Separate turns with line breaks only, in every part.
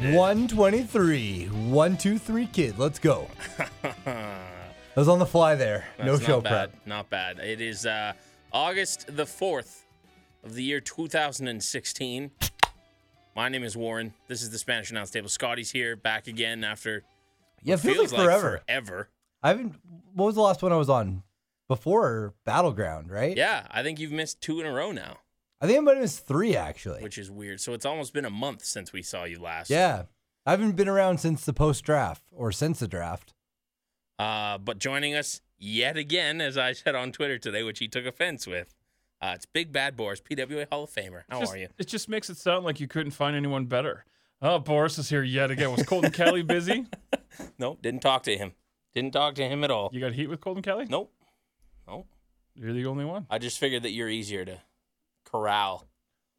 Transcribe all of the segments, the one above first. did.
123. 123 kid. Let's go. I was on the fly there. no
That's
show
not bad.
prep.
Not bad. It is uh, August the 4th of the year 2016. My name is Warren. This is the Spanish Announce Table. Scotty's here, back again after
Yeah, it feels, like forever.
forever.
I haven't. What was the last one I was on? Before Battleground, right?
Yeah, I think you've missed two in a row now,
I think I might have missed three actually.
which is weird. So it's almost been a month since we saw you last.
yeah. I haven't been around since the post draft or since the draft.
Uh, but joining us yet again, as I said on Twitter today, which he took offense with, uh, it's Big Bad Boris, PWA Hall of Famer. How
just,
are you?
It just makes it sound like you couldn't find anyone better. Oh, Boris is here yet again. Was Colton Kelly busy?
Nope, didn't talk to him. Didn't talk to him at all.
You got heat with Colton Kelly?
Nope. Nope.
You're the only one.
I just figured that you're easier to corral.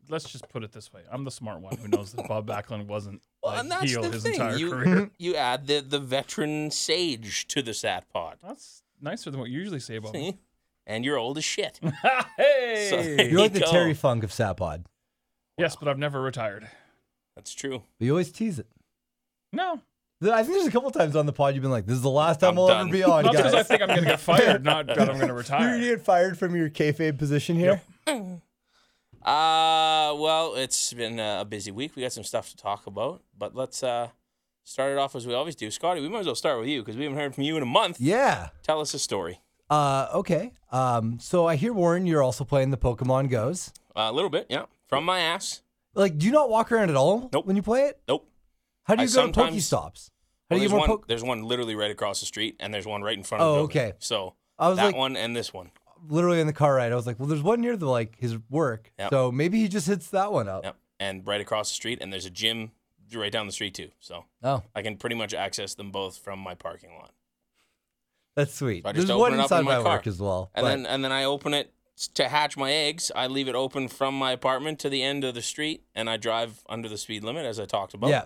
Let's just put it this way: I'm the smart one who knows that Bob Backlund wasn't like, heel his entire
You,
career.
you add the, the veteran sage to the sat pod.
That's nicer than what you usually say about me.
See? And you're old as shit.
hey.
So there
You're like the
go.
Terry Funk of Sapod,
Yes, but I've never retired.
That's true.
but you always tease it.
No,
Th- I think there's a couple times on the pod you've been like, "This is the last time
I'm
we'll
done.
ever be on,
not because I
guys."
think I'm going to get fired, not that I'm going to
You're gonna
retire.
get fired from your kayfabe position here.
Uh, well, it's been uh, a busy week. We got some stuff to talk about, but let's uh, start it off as we always do. Scotty, we might as well start with you because we haven't heard from you in a month.
Yeah.
Tell us a story.
Uh, okay. Um, so I hear Warren, you're also playing the Pokemon Goes.
Uh, a little bit, yeah. From my ass.
Like, do you not walk around at all
Nope.
when you play it?
Nope.
How do
I
you go to
sometimes-
Pokestops? How
Well,
do
there's,
you get more
one,
poke?
there's one literally right across the street, and there's one right in front of
Oh,
the building.
okay.
So
I was
that
like,
one and this one.
literally in the car ride, I was like, well, there's one near the like his work,
Yep.
so maybe he just hits that one up.
Yep. And right across the street, and there's a gym right down the street too. So
Oh,
I can pretty much access them both from my parking lot.
that's sweet.
So I just
there's
open
one
it up in
inside
my
my,
car.
work as well.
And
but-
then and then I open it s- to hatch my eggs. I leave it open from my apartment to the end of the street, and I drive under the speed limit as I talked about.
yeah,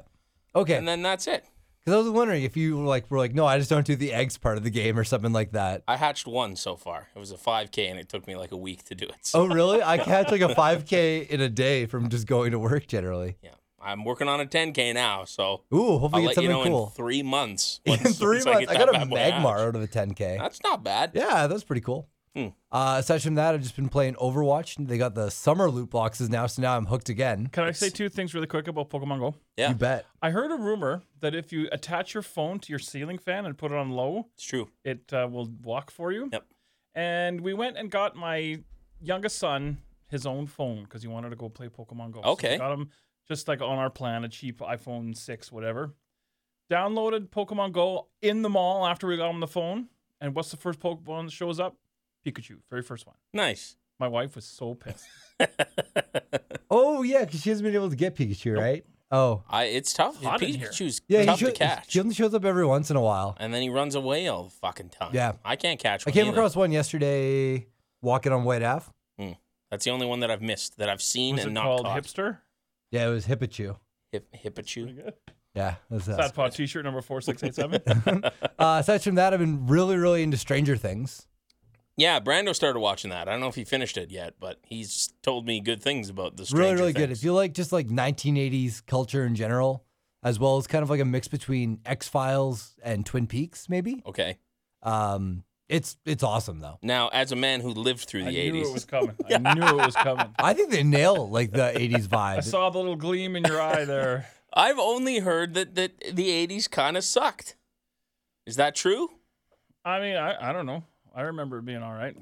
okay.
And then that's it.
Because I was wondering if you were like were like, no, I just don't do the eggs part of the game or something like that.
I hatched one so far. It was a 5K, and it took me like a week to do it. So
Oh, really? I catch like a 5K in a day from just going to work generally.
yeah, I'm working on a 10K now. So
Ooh, hopefully
I'll
you
let
get
you
something
know in
cool.
three months.
In,
once-
three
once
months,
get
I,
that
got a
bad boy
Magmar
hatched.
out of a 10K.
That's not bad.
Yeah, that's pretty cool.
Hmm.
Uh, aside from that, I've just been playing Overwatch. and They got the summer loot boxes now, so now I'm hooked again.
Can I say two things really quick about Pokemon Go?
Yeah,
You bet.
I heard a rumor that if you attach your phone to your ceiling fan and put it on low,
it's true.
it uh, will walk for you.
Yep.
And we went and got my youngest son his own phone because he wanted to go play Pokemon Go. So
Okay.
we got him just like on our plan, a cheap iPhone 6, whatever. Downloaded Pokemon Go in the mall after we got him the phone. And what's the first Pokemon that shows up? Pikachu, very first one.
Nice.
My wife was so pissed.
Oh yeah, because she hasn't been able to get Pikachu, right? Oh
I it's tough.
Hot in here.
Pikachu's
yeah,
tough
he,
to
shows,
catch.
he only shows up every once in a while.
and then he runs away all the fucking time.
Yeah.
I can't catch
I
one.
came
either.
across one yesterday walking on White Ave.
That's the only one that I've missed that I've seen
Was
and
it
not
called
caught.
Hipster?
Yeah, it was Hippichu.
Hip, Hippichu.
Yeah, that's us.
Sad Pod T-shirt number four six eight seven.
uh, aside from that, I've been really, really into Stranger Things.
Yeah, Brando started watching that. I don't know if he finished it yet, but he's told me good things about the
It's really,
Stranger
really good.
Things.
If you like just like 1980s culture in general, as well as kind of like a mix between X Files and Twin Peaks, maybe.
okay.
Um, it's it's awesome though.
Now, as a man who lived through
I
the
knew it was
'80s,
coming. I knew it was coming.
I think they nail like the 80s
I
vibe.
saw the little gleam in your eye there.
I've only heard that that the '80s kind of sucked. Is that true?
I mean, I, I don't know. I remember it being all right.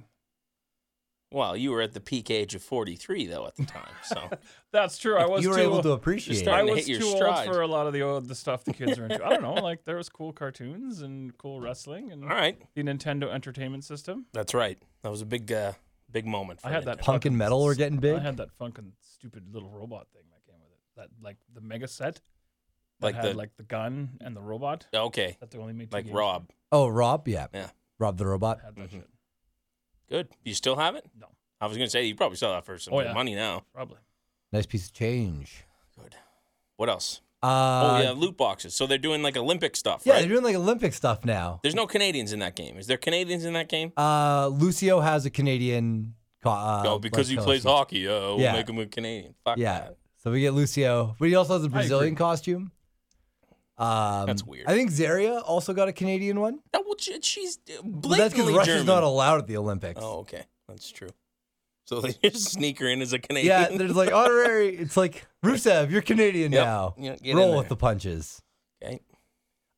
Well, you were at the peak age of 43 though at the time, so
That's true. I was
You were
too,
able to
You're
appreciate
I
starting
it.
to
was
hit your
too old
stride.
for a lot of the old, the stuff the kids are into. I don't know. Like there was cool cartoons and cool wrestling and
all right.
the Nintendo Entertainment System.
That's right. That was a big, uh, big moment. For
I had
Nintendo.
that
Punk and metal were getting big.
I had that funkin' stupid little robot thing that came with it. That like the Mega Set. That
Like
had
the-
like the gun and the robot.
Okay,
That they only made two
like
games.
Rob.
Oh, Rob, yeah.
Yeah.
Rob the robot.
I had that
Mhm.
shit.
Good. You still have it?
No.
I was gonna say you probably sell that for some
Oh,
good
yeah.
money now.
Probably.
Nice piece of change.
Good. What else?
Uh,
oh yeah, loot boxes. So they're doing like Olympic stuff,
yeah,
right?
they're doing like Olympic stuff now.
There's no Canadians in that game. Is there Canadians in that game?
Uh, Lucio has a Canadian. co- Uh,
no, because
like,
he
color
plays
scheme.
hockey. Uh, we'll
Yeah.
make him a Canadian. Fuck
Yeah.
that.
So we get Lucio, but he also has a
agree.
Brazilian costume. Um,
That's weird.
I think Zaria also got a Canadian one.
That well, she- she's
But that's because
blatantly
Russia's
German.
not allowed at the Olympics.
oh, okay, that's true. So they just sneak her in as a Canadian.
Yeah, there's like honorary. It's like Rusev, you're Canadian
Yep.
now.
Yeah, get in
Roll
there.
with the punches.
Okay.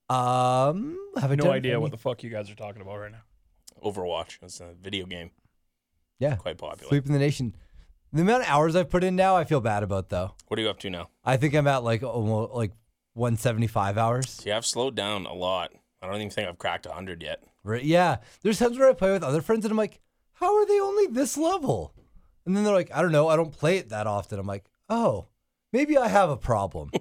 Um, have I
no
done
idea
any-
what the fuck you guys are talking about right now.
Overwatch. It's a video game.
Yeah.
quite popular.
sweeping the nation. The amount of hours I've put in now, I feel bad about though.
What are you up to now?
I think I'm at like almost like 175 hours.
See, I've slowed down a lot. I don't even think I've cracked hundred yet.
Right? Yeah, there's times where I play with other friends and I'm like, how are they only this level? And then they're like, I don't know, I don't play it that often. I'm like, oh, maybe I have a problem.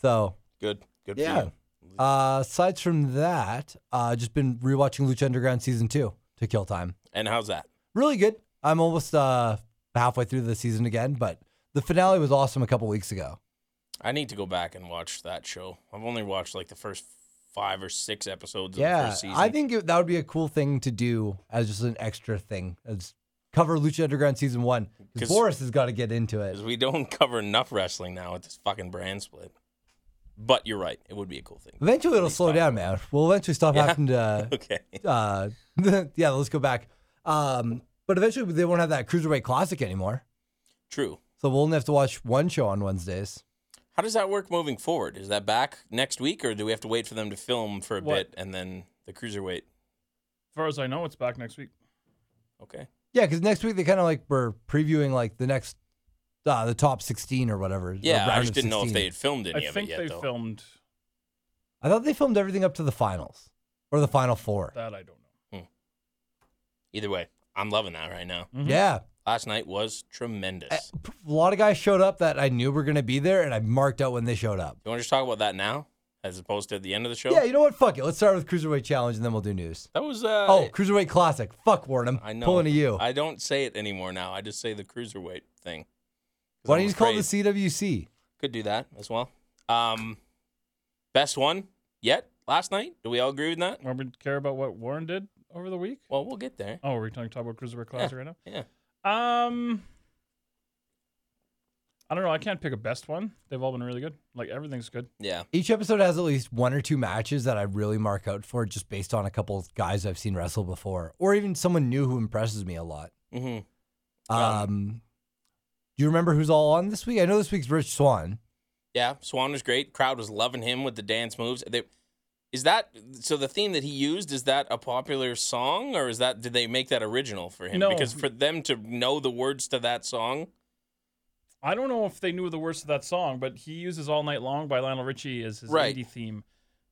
so
Good, good.
Yeah.
For you.
Uh, aside from that, uh, just been rewatching Lucha Underground season two to kill time.
And how's that?
Really good. I'm almost uh, halfway through the season again, but the finale was awesome a couple weeks ago.
I need to go back and watch that show. I've only watched like the first five or six episodes of the
Yeah,
first season.
I think it, that would be a cool thing to do as just an extra thing. As cover Lucha Underground season one
'Cause-
because Boris has got to get into it.
because we don't cover enough wrestling now with this fucking brand split. But you're right; it would be a cool thing.
Eventually, it'll
least
slow
talk
down, man. We'll eventually stop
Yeah.
having to
Okay,
uh, yeah, let's go back. Um, but eventually, they won't have that cruiserweight classic anymore,
true.
so we'll only have to watch one show on Wednesdays.
How does that work moving forward? Is that back next week, or do we have to wait for them to film for a
What?
bit and then the cruiserweight?
As far as I know, it's back next week.
Okay,
Yeah, because next week they kind of like were previewing like the next, uh, the top sixteen or whatever. or
yeah, I
round
just
of
didn't know if
16.
they had filmed any
I
of
think
it yet,
they
though.
filmed
I thought they filmed everything up to the finals or the final 4
that. I don't know.
Either way, I'm loving that right now.
Mhm.
Yeah,
Last night was tremendous.
a Uh, a lot of guys showed up that I knew were gonna be there, and I marked out when they showed up.
you want to just talk about that now, as opposed to at the end of the show?
Yeah, you know what? Fuck it. Let's start with cruiserweight challenge, and then we'll do news.
that was. Uh,
Oh, cruiserweight classic. Fuck Warren, I'm
I know.
pulling to you.
I don't say it anymore now. I just say the cruiserweight thing. 'Cause
Why don't
I'm
you just call it the
afraid-
CWC?
Could do that as well. Um, best one yet last night. Do we all agree with that?
Remember, to care about what Warren did over the week?
Well, we'll get there.
Oh, are we talking talk about Cruiserweight Classic right
Yeah,
now? Um, I don't know. I can't pick a best one. They've all been really good. Like everything's good.
yeah.
Each episode has at least one or two matches that I really mark out for just based on a couple of guys I've seen wrestle before, or even someone new who impresses me a lot.
hmm Yeah.
Um, do you remember who's all on this week? I know this week's Rich Swan.
Yeah, Swan was great. Crowd was loving him with the dance moves. They, is that so? The theme that he used is that a popular song, or is that did they make that original for him?
No.
Because for them to know the words to that song,
I don't know if they knew the words to that song, but he uses "All Night Long" by Lionel Richie as his
Right.
indie theme,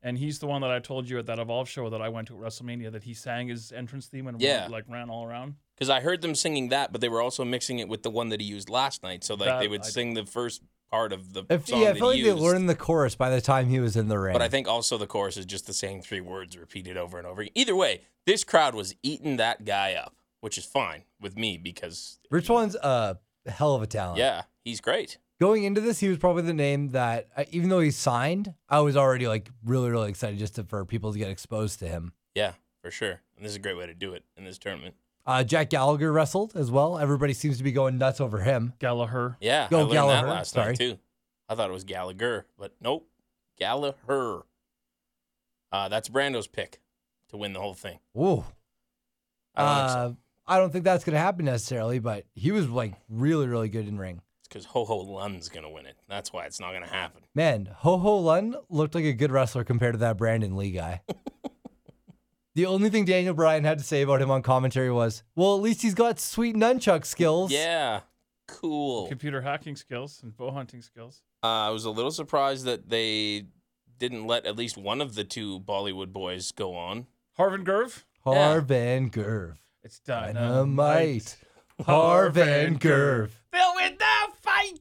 and he's the one that I told you at that Evolve show that I went to at WrestleMania that he sang his entrance theme and
Yeah.
like ran all around.
because I heard them singing that, but they were also mixing it with the one that he used last night. So like
That
they would
I-
sing the first part of the
If,
song
yeah, I
that
feel like
he
they
used.
learned the chorus by the time he was in the ring.
But I think also the chorus is just the same three words repeated over and over. Either way, this crowd was eating that guy up, which is fine with me because
Rich Swan's a hell of a talent.
yeah, he's great.
Going into this, he was probably the name that, uh, even though he signed, I was already like really, really excited just to, for people to get exposed to him.
Yeah, for sure. And this is a great way to do it in this tournament.
Uh, Jack Gallagher wrestled as well. Everybody seems to be going nuts over him.
Gallagher.
Yeah,
Go
I learned
Gallagher,
that last
sorry.
night too. I thought it was Gallagher, but nope, Gallagher. Uh, that's Brando's pick to win the whole thing.
Ooh.
I don't think
Uh,
so.
I don't think that's going to happen necessarily, but he was like really, really good in ring.
It's because Ho Ho Lun's gonna win it. That's why it's not gonna happen.
Man, Ho Ho Lun looked like a good wrestler compared to that Brandon Lee guy. the only thing Daniel Bryan had to say about him on commentary was, well, at least he's got sweet nunchuck skills.
Yeah, cool.
Computer hacking skills and bow hunting skills.
Uh, I was a little surprised that they didn't let at least one of the two Bollywood boys go on.
Harvin Gerv.
Harvan Gerv.
It's
Dynamite.
dynamite.
Harvan Gerv.
Fill with the fighter.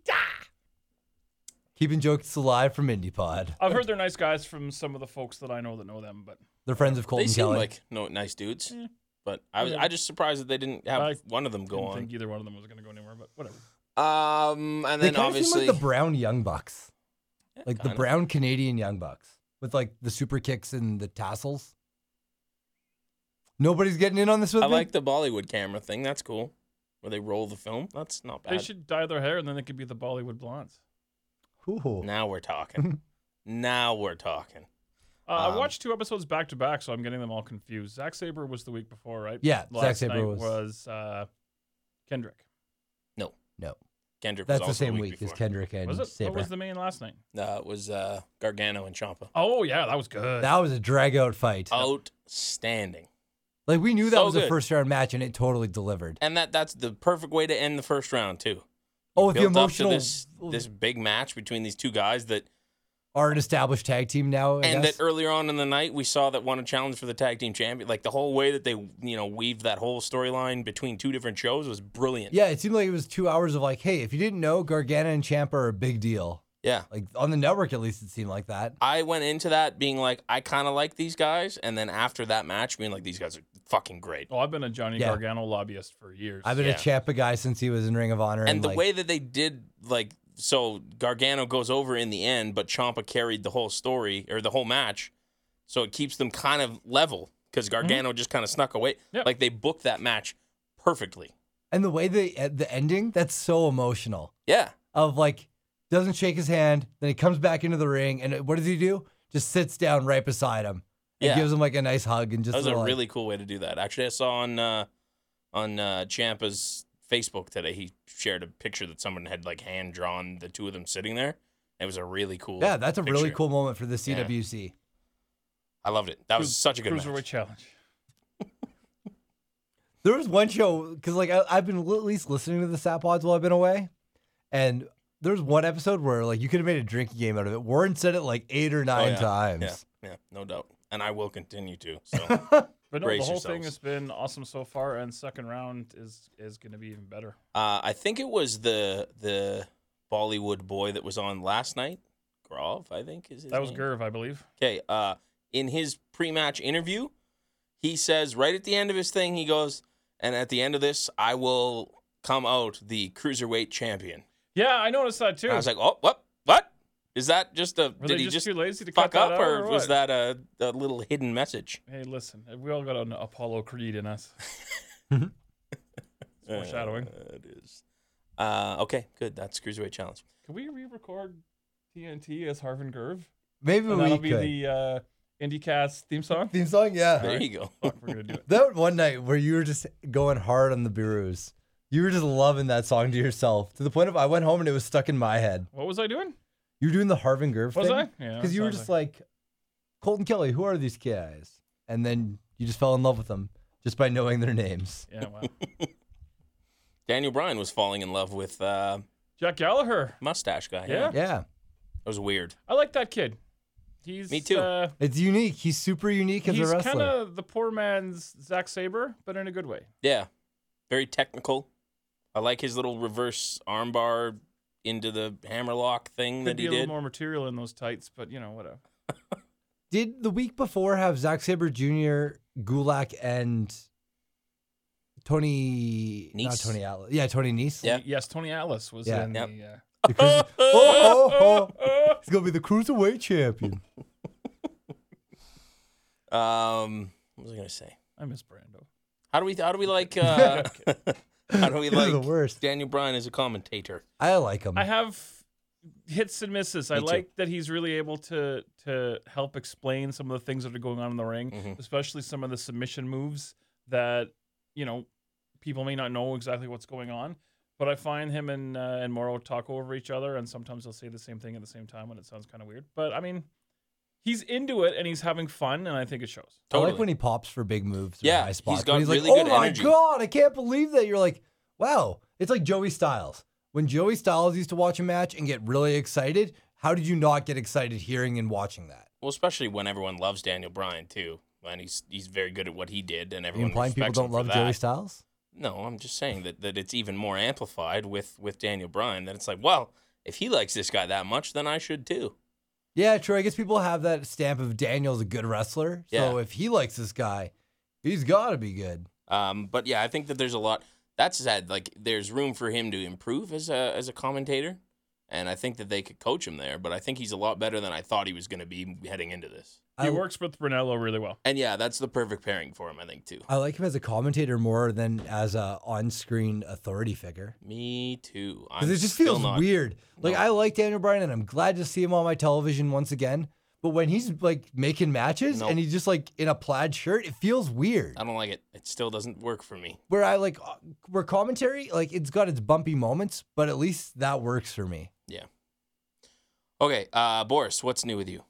Keeping jokes alive from IndiePod.
I've heard they're nice guys from some of the folks that I know that know them, but
They're friends of
They
Colton
seem
Kelly.
like no nice dudes,
Yeah.
but I was I just surprised that they didn't have
I
one of them
I
go
didn't
on.
think either one of them was going to go anywhere. But whatever.
Um, and
they
then
kind
obviously
of seem like the brown Young Bucks.
Yeah,
Like the
kinda.
brown Canadian Young Bucks with like the super kicks and the tassels. Nobody's getting in on this with
I
me.
like the Bollywood camera thing. That's cool. Where they roll the film. That's not
They
bad.
should dye their hair and then they could be the Bollywood blondes.
Ooh.
Now we're talking. Now we're talking.
Uh,
Um,
I watched two episodes back to back, so I'm getting them all confused. Zack Saber was the week before, right?
Yeah, Zack
Last
Sabre
night
was-
was uh, Kendrick.
No,
Kendrick
that's
was also
the same
the
week, as
before.
Kendrick and
was it?
Saber.
What was the main last night?
Uh, it was uh, Gargano and Champa.
Oh yeah, that was good.
that was a drag out fight.
Outstanding.
Like we knew that
Oh, So
was a
good.
first round match, and it totally delivered.
And that that's the perfect way to end the first round too.
Oh, with the
Built
emotional
up to this this big match between these two guys that
are an established tag team now. Oh, I
and
guess.
that earlier on in the night we saw that won a challenge for the tag team champion. Like the whole way that they you know weaved that whole storyline between two different shows was brilliant.
yeah, it seemed like it was two hours of like, hey, if you didn't know, Gargano and Champa are a big deal.
Yeah.
Like on the network, at least it seemed like that.
I went into that being like I kind of like these guys, and then after that match being like these guys are fucking great.
oh, I've been a Johnny
Yeah.
Gargano lobbyist for years.
I've been
Yeah.
a Champa guy since he was in Ring of Honor, and,
And the
like,
way that they did like so Gargano goes over in the end, but Champa carried the whole story or the whole match, so it keeps them kind of level because
Mm-hmm.
Gargano just kind of snuck away.
Yep.
Like they booked that match perfectly.
and the way the eh, the ending, that's so emotional.
Yeah,
Of like, doesn't shake his hand, then he comes back into the ring, and uh, what does he do? Just sits down right beside him. And
Yeah.
gives him like a nice hug and just
that was a
little, like-
really cool way to do that. Actually, I saw on uh, on uh, Champa's Facebook today he shared a picture that someone had like hand drawn the two of them sitting there. It was a really cool.
yeah, that's a really
picture.
cool moment for the
Yeah.
CWC.
I loved it. That was
Cruise-
such a good
Cruiserweight
match.
challenge.
There was one show because like I, I've been li- at least listening to the Sat Pods while I've been away, and there was one episode where like you could have made a drinking game out of it. Warren said it like eight
Oh,
or nine
Oh, yeah. Yeah,
times.
yeah, no doubt. And I will continue to. So
But no,
Brace
the whole
yourselves.
thing has been awesome so far, and second round is is going to be even better.
uh, I think it was the the Bollywood boy that was on last night. Grov, I think is his
That was
name.
Gerv, I believe.
Okay. Uh, in his pre-match interview, he says right at the end of his thing, he goes, "And at the end of this, I will come out the cruiserweight champion."
Yeah, I noticed that too.
And I was like, "Oh, what? What is that? Just a
Were
did
they
he
just,
just,
too lazy to cut
fuck
that
up,
out,
or,
or
was
what?
that a, a little hidden message?"
Hey, listen, we all got an Apollo Creed in us. foreshadowing.
Uh, it is. Uh, okay, good. That's cruiserweight challenge.
Can we re-record TNT as Harvin Gerv?
Maybe
And
we
that'll
could
be the uh, IndyCast theme song.
theme song. Yeah,
There
right.
you go.
Fuck, we're gonna do it.
that one night where you were just going hard on the Beerus. You were just loving that song to yourself to the point of I went home and it was stuck in my head.
What was I doing?
You were doing the Harvin Gerv
Was
thing.
I? Yeah.
Because you were
sounds
just like, Colton Kelly, who are these guys? And then you just fell in love with them just by knowing their names.
Yeah. Wow.
Daniel Bryan was falling in love with uh,
Jack Gallagher.
mustache guy.
Yeah.
Yeah.
that was weird.
I like that kid. He's
Me too.
Uh,
It's unique. He's super unique as
he's
a wrestler.
kind of the poor man's Zack Saber, but in a good way.
Yeah, very technical. I like his little reverse armbar into the hammerlock thing that
Could be
he
a little
did.
more material in those tights, but you know whatever.
Did the week before have Zack Saber Jr., Gulak, and Tony? Not
Nese?
Tony Atlas. Yeah, Tony Nice.
Yeah.
Yes, Tony Atlas was
Yeah.
in
Yep.
the. Uh,
oh, oh, oh. He's gonna be the cruiserweight champion.
Um, what was I gonna say?
I miss Brando.
How do we how do we like uh, how do we
These are the
like
worst.
Daniel Bryan as a commentator?
I like him.
I have hits and misses. I
Mm. Me too.
like that he's really able to to help explain some of the things that are going on in the ring,
Mhm.
especially some of the submission moves that you know people may not know exactly what's going on. But I find him and uh, and Moro talk over each other, and sometimes they'll say the same thing at the same time, and it sounds kind of weird. But I mean, he's into it and he's having fun, and I think it shows.
I like when he pops for big moves.
Yeah,
or high
he's
spots.
got
when he's
really
like,
good
oh
energy."
my god, I can't believe that. You're like, wow, it's like Joey Styles. When Joey Styles used to watch a match and get really excited, how did you not get excited hearing and watching that?
well, especially when everyone loves Daniel Bryan too, and he's he's very good at what he did, and
Are you
everyone
implying people
respects him
don't
for
love
that.
Joey Styles?
No, I'm just saying that, that it's even more amplified with with Daniel Bryan. That it's like, well, if he likes this guy that much, then I should too.
Yeah, true. I guess people have that stamp of Daniel's a good wrestler. So
Yeah.
if he likes this guy, he's got to be good.
Um, but yeah, I think that there's a lot. That's sad. Like, there's room for him to improve as a as a commentator, and I think that they could coach him there. But I think he's a lot better than I thought he was going to be heading into this.
I-
He works with Brunello really well.
And yeah, that's the perfect pairing for him, I think too.
I like him as a commentator more than as a on-screen authority figure.
Me too. I'm
Because it just
still
feels
not-
weird. Like
No.
I like Daniel Bryan, and I'm glad to see him on my television once again. But when he's like making matches
No.
and he's just like in a plaid shirt, it feels weird.
I don't like it. It still doesn't work for me.
Where I like uh, where commentary, like it's got its bumpy moments, but at least that works for me.
Okay, uh, Boris, what's new with you?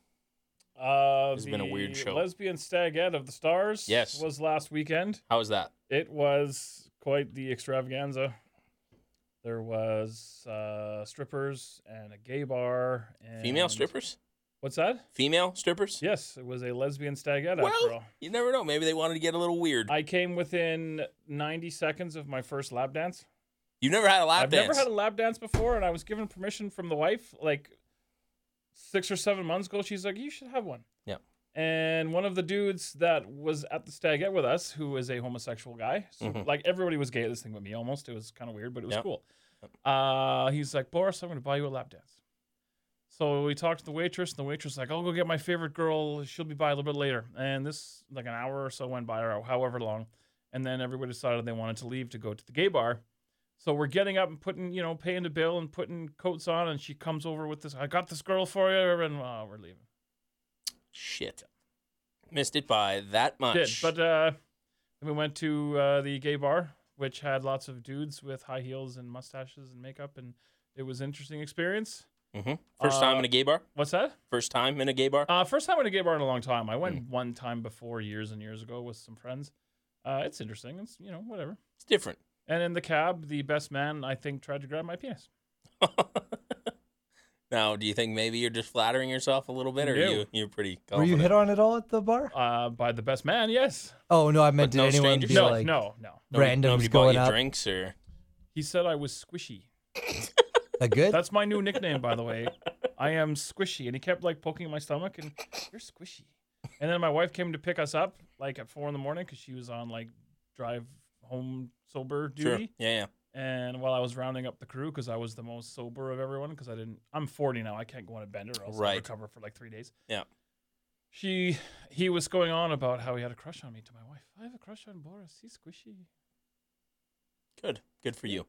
Uh,
It's been a weird
the
show.
Lesbian stagette of the stars.
Yes.
was last weekend.
How is that?
It was quite the extravaganza. There was uh, strippers and a gay bar. And
Female strippers?
What's that?
Female strippers?
Yes, it was a lesbian stagette after all.
Well, you never know. Maybe they wanted to get a little weird.
I came within 90 seconds of my first lap dance.
You've never had a lap
I've
dance.
never had a lap dance before, and I was given permission from the wife like six or seven months ago. She's like, "You should have one."
Yep.
And one of the dudes that was at the stagette with us, who is a homosexual guy, so
Mhm.
like everybody was gay at this thing with me almost. It was kind of weird, but it was
Yep.
cool. Uh, he's like, "Boris, I'm going to buy you a lap dance." So we talked to the waitress, and the waitress was like, "I'll go get my favorite girl. She'll be by a little bit later." And this like an hour or so went by, or however long, and then everybody decided they wanted to leave to go to the gay bar. So we're getting up and putting, you know, paying the bill and putting coats on, and she comes over with this. I got this girl for you, and uh, we're leaving.
Shit. Missed it by that much.
Did but uh, then we went to uh, the gay bar, which had lots of dudes with high heels and mustaches and makeup, and it was an interesting experience.
hmm First time
uh,
in a gay bar?
What's that?
First time in a gay bar?
Uh, first time I went to a gay bar in a long time. I went
Hmm.
one time before years and years ago with some friends. Uh, it's interesting. It's you know whatever.
it's different.
And in the cab, the best man I think tried to grab my penis.
now, do you think maybe you're just flattering yourself a little bit, or
No.
you you're pretty?
Were you
confident?
hit on at all at the bar?
Uh, by the best man, yes.
Oh no, I meant
no
did anyone
strangers?
be
You're
no,
like
no, no.
Nobody-
randoms
nobody bought
going
you
up?
drinks or
He said I was squishy.
that good?
That's my new nickname, by the way. I am squishy, and he kept like poking my stomach, and you're squishy. And then my wife came to pick us up like at four in the morning because she was on like drive home sober
sure.
duty.
Yeah, yeah.
And while I was rounding up the crew because I was the most sober of everyone because I didn't. I'm 40 now. I can't go on a bender. Or else I'll
Right.
recover for like three days.
Yeah.
She, he was going on about how he had a crush on me to my wife. I have a crush on Boris. He's squishy.
Good, good for you.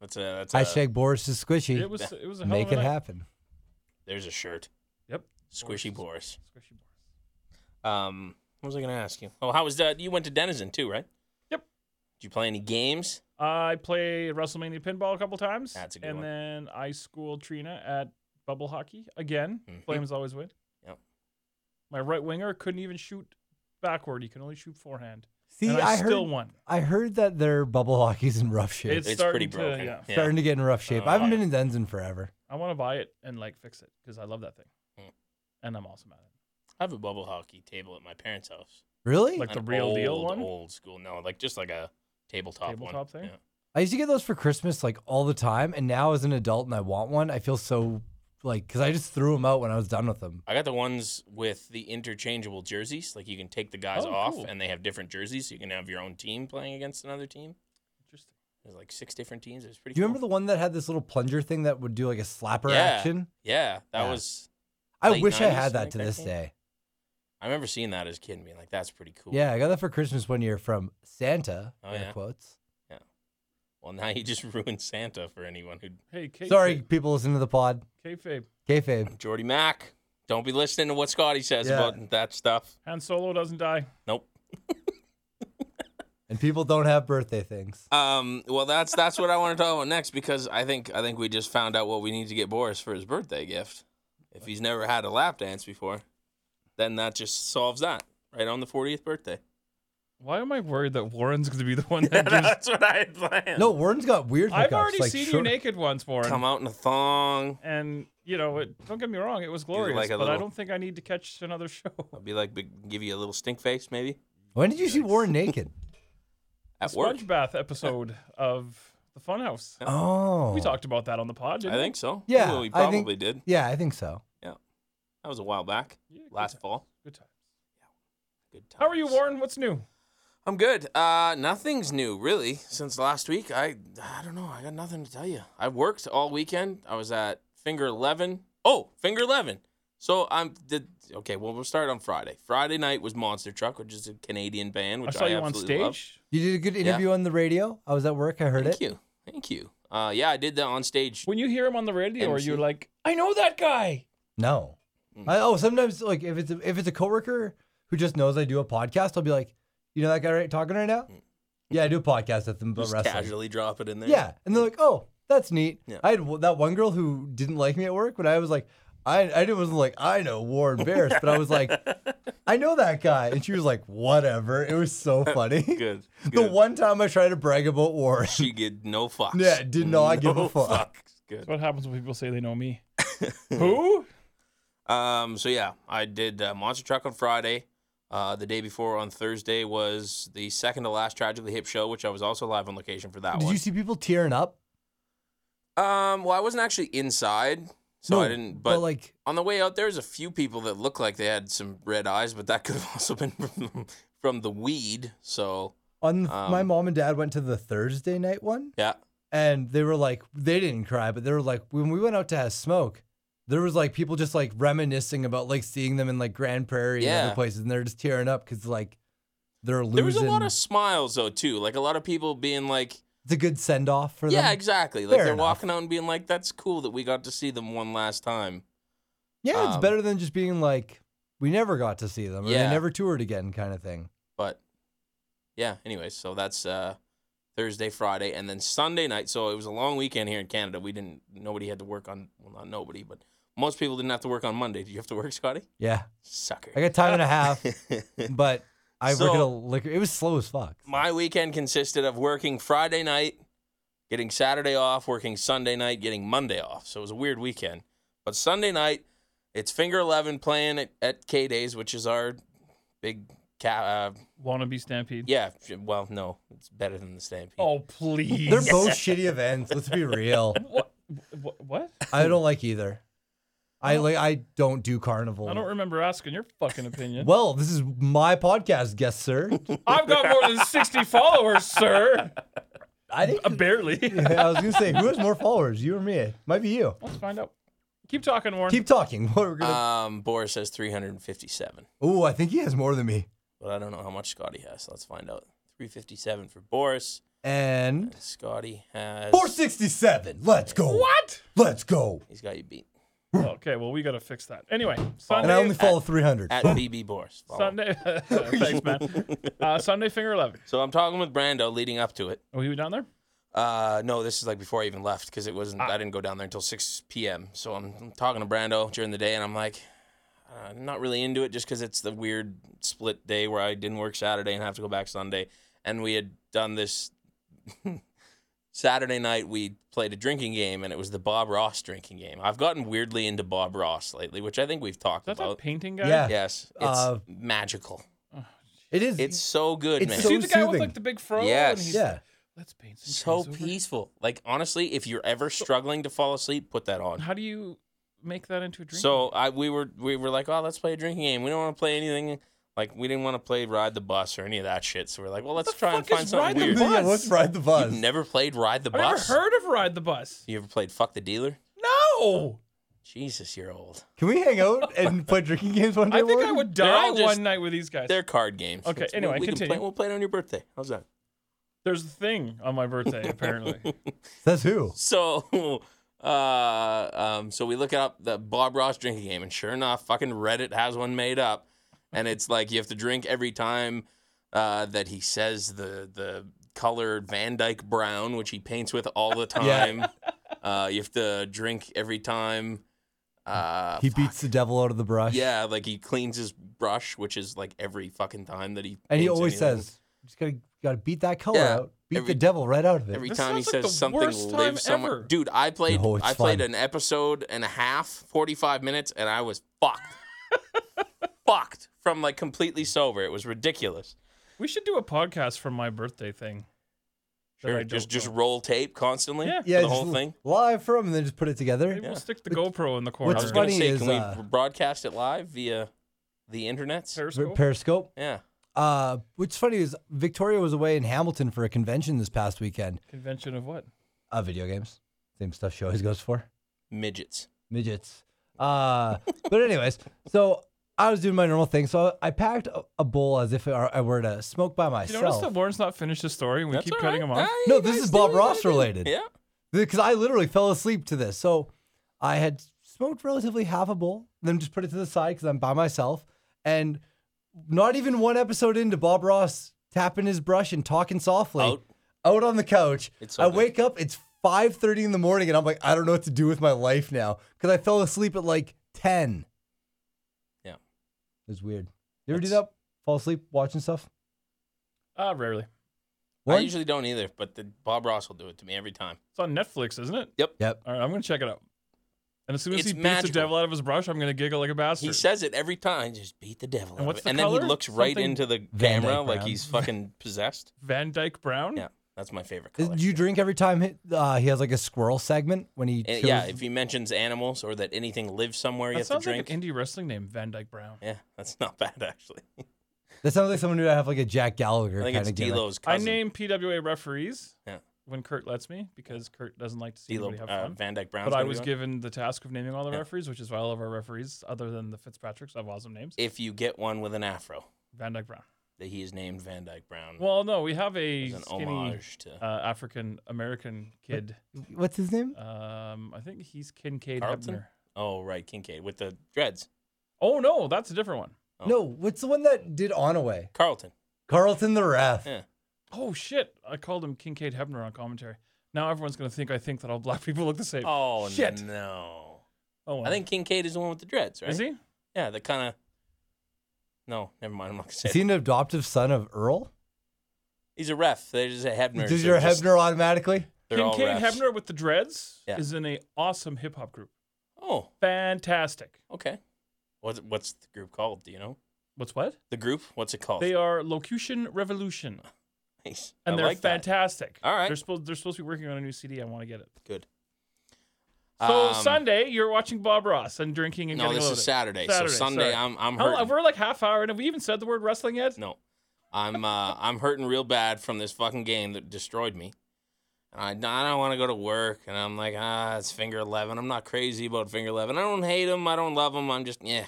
That's a that's a.
Hashtag Boris is squishy.
uh, It was it was a hell
Make
of a
it
night.
happen.
there's a shirt.
Yep.
Squishy Boris.
Boris. Squishy Boris.
Um, what was I gonna ask you? Oh, how was that? You went to Denizen too, right?
Yep.
Did you play any games?
I played WrestleMania pinball a couple times.
That's a good
And
one.
then I schooled Trina at bubble hockey again.
Mhm.
Flames always win.
Yep.
My right winger couldn't even shoot backward. He can only shoot forehand.
See,
and
I,
I,
heard
still won.
I heard that their bubble hockey's in rough shape.
It's,
It's pretty
starting
broken.
to. Yeah. Uh,
Yeah.
Starting to get in rough shape.
Oh,
I haven't
yeah.
been in Denzen forever.
I want to buy it and like fix it because I love that thing.
Mm.
And I'm awesome at it.
I have a bubble hockey table at my parents' house.
Really?
Like the
An
real deal
old,
one?
Old school. No, like just like a tabletop, one.
Tabletop thing?
Yeah.
I used to get those for Christmas like all the time, and now as an adult and I want one, I feel so like because I just threw them out when I was done with them.
I got the ones with the interchangeable jerseys. Like you can take the guys
Oh,
off,
cool.
and they have different jerseys. So you can have your own team playing against another team.
Interesting.
There's like six different teams. It was pretty.
Do you
cool.
remember the one that had this little plunger thing that would do like a slapper
Yeah.
action?
Yeah, that
Yeah.
was.
I
Late
wish I
90s,
had
I think
that to
that
this
came.
day.
I remember seeing that as a kid and being like, "That's pretty cool."
Yeah, I got that for Christmas one year from Santa.
Oh,
air
yeah.
quotes.
Well, now you just ruined Santa for anyone who.
Hey, kayfabe.
Sorry, people listen to the pod.
Kayfabe.
Kayfabe.
Jordy Mack, don't be listening to what Scotty says
Yeah.
about that stuff.
Han Solo doesn't die.
Nope.
And people don't have birthday things.
Um. Well, that's that's what I want to talk about next because I think I think we just found out what we need to get Boris for his birthday gift. If he's never had a lap dance before, then that just solves that right on the 40th birthday.
Why am I worried that Warren's going to be the one that gives?
that's what I had planned.
No, Warren's got weird hookups.
I've already
like,
seen you
short-
naked once, Warren.
Come out in a thong.
And you know, it, don't get me wrong, it was glorious,
like a
but I
little-
don't think I need to catch another show.
I'll be like, big, give you a little stink face maybe
When did you see Warren naked?
at work.
Sponge bath episode of the Funhouse.
Oh.
We talked about that on the pod.
I
Didn't
think so.
Yeah,
Well, we
I think-
probably did.
Yeah, I think so.
That was a while back.
we? Yeah, good
Last
times,
fall.
Good times.
Good times.
How are you, Warren? What's new?
I'm good. Uh, nothing's new really since last week. I I don't know. I got nothing to tell you. I worked all weekend. I was at Finger Eleven. Oh, Finger Eleven. So I'm did okay. Well, we'll start on Friday. Friday night was Monster Truck, which is a Canadian band,
I
which
saw
I,
you on
absolutely
stage.
love.
You did a good
Yeah.
interview on the radio. I was at work. I heard
Thank
it.
you, thank you. Uh, yeah, I did that on stage.
When you hear him on the radio, are you
MC.
like, I know that guy?
No.
Mm.
I, oh, sometimes like if it's a, if it's a coworker who just knows I do a podcast, I'll be like, you know that guy right talking right now? Yeah, I do a podcast with them about
Mm. Just
wrestling.
casually drop it in there.
Yeah, and they're like, oh, that's neat.
Yeah.
I had w- that one girl who didn't like me at work, but I was like, I I didn't- wasn't like I know Warren Barris, but I was like, I know that guy, and she was like, whatever. It was so funny.
Good.
The
good.
one time I tried to brag about Warren,
she get no fucks.
Yeah, did not give a
No
fuck.
fucks. Good.
That's what happens when people say they know me. Who?
Um, so yeah, I did uh, Monster Truck on Friday. Uh, the day before on Thursday was the second to last Tragically Hip show, which I was also live on location for that
did
one.
you see people tearing up?
um, well, I wasn't actually inside, so I didn't. But,
like,
on the way out, there was a few people that looked like they had some red eyes, but that could have also been from, from the weed. So
on my
um,
mom and dad went to the Thursday night one.
yeah,
and they were like they didn't cry but they were like when we went out to have smoke there was like people just like reminiscing about like seeing them in like grand prairie and other
Yeah.
places and they're just tearing up because like they're losing
there was a lot of smiles though too, like a lot of people being like,
it's a good send-off for
yeah,
them
exactly. Like
Fair
they're
enough.
walking out and being like, that's cool that we got to see them one last time.
yeah it's
um,
better than just being like we never got to see them or
Yeah.
they never toured again kind of thing
but yeah anyways so that's uh thursday friday and then sunday night so it was a long weekend here in canada we didn't nobody had to work on well not nobody but most people didn't have to work on monday did you have to work scotty
yeah
sucker
i got time and a half but i work at a
So-
liquor it was slow as fuck
my weekend consisted of working friday night getting saturday off working sunday night getting monday off so it was a weird weekend but sunday night it's finger 11 playing at, at k-days which is our big ca- uh,
Wannabe Stampede.
yeah well no it's better than the stampede
Oh, please.
they're both shitty events let's be real
What? What? what?
i don't like either i like i don't do carnival
I don't remember asking your fucking opinion.
well this is my podcast guest sir
I've got more than 60 followers, sir.
I didn't.
Uh, barely.
I was gonna say, who has more followers, you or me? Might be you.
Let's find out. Keep talking, Warren.
Keep talking. What we're gonna?
Um, Boris says 357,
oh, I think he has more than me.
but I don't know how much Scotty has. So let's find out. 357 for Boris.
And
Scotty has.
467. Let's go.
what?
Let's go.
He's got you beat.
Okay, well, we got to fix that. Anyway, Sunday.
And I only follow 300.
At BB Boris. Follow him.
Sunday. Thanks, man. Uh, Sunday Finger 11.
So I'm talking with Brando leading up to it.
Oh, you down there?
Uh, no, this is like before I even left because it wasn't. I didn't go down there until 6 p.m. So I'm, I'm talking to Brando during the day, and I'm like, uh, I'm not really into it just because it's the weird split day where I didn't work Saturday and have to go back Sunday. And we had done this Saturday night. We played a drinking game, and it was the Bob Ross drinking game. I've gotten weirdly into Bob Ross lately, which I think we've talked
Is that that
about.
painting guy?
Yeah.
Yes, it's
Uh,
magical.
It is.
It's so good,
it's
man.
so
See the guy with
soothing.
like the big fro?
Yes.
And he's
yeah.
like, Let's paint some
so
trees over."
peaceful. Like honestly, if you're ever struggling to fall asleep, put that on.
How do you make that into a drink?
So I we were we were like, oh, let's play a drinking game. We don't want to play anything like we didn't want to play ride the bus or any of that shit. So we're like, well, let's
the
try and
fuck is
find something
Ride
weird.
the Bus?
Yeah, let's ride the buzz.
You've never played ride the
I've never
bus.
heard of Ride the Bus.
You ever played fuck the dealer?
No.
Jesus, you're old.
Can we hang out and play drinking games one day?
I think
Warren?
I would
They're
die
all just-
one night with these guys.
They're card games.
Okay,
It's- we-
anyway,
we can play-
continue.
we'll play it on your birthday. How's that?
There's a thing on my birthday, apparently.
That's who.
So, uh, um, so we look up the Bob Ross drinking game, and sure enough, fucking Reddit has one made up, and it's like you have to drink every time uh, that he says the the color Van Dyke brown, which he paints with all the time. uh, you have to drink every time. Uh,
He
fuck.
beats the devil out of the brush.
Yeah, like he cleans his brush, which is like every fucking time that he.
And he
paints
always
anything.
says, "Just gotta gotta beat that color
Yeah,
out. Beat the
every-
devil right out of it."
Every
This
time he
sounds like
says
the
something,
worst time
live somewhere.
ever.
Dude, I played.
No, it's
I played
fun.
an episode and a half, forty-five minutes, and I was fucked, fucked from like completely sober. It was ridiculous.
we should do a podcast from my birthday thing. that I
Sure,
don't
just just
know.
roll tape constantly.
Yeah.
for
yeah,
the
just
whole thing.
live from, and then just put it together.
Maybe we'll stick the GoPro in the corner.
I
what's
was
funny
gonna say,
is,
can we
uh,
broadcast it live via the internet?
Periscope.
Periscope.
Yeah,
Uh, what's funny is Victoria was away in Hamilton for a convention this past weekend.
Convention of what?
Uh, video games, same stuff she always goes for.
Midgets.
midgets. Uh, but anyways, so I was doing my normal thing. So I packed a, a bowl as if I were to smoke by
You notice
myself.
that Lauren's not finished his story and we
That's
keep
all
cutting
right.
him off?
Ah,
No,
you
this
guys
is
do
Bob
what I
Ross
do.
related.
Yeah.
Because I literally fell asleep to this. So I had smoked relatively half a bowl, then just put it to the side because I'm by myself. And not even one episode into Bob Ross tapping his brush and talking softly
Out.
out on the couch.
It's so
I
good.
wake up, it's 5.30 in the morning, and I'm like, I don't know what to do with my life now because I fell asleep at like 10.
Yeah.
It was weird. You ever do
That's-
that? Fall asleep watching stuff?
Uh, rarely.
I
What?
usually don't either, but the Bob Ross will do it to me every time.
It's on Netflix, isn't it?
yep.
All right, I'm going to check it out. And as soon as
It's
he beats
magical.
the devil out of his brush, I'm going to giggle like a bastard.
He says it every time. Just beat the devil. out
And
of
what's
it.
the
and then
color?
he looks right
Something-
into the
Van
camera
Dyke
like
Brown.
he's fucking possessed.
Van Dyke Brown?
Yeah, that's my favorite
Is-
color.
Do you drink every time he, uh, he has like a squirrel segment when he
And
shows-
Uh, Eh, yeah, if he mentions animals or that anything lives somewhere, you
That
have to
sounds
drink.
like an indie wrestling name, Van Dyke Brown.
yeah, that's not bad actually.
That sounds like someone who would have like a Jack
I
Gallagher
think
kind
it's
of gimmick.
D'Lo's
I
cousin.
name PWA referees
Yeah.
when Kurt lets me because Kurt doesn't like to see
D'Lo
anybody have
uh,
fun.
Van Dyke Brown.
but I was given the task of naming all the
Yeah.
referees, which is why all of our referees, other than the Fitzpatricks, have awesome names.
If you get one with an afro,
Van Dyke Brown.
that he is named Van Dyke Brown
Well, no, we have a
as an
skinny
homage to
uh, African American kid.
What's his name?
Um, I think he's Kincaid
Carlton?
Hebner.
Oh right, Kincaid with the dreads.
Oh no, that's a different one.
Oh.
No, what's the one that did Onaway?
Carlton.
Carlton the ref.
Yeah.
Oh shit! I called him Kincaid Hebner on commentary. Now everyone's gonna think I think that all black people look the same. Oh,
Oh
Shit. Oh,
no.
well.
I think Kincaid is the one with the dreads, right?
is he?
Yeah, that kind of. No, never mind. I'm not gonna say.
Is he
it.
an adoptive son of Earl?
He's a ref. There's a Hebner.
Does your
They're just-
Hebner automatically?
they're all
Kincaid
refs.
Hebner with the dreads
Yeah.
is in a awesome hip hop group.
Oh,
Fantastic.
okay. What's what's the group called? Do you know
What's what?
the group? What's it called?
They are Locution Revolution,
Nice.
and
I
they're
like that.
fantastic.
All right.
they're supposed they're supposed to be working on a new CD. I want to get it.
Good.
So
Um,
Sunday, you're watching Bob Ross and drinking and
No,
getting
this
loaded.
is Saturday.
Saturday,
so Sunday,
sorry.
I'm I'm
How,
hurting.
Oh, we're like half hour, and have we even said the word wrestling yet?
No, I'm uh, I'm hurting real bad from this fucking game that destroyed me. And I, I don't want to go to work, and I'm like, ah, it's Finger Eleven. I'm not crazy about Finger Eleven. I don't hate them. I don't love them. I'm just yeah,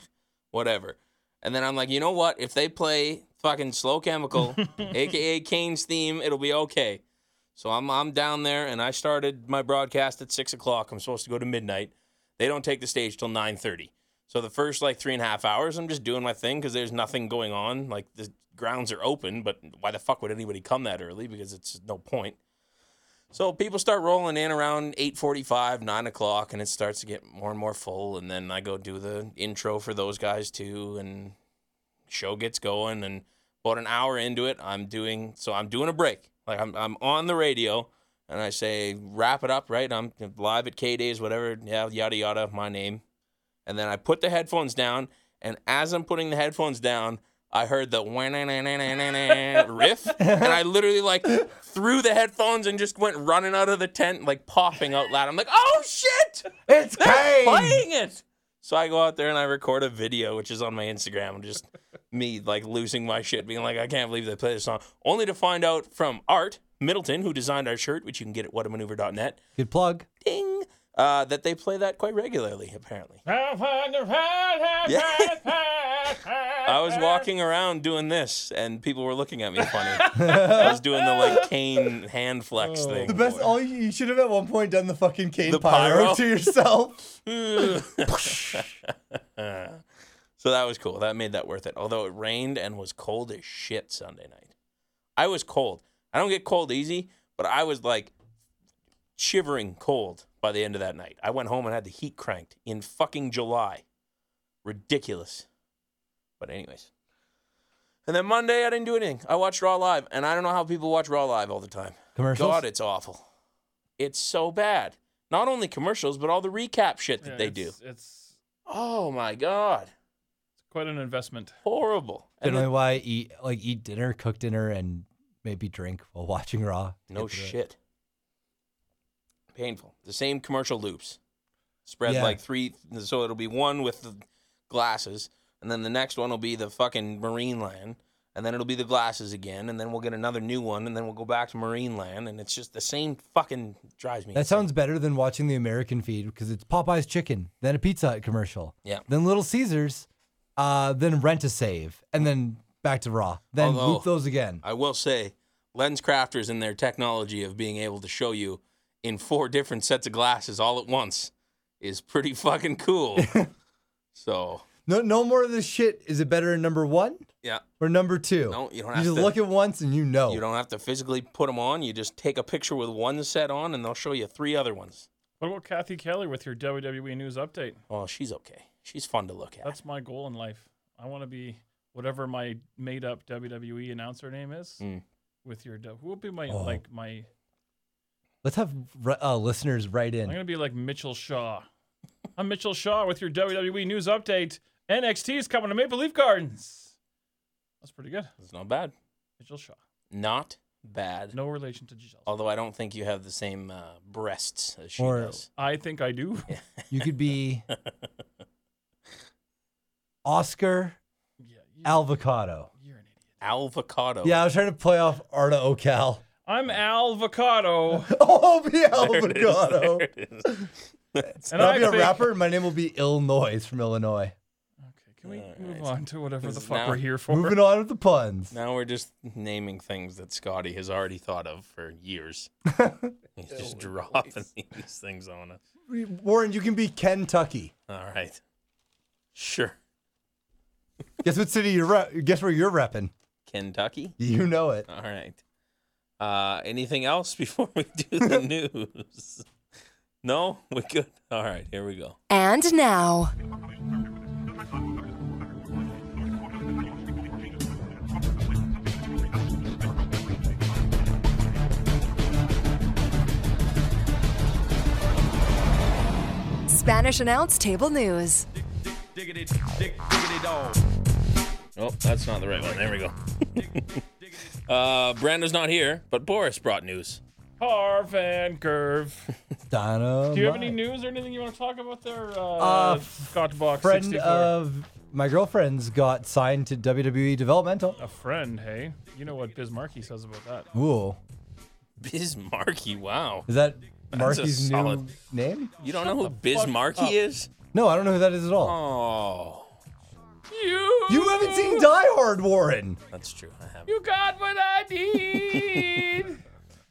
whatever. And then I'm like, you know what? If they play fucking Slow Chemical, aka Kane's theme, it'll be okay. So I'm I'm down there, and I started my broadcast at six o'clock. I'm supposed to go to midnight. They don't take the stage till nine thirty. So the first like three and a half hours, I'm just doing my thing because there's nothing going on. Like the grounds are open, but why the fuck would anybody come that early? Because it's no point. So people start rolling in around 8:45, 9 o'clock, and it starts to get more and more full. And then I go do the intro for those guys too, and show gets going. And about an hour into it, I'm doing so I'm doing a break. Like I'm I'm on the radio, and I say wrap it up. Right, I'm live at K Days, whatever. Yeah, yada yada. My name. And then I put the headphones down, and as I'm putting the headphones down, I heard the riff, and I literally like threw the headphones and just went running out of the tent, like popping out loud. I'm like, "Oh shit,
It's
they're
Kane.
playing it!" So I go out there and I record a video, which is on my Instagram, just me like losing my shit, being like, "I can't believe they play this song," only to find out from Art Middleton, who designed our shirt, which you can get at whatamaneuver.net.
Good plug.
Oh, Ding. Uh, that they play that quite regularly, apparently. I
I
was walking around doing this, and people were looking at me funny. I was doing the like cane hand flex
Oh.
thing.
The best. All you, you should have at one point done the fucking Kane
The
pyro.
pyro.
to yourself.
so that was cool. That made that worth it. Although it rained and was cold as shit Sunday night. I was cold. I don't get cold easy, but I was like shivering cold by the end of that night. I went home and had the heat cranked in fucking July. Ridiculous. But anyways. And then Monday I didn't do anything. I watched Raw Live, and I don't know how people watch Raw Live all the time.
Commercials.
God, it's awful. It's so bad. Not only commercials, but all the recap shit that they do.
It's
Oh my god,
quite an investment.
horrible. And
Generally,
then-
why I eat like eat dinner, cook dinner, and maybe drink while watching Raw.
no
Get through it.
shit. Painful. The same commercial loops, spread
Yeah.
like three. So it'll be one with the glasses, and then the next one will be the fucking marine land, and then it'll be the glasses again, and then we'll get another new one, and then we'll go back to Marine Land, and it's just the same fucking drives me.
That sounds better than watching the American feed because it's Popeye's chicken, then a Pizza Hut commercial,
Yeah.
then Little Caesars, uh, then Rent a Save, and then back to Raw. Then
Although-
loop those again.
I will say, lens crafters and their technology of being able to show you in four different sets of glasses all at once is pretty fucking cool. so
No, no more of this shit. Is it better in number one
yeah,
or number two?
no, you don't
you
have
just
to.
look at once and you know.
you don't have to physically put them on. You just take a picture with one set on, and they'll show you three other ones.
What about Kathy Kelly with your WWE news update?
Oh, she's okay. She's fun to look at.
That's my goal in life. I want to be whatever my made up WWE E announcer name is.
Mm.
With your who will be my
Oh.
like my
Let's have re- uh, listeners write
I'm
in.
gonna be like Mitchell Shaw. I'm Mitchell Shaw with your WWE news update. NXT is coming to Maple Leaf Gardens. That's pretty good,
it's not bad.
Mitchell Shaw.
Not bad.
No relation to Giselle.
Although I don't think you have the same uh, breasts as she
Or-
does.
I think I do.
You could be Oscar
yeah, you,
Alvocado.
you're an idiot.
Avocado.
Yeah, I was trying to play off Arta Ocal.
I'm Alvocado,
Oh, be
There it is,
Alvocado.
there it is.
and
I'll
I
be a
think-
rapper. and My name will be Illinois from Illinois.
Okay, can we
All right.
move on to whatever
This
the
is
fuck
now-
we're here for?
Moving on with the puns.
Now we're just naming things that Scotty has already thought of for years. He's
Oh,
just dropping these things on us.
Warren, you can be Kentucky.
All right. Sure.
Guess what city you're rep- guess where you're repping.
Kentucky?
You know it.
All right. Uh, anything else before we do the news? No? We good? All right, here we go.
And now, Spanish announce table news.
diggity dig diggity dog.
Oh, that's not the right one. There we go. uh, Brando's not here, but Boris brought news.
Harv and Curve.
Donna.
Do you have any news or anything you want to talk about there? Uh,
Uh,
Scott Box
friend
64.
of my girlfriend's got signed to WWE Developmental.
a friend, hey. You know what Biz Markie says about that?
Ooh,
Bismarcky, wow.
is that
That's a
Marky's new
solid-
name?
You don't know who
fuck up.
Bismarcky is?
No, I don't know who that is at all.
Oh,
You.
You haven't seen Die Hard, Warren.
that's true. I haven't.
You got what I need.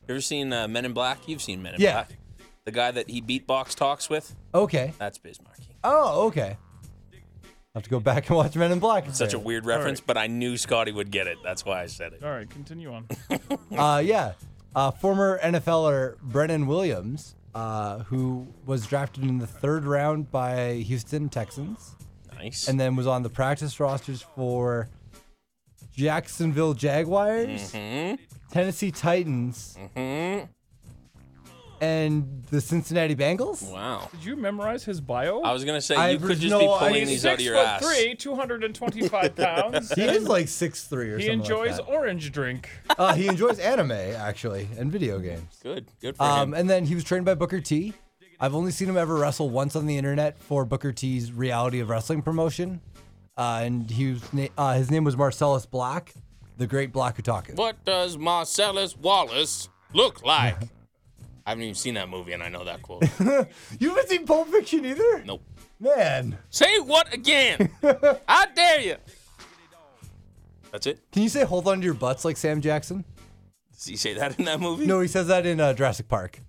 You ever seen uh, Men in Black? You've seen Men in
Yeah.
Black. The guy that he beatbox talks with?
Okay.
That's Bismarcky.
Oh, okay. I have to go back and watch Men in Black.
Such a weird reference, but I knew Scotty would get it. That's why I said it.
All right, continue on.
Uh, yeah. Uh, former NFLer er Brennan Williams, uh, who was drafted in the third round by Houston Texans
Nice.
and then was on the practice rosters for Jacksonville Jaguars,
Mm-hmm.
Tennessee Titans, and the Cincinnati Bengals.
wow.
Did you memorize his bio?
I was going to say,
I
you could just
no,
be
I-
pulling
He's
these
Six
out of your
foot
ass.
three, 225 pounds.
He is like six three or
he
something.
enjoys
Like
orange drink.
that. Uh, he enjoys anime actually and video games.
Good. Good for
Um,
him.
and then he was trained by Booker T. I've only seen him ever wrestle once on the internet for Booker T's Reality of Wrestling promotion, uh, and he was na- uh, his name was Marcellus Black, the Great Black Utaku.
What does Marcellus Wallace look like? I haven't even seen that movie, and I know that quote.
You haven't seen Pulp Fiction either,
nope.
man.
Say what again? I dare you. That's it.
Can you say "Hold on to your butts" like Sam Jackson?
Does he say that in that movie?
No, he says that in uh, Jurassic Park.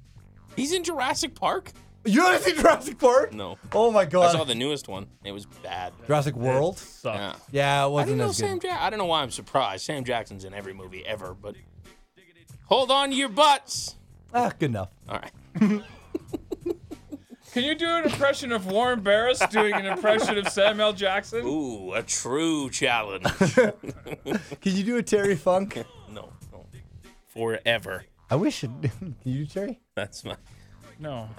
He's in Jurassic Park.
You haven't seen Jurassic Park?
No.
Oh my
I saw
god.
the newest one. It was bad.
Jurassic World.
Sucks.
Yeah.
Yeah,
I
it
didn't
wasn't
know
as good.
Sam Jack. I don't know why I'm surprised. Sam Jackson's in every movie ever, but hold on to your butts.
ah, good enough.
All right.
Can you do an impression of Warren Barris doing an impression of Samuel Jackson?
Ooh, a true challenge.
Can you do a Terry Funk?
no, no, forever.
I wish. It, can you do Terry?
That's my.
No.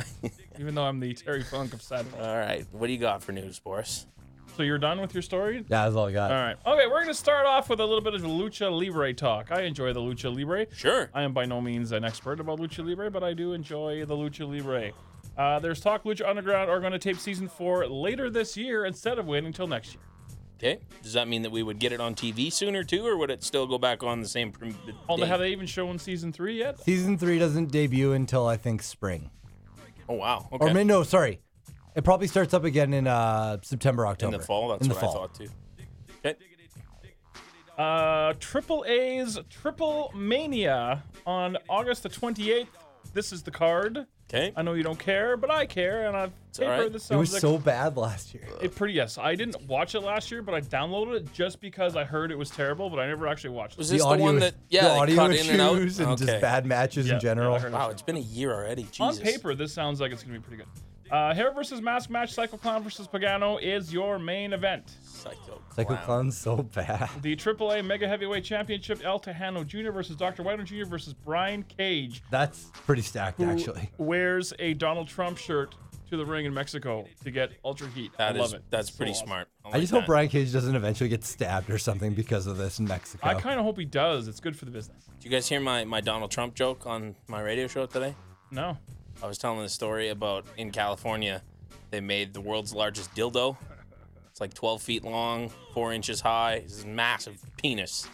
Even though I'm the Terry Funk of Sad Boy.
All right. What do you got for news, Boris?
So you're done with your story?
Yeah, that's all I got.
All right. Okay, we're going to start off with a little bit of lucha libre talk. I enjoy the lucha libre.
Sure.
I am by no means an expert about lucha libre, but I do enjoy the lucha libre. Uh, there's talk Lucha Underground are going to tape season four later this year instead of waiting until next year.
Okay. Does that mean that we would get it on TV sooner too, or would it still go back on the same? Prim-
Oh,
date?
have they even shown season three yet?
Season three doesn't debut until I think spring.
oh wow. Okay.
Or may no, sorry. It probably starts up again in uh, September,
in
October.
the fall. That's
in the
what
fall.
I thought too. Okay.
Uh, Triple A's Triple Mania on August the 28th. This is the card.
Okay.
I know you don't care, but I care, and I've
all
papered
right.
this
It
out.
was so bad last
Uh,
year.
It pretty yes. I didn't watch it last year, but I downloaded it just because I heard it was terrible, but I never actually watched it.
Was this the, one that yeah
the
they
audio
cut
issues
in and out?
just
Okay.
bad matches
Yeah, yeah,
in general.
I heard it was
Wow, it's been a year already. Jesus.
On paper, this sounds like it's gonna be pretty good. Uh, hair versus mask match, Psycho Clown versus Pagano is your main event.
Psycho.
Psycho
Clown.
Clown's so bad.
The AAA Mega Heavyweight Championship, El Tejano Jr. versus Dr. Whiteman Jr. versus Brian Cage,
That's pretty stacked,
who
actually.
wears a Donald Trump shirt to the ring in Mexico to get ultra heat.
That
I
is-
love it.
That's
So
pretty
awesome.
smart. I,
I
like
just hope
that.
Brian Cage doesn't eventually get stabbed or something because of this in Mexico.
I kind of hope he does. It's good for the business.
Did you guys hear my, my Donald Trump joke on my radio show today?
No.
I was telling the story about in California, they made the world's largest dildo. It's like 12 feet long, four inches high. It's this massive penis.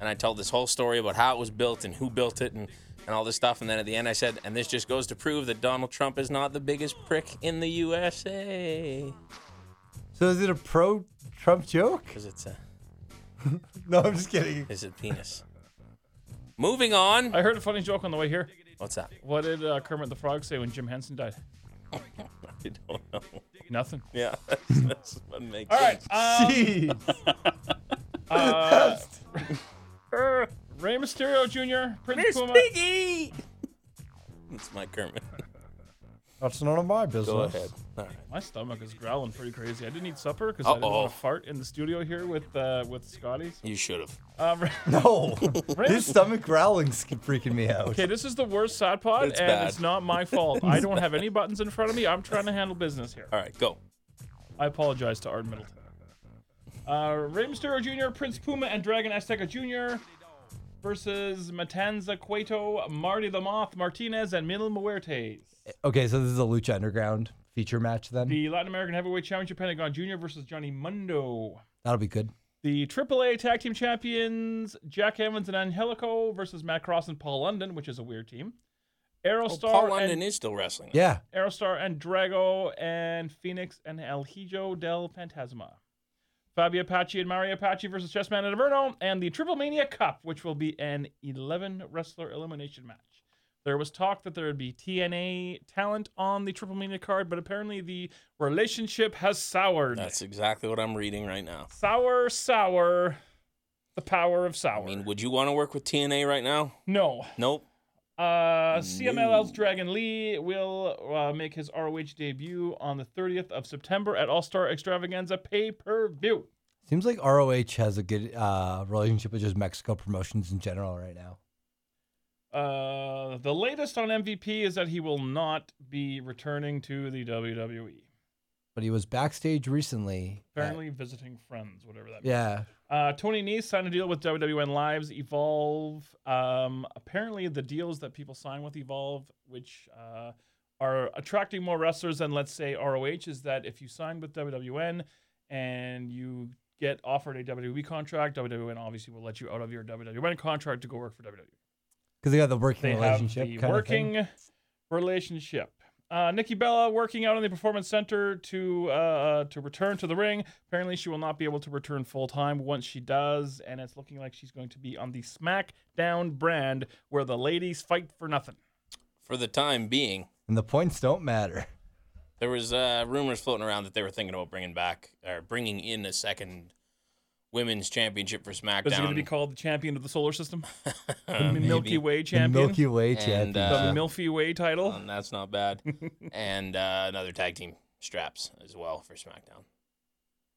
And I told this whole story about how it was built and who built it and, and all this stuff. And then at the end, I said, and this just goes to prove that Donald Trump is not the biggest prick in the USA.
so is it a pro Trump joke?
Because it's a,
No, I'm just kidding.
it's a penis. Moving on.
I heard a funny joke on the way here.
What's that?
What did uh, Kermit the Frog say when Jim Henson died?
I don't know.
Nothing.
Yeah, that's, that's what makes
All right.
sense.
Um,
Jeez.
uh, Rey Mysterio Jr. Prince Puma.
Piggy! That's my Kermit.
That's none of my business.
Go ahead. All right.
My stomach is growling pretty crazy. I didn't eat supper because I didn't
Uh-oh.
want to fart in the studio here with uh, with Scotty. So,
You should have.
uh, Rey-
No,
Rey
his stomach growling's freaking me out.
Okay, this is the worst side pod,
It's
and
bad.
it's not my fault. I don't have any buttons in front of me. I'm trying to handle business here.
All right, go.
I apologize to Art Middleton. Uh, Rey Mysterio Jr., Prince Puma, and Dragon Azteca Jr. versus Matanza Cueto, Marty the Moth, Martinez, and Mil Muertes.
Okay, so this is a Lucha Underground feature match then.
The Latin American Heavyweight Championship, Pentagon Jr. versus Johnny Mundo.
That'll be good.
The AAA Tag Team Champions, Jack Evans and Angelico versus Matt Cross and Paul London, which is a weird team.
Oh,
Aerostar
Paul
and-
London is still wrestling.
Yeah,
Aerostar and Drago and Phoenix and El Hijo del Fantasma. Fabio Apache and Mario Apache versus Chessman and Inverno and the Triple Mania Cup, which will be an 11 wrestler elimination match. There was talk that there would be TNA talent on the Triple Mania card, but apparently the relationship has soured.
That's exactly what I'm reading right now.
sour, sour. The power of sour.
I mean, would you want to work with TNA right now?
no.
Nope.
Uh, CMLL's Dragon Lee will uh, make his ROH debut on the 30th of September at All Star Extravaganza pay per view.
seems like ROH has a good uh, relationship with just Mexico promotions in general right now.
Uh, the latest on MVP is that he will not be returning to the WWE.
But he was backstage recently. at-
Apparently, visiting friends, whatever that means.
yeah,
Uh, Tony Nese signed a deal with WWN Lives Evolve. Um, apparently, the deals that people sign with Evolve, which uh, are attracting more wrestlers than, let's say, ROH, is that if you sign with WWN and you get offered a WWE contract, WWN obviously will let you out of your WWN contract to go work for E. WWE.
because they got the working
They have
relationship.
the
kind
working relationship. Uh, Nikki Bella working out in the performance center to uh, to return to the ring. Apparently, she will not be able to return full time once she does, and it's looking like she's going to be on the SmackDown brand where the ladies fight for nothing.
For the time being,
and the points don't matter.
there was uh, rumors floating around that they were thinking about bringing back or bringing in a second women's championship for SmackDown.
Is it going to be called the champion of the solar system,
Uh,
the Milky
maybe.
Way
The
champion,
Milky Way
And,
champion.
the
uh,
Milky Way title?
Um, that's not bad. and uh, another tag team straps as well for SmackDown.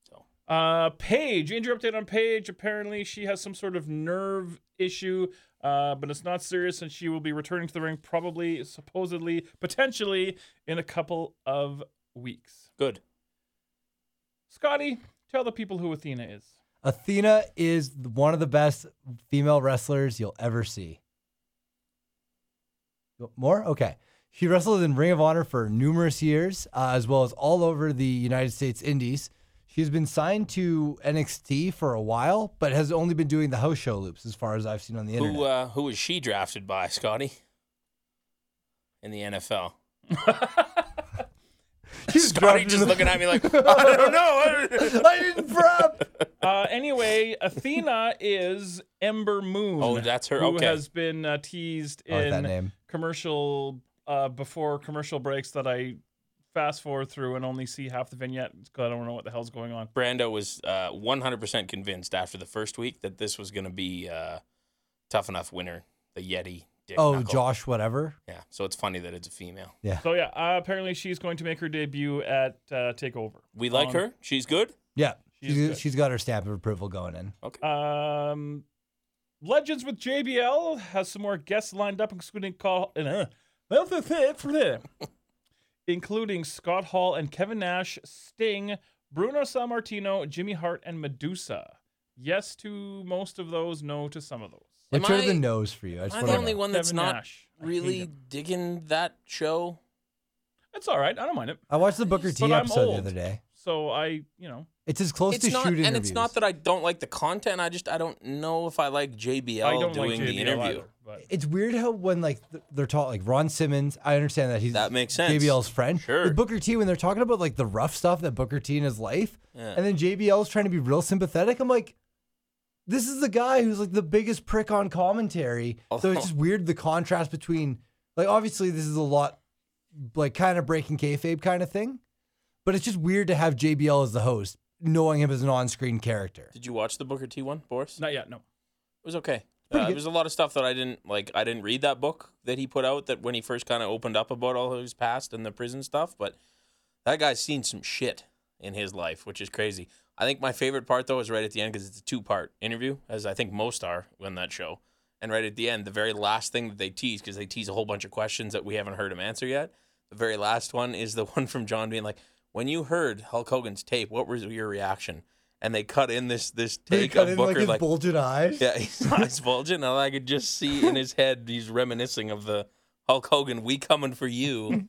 So
Uh, Paige, injury update on Paige. Apparently, she has some sort of nerve issue, uh, but it's not serious, and she will be returning to the ring probably, supposedly, potentially in a couple of weeks.
good.
Scotty, tell the people who Athena is.
Athena is one of the best female wrestlers you'll ever see. More? Okay. She wrestled in Ring of Honor for numerous years, uh, as well as all over the United States Indies. She He's been signed to NXT for a while, but has only been doing the house show loops as far as I've seen on the internet.
Who uh, who was she drafted by, Scotty? In the NFL.
He's
Scotty
dropped
just
in the-
looking at me like, I don't know.
I didn't prep.
Uh, anyway, Athena is Ember Moon.
Oh, that's her.
Who
Okay.
has been uh, teased
I like Oh, that
in
name.
commercial uh, before commercial breaks that I fast forward through and only see half the vignette because I don't know what the hell's going on.
Brando was uh, 100% convinced after the first week that this was going to be uh, tough enough winner, the Yeti. Dick
Oh,
Knuckle.
Josh, whatever.
Yeah. So it's funny that it's a female.
So yeah, uh, apparently she's going to make her debut at uh, Takeover.
We like
Um,
her. She's good.
Yeah,
She's
she's,
good.
she's got her stamp of approval going in.
Um, Legends with JBL has some more guests lined up, including call. Uh, that's the thing for them. including Scott Hall and Kevin Nash, Sting, Bruno Sammartino, Jimmy Hart, and Medusa. Yes to most of those, no to some of those.
Am
Which are the
I-
no's for you? I just
Am I
want
the
to
only
know.
one that's
Kevin
not
Nash. I hate
really
him.
digging that show?
That's all right. I don't mind it.
I watched the Booker T
But I'm
episode
old.
the other day.
So I, you know,
It's as close
It's
to
not,
shooting
and it's not that I don't like the content. I just I don't know if I like JBL
I don't
doing
like JBL
the interview.
either, but
it's weird how when like th- they're taught like Ron Simmons, I understand that he's
That makes sense.
JBL's friend.
Sure.
With Booker T, when they're talking about like the rough stuff that Booker T in his life,
Yeah.
and then JBL's trying to be real sympathetic. I'm like, this is the guy who's like the biggest prick on commentary.
Oh.
So it's just weird the contrast between like obviously this is a lot like kind of breaking kayfabe kind of thing, but it's just weird to have JBL as the host, knowing him as an on-screen character.
Did you watch the Booker T one, Boris?
not yet. No.
It was okay.
pretty
Uh, there
good.
was a lot of stuff that I didn't like. I didn't read that book that he put out that when he first kind of opened up about all his past and the prison stuff. But that guy's seen some shit in his life, which is crazy. I think my favorite part though is right at the end because it's a two part interview, as I think most are on that show. And right at the end, the very last thing that they tease because they tease a whole bunch of questions that we haven't heard him answer yet. The very last one is the one from John being like, "When you heard Hulk Hogan's tape, what was your reaction?" And they cut in this this
They
take
cut
of
in,
Booker
like his bulging eyes.
yeah, his eyes bulging, and I could just see in his head he's reminiscing of the Hulk Hogan "We coming for you,"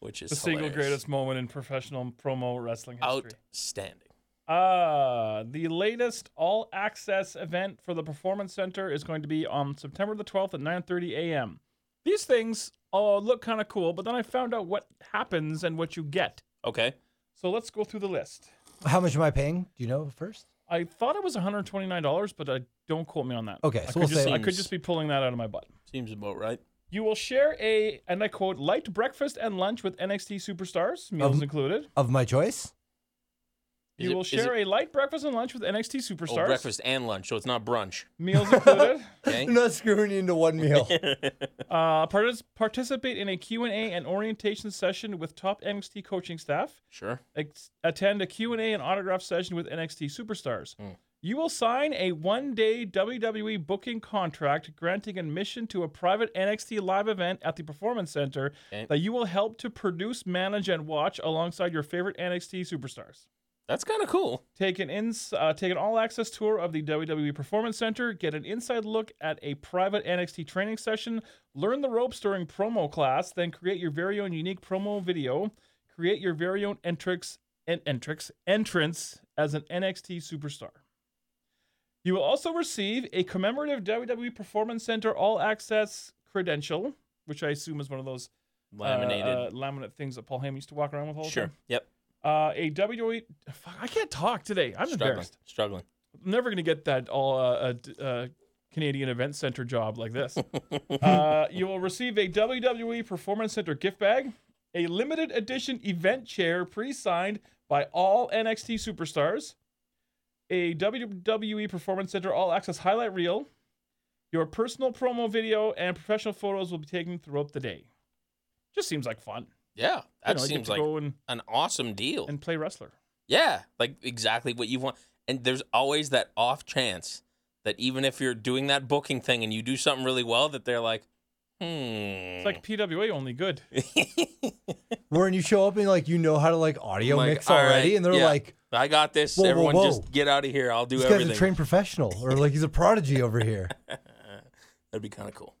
which is
The single
hilarious.
greatest moment in professional promo wrestling history.
outstanding.
Uh, the latest all access event for the Performance Center is going to be on September the 12th at 9:30 a.m. These things all look kind of cool, but then I found out what happens and what you get.
Okay,
So let's go through the list.
How much am I paying? Do you know first?
I thought it was $129, but I don't quote me on that.
Okay,
I,
so
could
we'll
just,
say-
I could just be pulling that out of my butt.
seems about right.
You will share a, and I quote, light breakfast and lunch with NXT superstars, meals
Um,
included.
Of my choice?
Is
You
it-
will
is
share
it-
a light breakfast and lunch with NXT
oh,
superstars,
breakfast and lunch, so it's not brunch.
meals included.
Okay,
I'm not screwing you into one meal.
Uh, partic- participate in a Q&A and orientation session with top NXT coaching staff.
sure.
Ex- attend a Q&A and autograph session with NXT superstars.
Hmm.
You will sign a one-day WWE booking contract granting admission to a private NXT live event at the Performance Center
Okay.
that you will help to produce, manage, and watch alongside your favorite NXT superstars.
That's kind of cool.
Take an ins- uh, take an all-access tour of the WWE Performance Center. Get an inside look at a private NXT training session. Learn the ropes during promo class. Then create your very own unique promo video. Create your very own entrix and entrix entrance as an NXT superstar. You will also receive a commemorative WWE Performance Center all-access credential, which I assume is one of those uh,
Laminated.
uh, laminate things that Paul Heyman used to walk around with all the
sure.
time.
Yep.
Uh, a WWE. Fuck, I can't talk today. I'm
Struggling.
embarrassed.
Struggling.
I'm never gonna get that all uh, uh, d- uh, Canadian Event Center job like this. uh, you will receive a WWE Performance Center gift bag, a limited edition event chair pre-signed by all NXT superstars, a WWE Performance Center All Access highlight reel. Your personal promo video and professional photos will be taken throughout the day. Just seems like fun.
Yeah,
You
that
know, you get
seems
to
like
go and,
an awesome deal.
and play wrestler.
Yeah, like exactly what you want. And there's always that off chance that even if you're doing that booking thing and you do something really well, that they're like, hmm.
It's like PWA only good.
Where you show up and like you know how to like audio
Like,
mix
all right,
already, and they're
yeah,
like,
I got this.
Whoa, whoa,
Everyone
whoa.
just get out of here. I'll do
"This guy's
everything.
a trained professional," or like he's a prodigy over here.
That'd be kind of cool.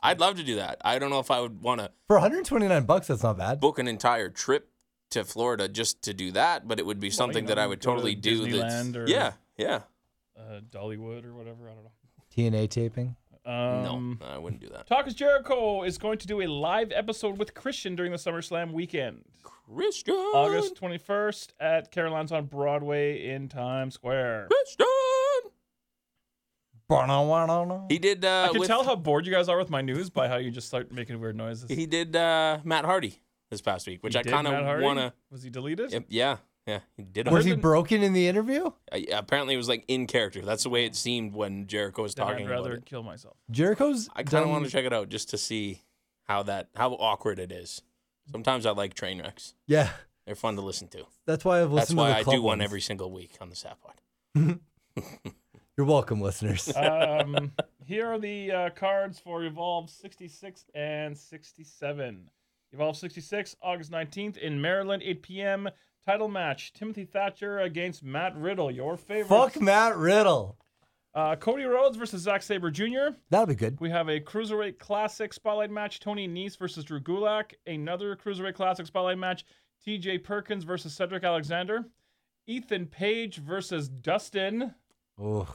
I'd love to do that. I don't know if I would want to
For 129 bucks, that's not bad.
book an entire trip to Florida just to do that, but it would be something that
know,
I would
go to
totally do. That's,
Disneyland or-
yeah, yeah.
uh, Dollywood or whatever. I don't know.
TNA taping.
Um,
no, I wouldn't do that.
Talk is Jericho is going to do a live episode with Christian during the SummerSlam weekend,
Christian.
August 21st at Caroline's on Broadway in Times Square.
Christian.
Ba-na-wa-na-na.
He did. Uh,
I can
with-
tell how bored you guys are with my news by how you just start making weird noises.
he did uh, Matt Hardy this past week, which
He
I
did
kind
Matt
of
Hardy?
want to.
Was he deleted?
Yeah, yeah. He did.
Was he
Hardy.
broken in the interview?
I- apparently, it was like in character. That's the way it seemed when Jericho was
Then
talking
I'd
about
rather
it.
kill myself.
Jericho's.
I kind of
done-
want to check it out just to see how that how awkward it is. Sometimes I like train wrecks.
Yeah,
They're fun to listen to.
that's why I've listened
That's why
to the
I do
club
one
ones.
every single week on the Sap Pod.
You're welcome, listeners.
Um, here are the uh, cards for Evolve 66 and 67. Evolve 66, August 19th in Maryland, 8 p.m. Title match: Timothy Thatcher against Matt Riddle, your favorite.
Fuck Matt Riddle.
Uh, Cody Rhodes versus Zack Saber Jr.
That'll be good.
We have a Cruiserweight Classic Spotlight match, Tony Nese versus Drew Gulak. Another Cruiserweight Classic Spotlight match, TJ Perkins versus Cedric Alexander. Ethan Page versus Dustin.
Ooh.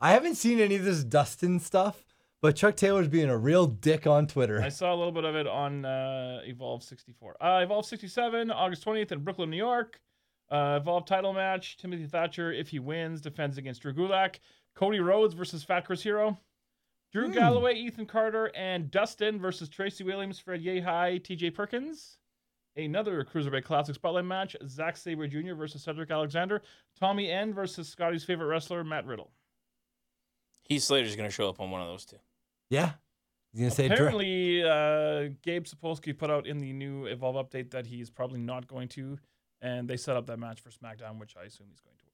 I haven't seen any of this Dustin stuff, but Chuck Taylor's being a real dick on Twitter.
I saw a little bit of it on uh, Evolve 64. Uh, Evolve 67, August 20th in Brooklyn, New York. Uh, Evolve title match, Timothy Thatcher, if he wins, defends against Drew Gulak. Cody Rhodes versus Fat Chris Hero. Drew Galloway, Ethan Carter, and Dustin versus Tracy Williams, Fred Yehai, TJ Perkins. Another Cruiserweight Classic Spotlight match, Zack Sabre Jr. versus Cedric Alexander. Tommy End versus Scotty's favorite wrestler, Matt Riddle.
Heath Slater's going to show up on one of those two.
Yeah. He's going to say, Dr-
Apparently, uh, Gabe Sapolsky put out in the new Evolve update that he's probably not going to, and they set up that match for SmackDown, which I assume he's going to win.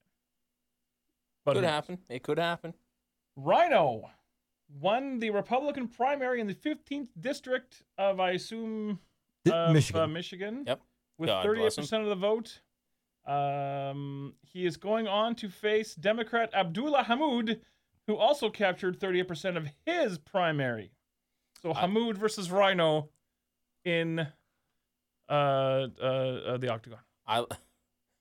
But
could
who knows?
happen. It could happen.
Rhino won the Republican primary in the 15th district of, I assume,
Di-
of, uh,
Michigan.
Michigan.
Yep.
With
God bless
thirty-eight
him.
percent of the vote. Um, he is going on to face Democrat Abdullah Hamoud, who also captured thirty-eight percent of his primary. So
I-
Hamoud versus Rhino in uh, uh, uh, the octagon.
I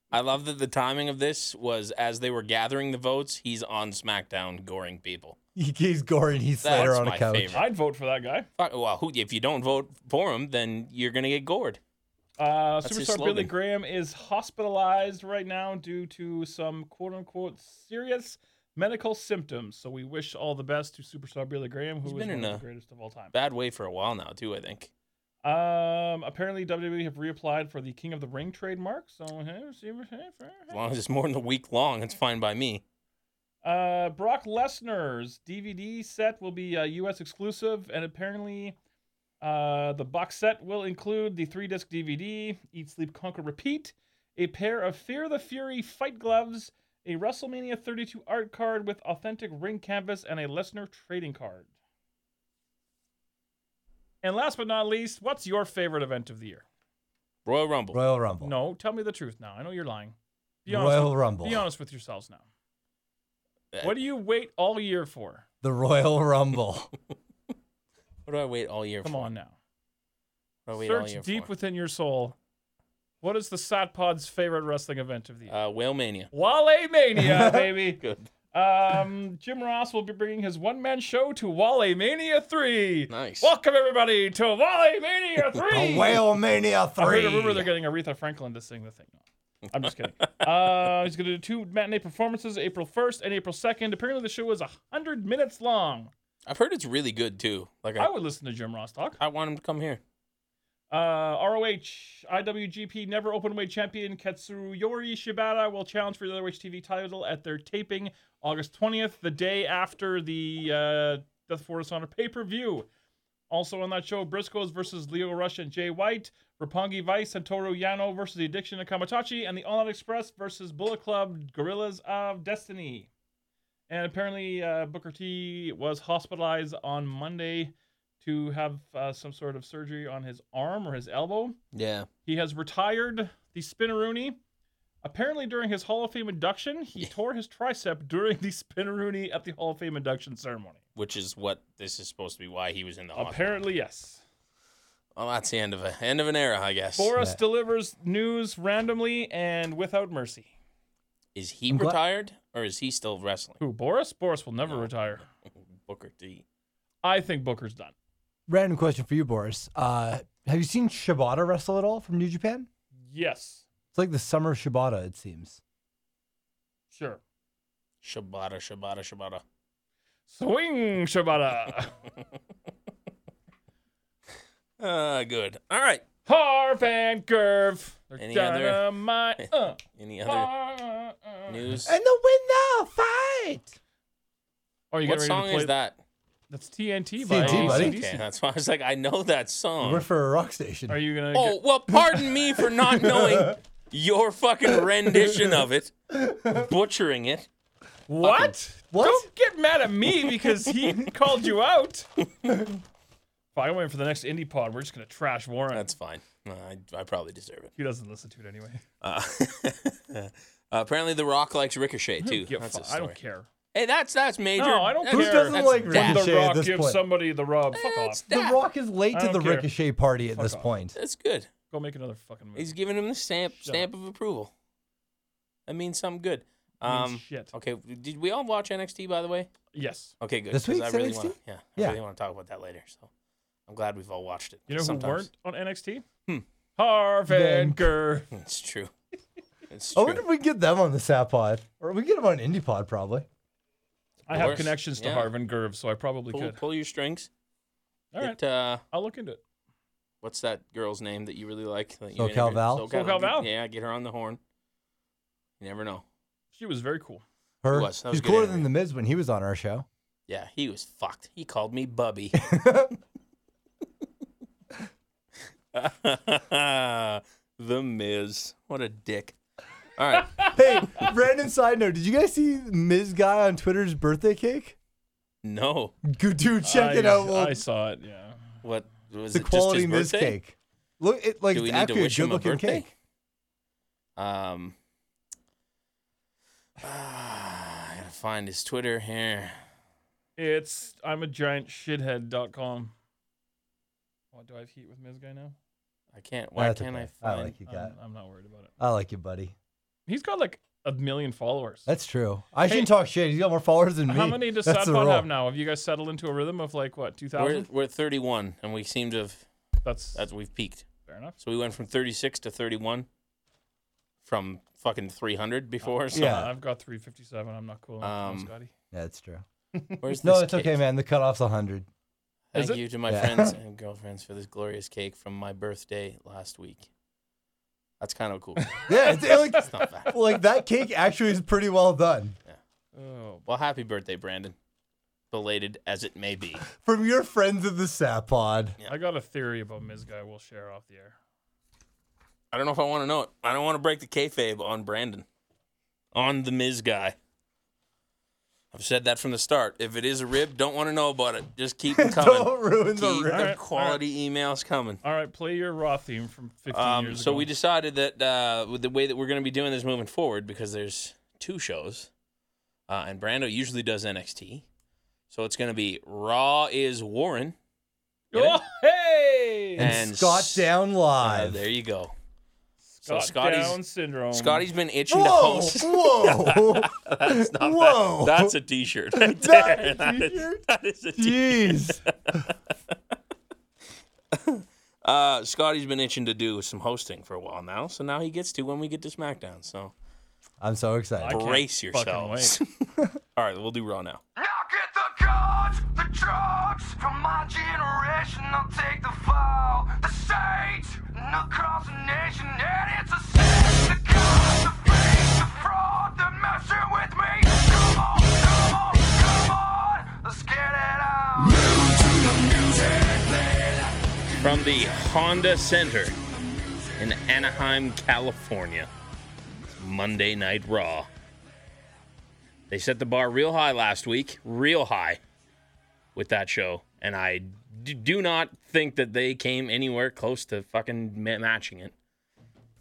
I love that the timing of this was as they were gathering the votes. He's on SmackDown goring people.
he's goring Heath Slater
That's
on a
my
couch.
favorite.
I'd vote for that guy.
Fuck, Well, who, if you don't vote for him, then you're going to get gored.
Uh,
That's his
Superstar Billy
slogan.
Graham is hospitalized right now due to some quote unquote serious medical symptoms. So we wish all the best to Superstar Billy Graham, who
He's
is
been
one
in
of the
a
greatest of all time.
Bad way for a while now, too. I think.
Um, apparently WWE have reapplied for the King of the Ring trademark. So,
As long as it's more than a week long, it's fine by me.
uh, Brock Lesnar's DVD set will be a U.S. exclusive, and apparently, uh, the box set will include the three-disc DVD, Eat, Sleep, Conquer, Repeat, a pair of Fear the Fury fight gloves, a WrestleMania 32 art card with authentic ring canvas, and a Lesnar trading card. And last but not least, what's your favorite event of the year?
Royal Rumble.
Royal Rumble.
No, tell me the truth now. I know you're lying. Be honest
Royal
with,
Rumble.
Be honest with yourselves now.
Uh,
What do you wait all year for?
The Royal Rumble.
What do I wait all year
Come
for?
on now.
What do I wait all year
Search deep
for?
within your soul. What is the Sat Pod's favorite wrestling event of the year?
uh, Whale Mania.
Wale Mania, baby.
Good.
Um, Jim Ross will be bringing his one man show to Wale Mania 3.
Nice.
Welcome, everybody, to Wale Mania 3.
the Whale Mania 3.
I heard a rumor they're getting Aretha Franklin to sing the thing. No, I'm just kidding. Uh, he's going to do two matinee performances, April 1st and April 2nd. Apparently, the show is 100 minutes long.
I've heard it's really good too. Like
I
I,
would listen to Jim Ross talk.
I want him to come here.
Uh, ROH IWGP Never Openweight Champion Katsuru Yori Shibata will challenge for the ROH TV title at their taping August 20th, the day after the uh, Death Before Dishonor pay per view. Also on that show, Briscoes versus Leo Rush and Jay White, Rapongi Vice and Toru Yano versus The Addiction and Kamatachi, and the All Out Express versus Bullet Club Gorillas of Destiny. And apparently, uh, Booker T was hospitalized on Monday to have uh, some sort of surgery on his arm or his elbow.
Yeah.
He has retired the spinneroonie. Apparently, during his Hall of Fame induction, he tore his tricep during the spinneroonie at the Hall of Fame induction ceremony.
Which is what this is supposed to be. Why he was in the hospital.
Apparently, yes.
Well, that's the end of a end of an era, I guess.
Boris delivers news randomly and without mercy.
Is he
I'm glad-
retired or is he still wrestling?
Who, Boris? Boris will never retire.
Booker T.
I think Booker's done.
Random question for you, Boris. Uh, have you seen Shibata wrestle at all from New Japan?
Yes,
It's like the summer Shibata, it seems.
sure.
Shibata, Shibata, Shibata.
Swing, Shibata.
Uh, good. All right.
Harp and curve. They're
Any other-
dynamite. uh,
Any
uh,
other
uh, uh.
news?
And the winner, fight!
Oh,
What
you getting ready to
song is
play-
that?
That's TNT, by
TNT, buddy.
AC/DC.
Okay, that's why I was like, I know that
We're
song.
for a rock station.
Are you gonna?
Oh,
get-
well, pardon me for not knowing your fucking rendition of it, butchering it.
what?
What?
Don't get mad at me because he called you out. if I went for the next indie pod, we're just gonna trash Warren.
That's fine. I, I probably deserve it.
he doesn't listen to it anyway.
Uh, apparently, The Rock likes Ricochet too.
Yeah,
That's
fu-
a
I
story.
don't care.
Hey, that's that's major.
No, I don't
that's-
Who
care.
doesn't
that's
like
daft.
Ricochet
The
at
Rock
this
gives
point?
somebody the rub. Fuck
That's
off.
the
daft.
Rock is late
I
to
don't
the
care.
Ricochet party at this
off.
point.
That's good.
Go make another fucking movie.
He's giving him the stamp
Shut
stamp of approval. That means something good.
means
Um,
shit.
Okay, did we all watch NXT by the way?
yes.
Okay, good.
This
'cause I
week's
really
NXT?
Wanna, yeah,
Yeah.
I really want to talk about that later. So I'm glad we've all watched it.
You know who
Sometimes-
weren't on NXT? Hmm. Harvanker.
It's true. It's
I
true.
wonder if Oh, we can get them on the Sat Pod. Or we can get them on Indie Pod, probably.
I have
course.
connections to
Yeah.
Harvin Gerv, so I probably
pull,
could.
pull your strings.
All right,
It, uh,
I'll look into it.
what's that girl's name that you really like? That you
SoCal
interviewed?
Val?
SoCal Val?
Yeah, get her on the horn. You never know.
She was very cool.
Her,
was. That was
she's
a good
cooler
interview.
than The Miz when he was on our show.
Yeah, he was fucked. He called me Bubby. the Miz. What a dick. All right.
hey, random side note. Did you guys see Miz guy on Twitter's birthday cake?
No.
Good dude, check
I,
it out. Well,
I saw it. Yeah.
What was
the
it
quality
just his
Miz
birthday?
cake. Look, it like
Do we
it's
need to
actually a
wish him a
good-looking
birthday?
cake.
Um I gotta find his Twitter here.
It's I'm a giant shithead.com. What do I have heat with Miz guy now?
I can't why
That's
can't
okay.
I find
like you,
I'm,
cat.
I'm not worried about it.
I like you, buddy.
He's got like a million followers.
That's true. I shouldn't talk shit. He's got more followers than me.
How many does
That's the
Satpod
rule.
have now? Have you guys settled into a rhythm of like what two
we're
thousand?
we're at thirty one and we seem to have
That's
that's we've peaked.
fair enough.
So we went from thirty six to thirty one from fucking three hundred before. So
Yeah.
I've got three fifty seven. I'm not cool. enough,
Um,
Scotty.
That's true.
where's this
No, it's
cake?
okay, man. The cutoff's 100.
Is
Thank
it?
you to my
Yeah.
friends and girlfriends for this glorious cake from my birthday last week. That's kind of cool.
Yeah, it's, it, like,
It's not bad.
like that cake actually is pretty well done.
Oh,
Well, happy birthday, Brandon. Belated as it may be.
From your friends of the Sat Pod.
I got a theory about Miz guy. We'll share off the air.
I don't know if I want to know it. I don't want to break the kayfabe on Brandon, on the Miz guy. I've said that from the start. If it is a rib, don't want to know about it. Just keep them coming.
Don't ruin the
keep
rib.
the
right,
quality emails coming.
All right, play your Raw theme from 15
Um,
years
so
ago.
we decided that uh, with the way that we're going to be doing this moving forward, because there's two shows, uh, and Brando usually does NXT, so it's going to be Raw is Warren Get it?
Oh, hey!
And
And Scott
s-
Down
Uh,
Live.
there you go. So
Scott
Scotty's
Down syndrome.
Scotty's been itching to
Whoa!
host.
Whoa!
That's not
Whoa.
That, that's a T-shirt. Right
That
there.
a
That is-
t-shirt?
that is a T-shirt.
Jeez.
Uh, Scotty's been itching to do some hosting for a while now, so now he gets to when we get to SmackDown. So
I'm so
I
excited.
can't
brace
fucking
yourselves.
wait.
All right, we'll do Raw now.
I'll get the cards, the drugs from my generation. I'll take the fall, the shades, and across the nation. And it's a sin. The cards, the fake, the fraud, they're messing with me. Come on, come on, come on, let's get it on.
from the Honda Center in Anaheim, California. It's Monday Night Raw. They set the bar real high last week, real high with that show, and I d- do not think that they came anywhere close to fucking ma- matching it.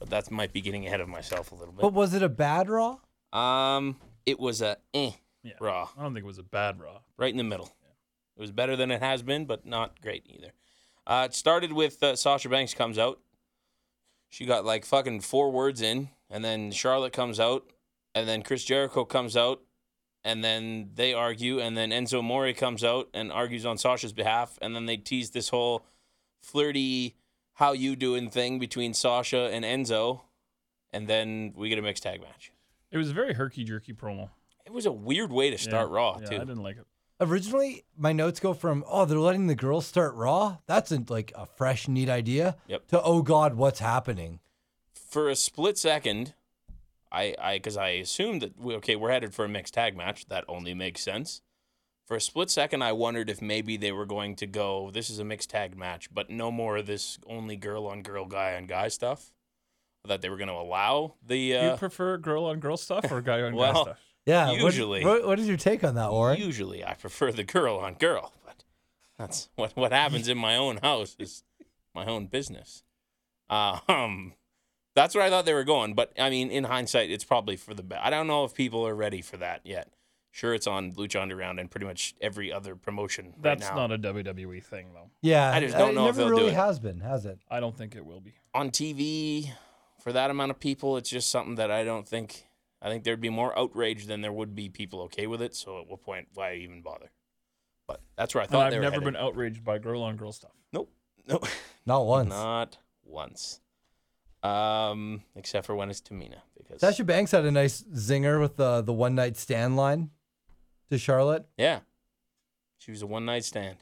But that might be getting ahead of myself a little
But
bit.
was it a bad Raw?
Um, it was a eh,
Yeah.
Raw,
I don't think it was a bad Raw.
right in the middle. It was better than it has been, but not great either. Uh, it started with uh, Sasha Banks comes out. She got like fucking four words in, and then Charlotte comes out, and then Chris Jericho comes out, and then they argue, and then Enzo Mori comes out and argues on Sasha's behalf, and then they tease this whole flirty how you doing thing between Sasha and Enzo, and then we get a mixed tag match.
It was a very herky jerky promo.
It was a weird way to start
Yeah,
Raw
yeah,
too.
I didn't like it.
Originally, my notes go from "Oh, they're letting the girls start Raw." That's a, like a fresh, neat idea.
Yep.
To "Oh God, what's happening?"
for a split second, I I because I assumed that we, okay we're headed for a mixed tag match. That only makes sense. For a split second, I wondered if maybe they were going to go. This is a mixed tag match, but no more of this only girl on girl, guy on guy stuff. That they were going to allow the
Do
uh,
you prefer girl on girl stuff or guy on
Well,
guy stuff?
Yeah. what-
Usually.
what, what is your take on that, Warren?
Usually, I prefer the girl on girl, but that's what what happens in my own house is my own business. Uh, um, that's where I thought they were going, but I mean, in hindsight, it's probably for the best. I don't know if people are ready for that yet. Sure, it's on Lucha Underground and pretty much every other promotion right
That's
now.
not a WWE thing though.
yeah.
I just don't know
It
if
never
they'll do
really
it.
has been, has it?
I don't think it will be.
on TV for that amount of people. It's just something that I don't think. I think there'd be more outrage than there would be people okay with it. So at what point, why even bother? But that's where I
And
thought
I've
they were
never
headed.
been outraged by girl on girl stuff.
Nope. Nope.
Not once.
Not once. Um, except for when it's Tamina because
Sasha Banks had a nice zinger with the the one night stand line to Charlotte.
yeah, she was a one night stand.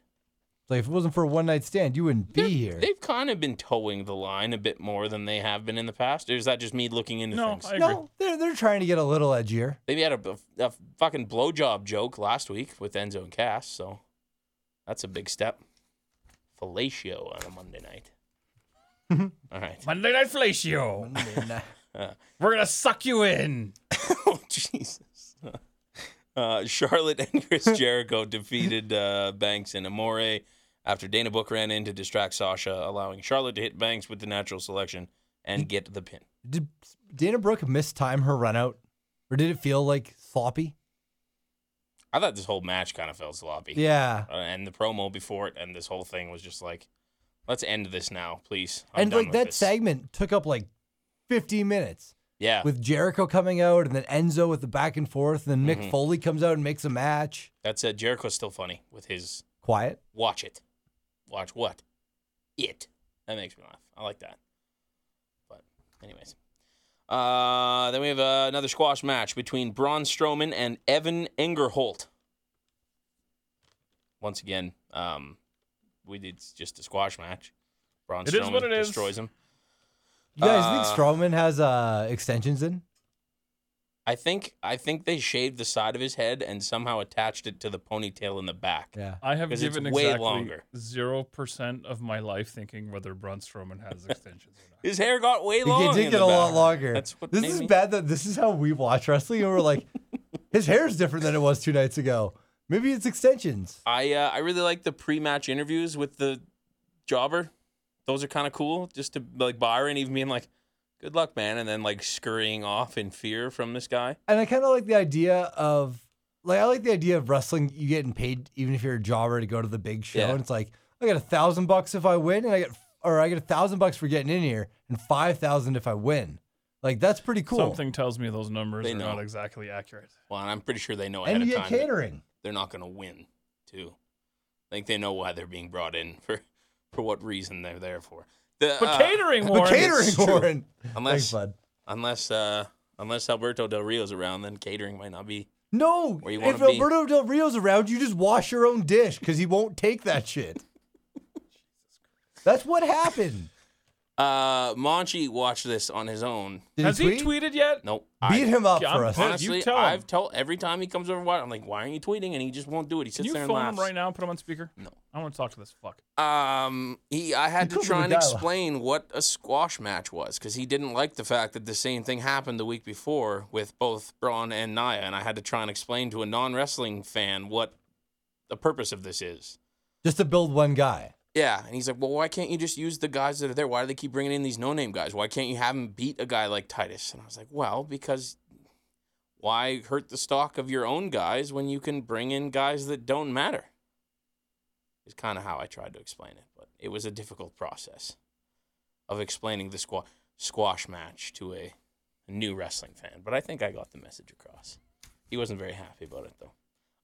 Like if it wasn't for a one night stand, you wouldn't be here.
They've kind of been towing the line a bit more than they have been in the past. Or is that just me looking into
No,
things?
I agree.
no, they're they're trying to get a little edgier.
They had a, a, a fucking blowjob joke last week with Enzo and Cass, so that's a big step. Fellatio on a Monday night. All right.
Monday Night Fellatio.
Uh.
We're gonna suck you in.
oh Jesus. Uh, Charlotte and Chris Jericho defeated uh, Banks and Amore after Dana Book ran in to distract Sasha, allowing Charlotte to hit Banks with the natural selection and get the pin.
Did Dana Brooke mistime her run out? Or did it feel like sloppy?
I thought this whole match kind of felt sloppy.
Yeah.
Uh, and the promo before it and this whole thing was just like, let's end this now, please. I'm
And
done
like
with
that
this.
segment took up like 15 minutes
Yeah,
with Jericho coming out and then Enzo with the back and forth and
Mm-hmm.
then Mick Foley comes out and makes a match.
that's it. Jericho's still funny with his
Quiet.
watch it, watch what, it. That makes me laugh. I like that. But anyways, uh, then we have uh, another squash match between Braun Strowman and Evan Engerholt. Once again, um, we did it's just a squash match. Braun
It is
Strowman
what it is.
destroys him.
You guys
Uh,
think Strowman has uh extensions in?
I think I think they shaved the side of his head and somehow attached it to the ponytail in the back.
Yeah.
I have
'Cause it's
given
way
exactly
longer.
zero percent of my life thinking whether Braun Strowman has extensions or not.
His hair got way long.
It
in
did get
the
a lot
back.
longer.
That's what
this
made
is
me-
bad that this is how we watch wrestling and we're like, his hair's different than it was two nights ago. Maybe it's extensions.
I uh, I really like the pre-match interviews with the jobber. Those are kind of cool. Just to like Byron even being like, "Good luck, man," and then like scurrying off in fear from this guy.
And I kind of like the idea of like I like the idea of wrestling. You getting paid even if you're a jobber to go to the big show,
Yeah.
and it's like I got a thousand bucks if I win, and I get or I get a thousand bucks for getting in here, and five thousand if I win. Like that's pretty cool.
Something tells me those numbers
They
are
know.
not exactly accurate.
Well, and I'm pretty sure they know ahead
and you
of
get
time that
catering.
they're not going to win too. I think they know why they're being brought in for for what reason they're there for. The,
But
uh,
catering,
But
Warren.
catering,
it's true.
Warren. Thanks,
unless
bud.
unless uh, unless Alberto Del Rio's around, then catering might not be.
No,
Where you wanna
if
be.
Alberto Del Rio's around, you just wash your own dish because he won't take that shit. That's what happened.
Uh, Monchi watched this on his own.
Did
Has
he tweet?
tweeted yet?
Nope.
Beat him up
Yeah,
for
I'm
us.
fine.
Honestly,
You tell him.
I've told every time he comes over, why I'm like, why aren't you tweeting? And he just won't do it. He
Can
sits
you
there and
phone him
laughs.
right now? Put him on speaker.
No.
I want to talk to this fuck.
Um, he, I had
You
to
could
try
with
and
a dialogue.
explain what a squash match was because he didn't like the fact that the same thing happened the week before with both Braun and Naya, and I had to try and explain to a non-wrestling fan what the purpose of this is.
Just to build one guy.
Yeah, and he's like, well, why can't you just use the guys that are there? Why do they keep bringing in these no-name guys? Why can't you have him beat a guy like Titus? And I was like, well, because why hurt the stock of your own guys when you can bring in guys that don't matter? Is kind of how I tried to explain it, but It was a difficult process of explaining the squa- squash match to a new wrestling fan, but I think I got the message across. He wasn't very happy about it though.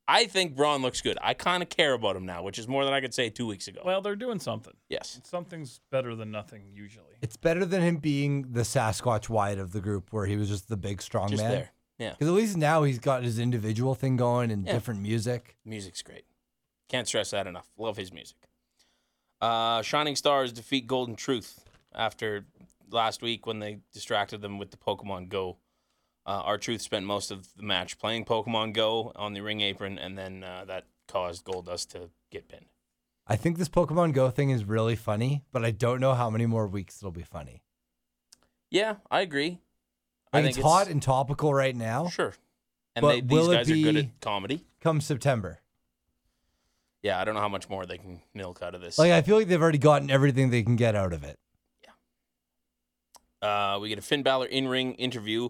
I think Braun looks good. I kind of care about him now, which is more than I could say two weeks ago.
Well, they're doing something.
yes.
Something's better than nothing usually.
It's better than him being the Sasquatch Wyatt of the group, where he was just the big strong
Just
man.
there. Yeah.
Because at least now he's got his individual thing going and
Yeah.
different music.
Music's great. Can't stress that enough. Love his music. Uh, Shining Stars defeat Golden Truth after last week when they distracted them with the Pokemon Go. Uh, Our Truth spent most of the match playing Pokemon Go on the ring apron, and then uh, that caused Goldust to get pinned.
I think this Pokemon Go thing is really funny, but I don't know how many more weeks it'll be funny.
Yeah, I agree.
Like it's hot and topical right now.
Sure. And
But
they, these
will it
guys are good
be-
at comedy.
Come September,
Yeah, I don't know how much more they can milk out of this.
like I feel like they've already gotten everything they can get out of it.
Uh, we get a Finn Balor in ring interview.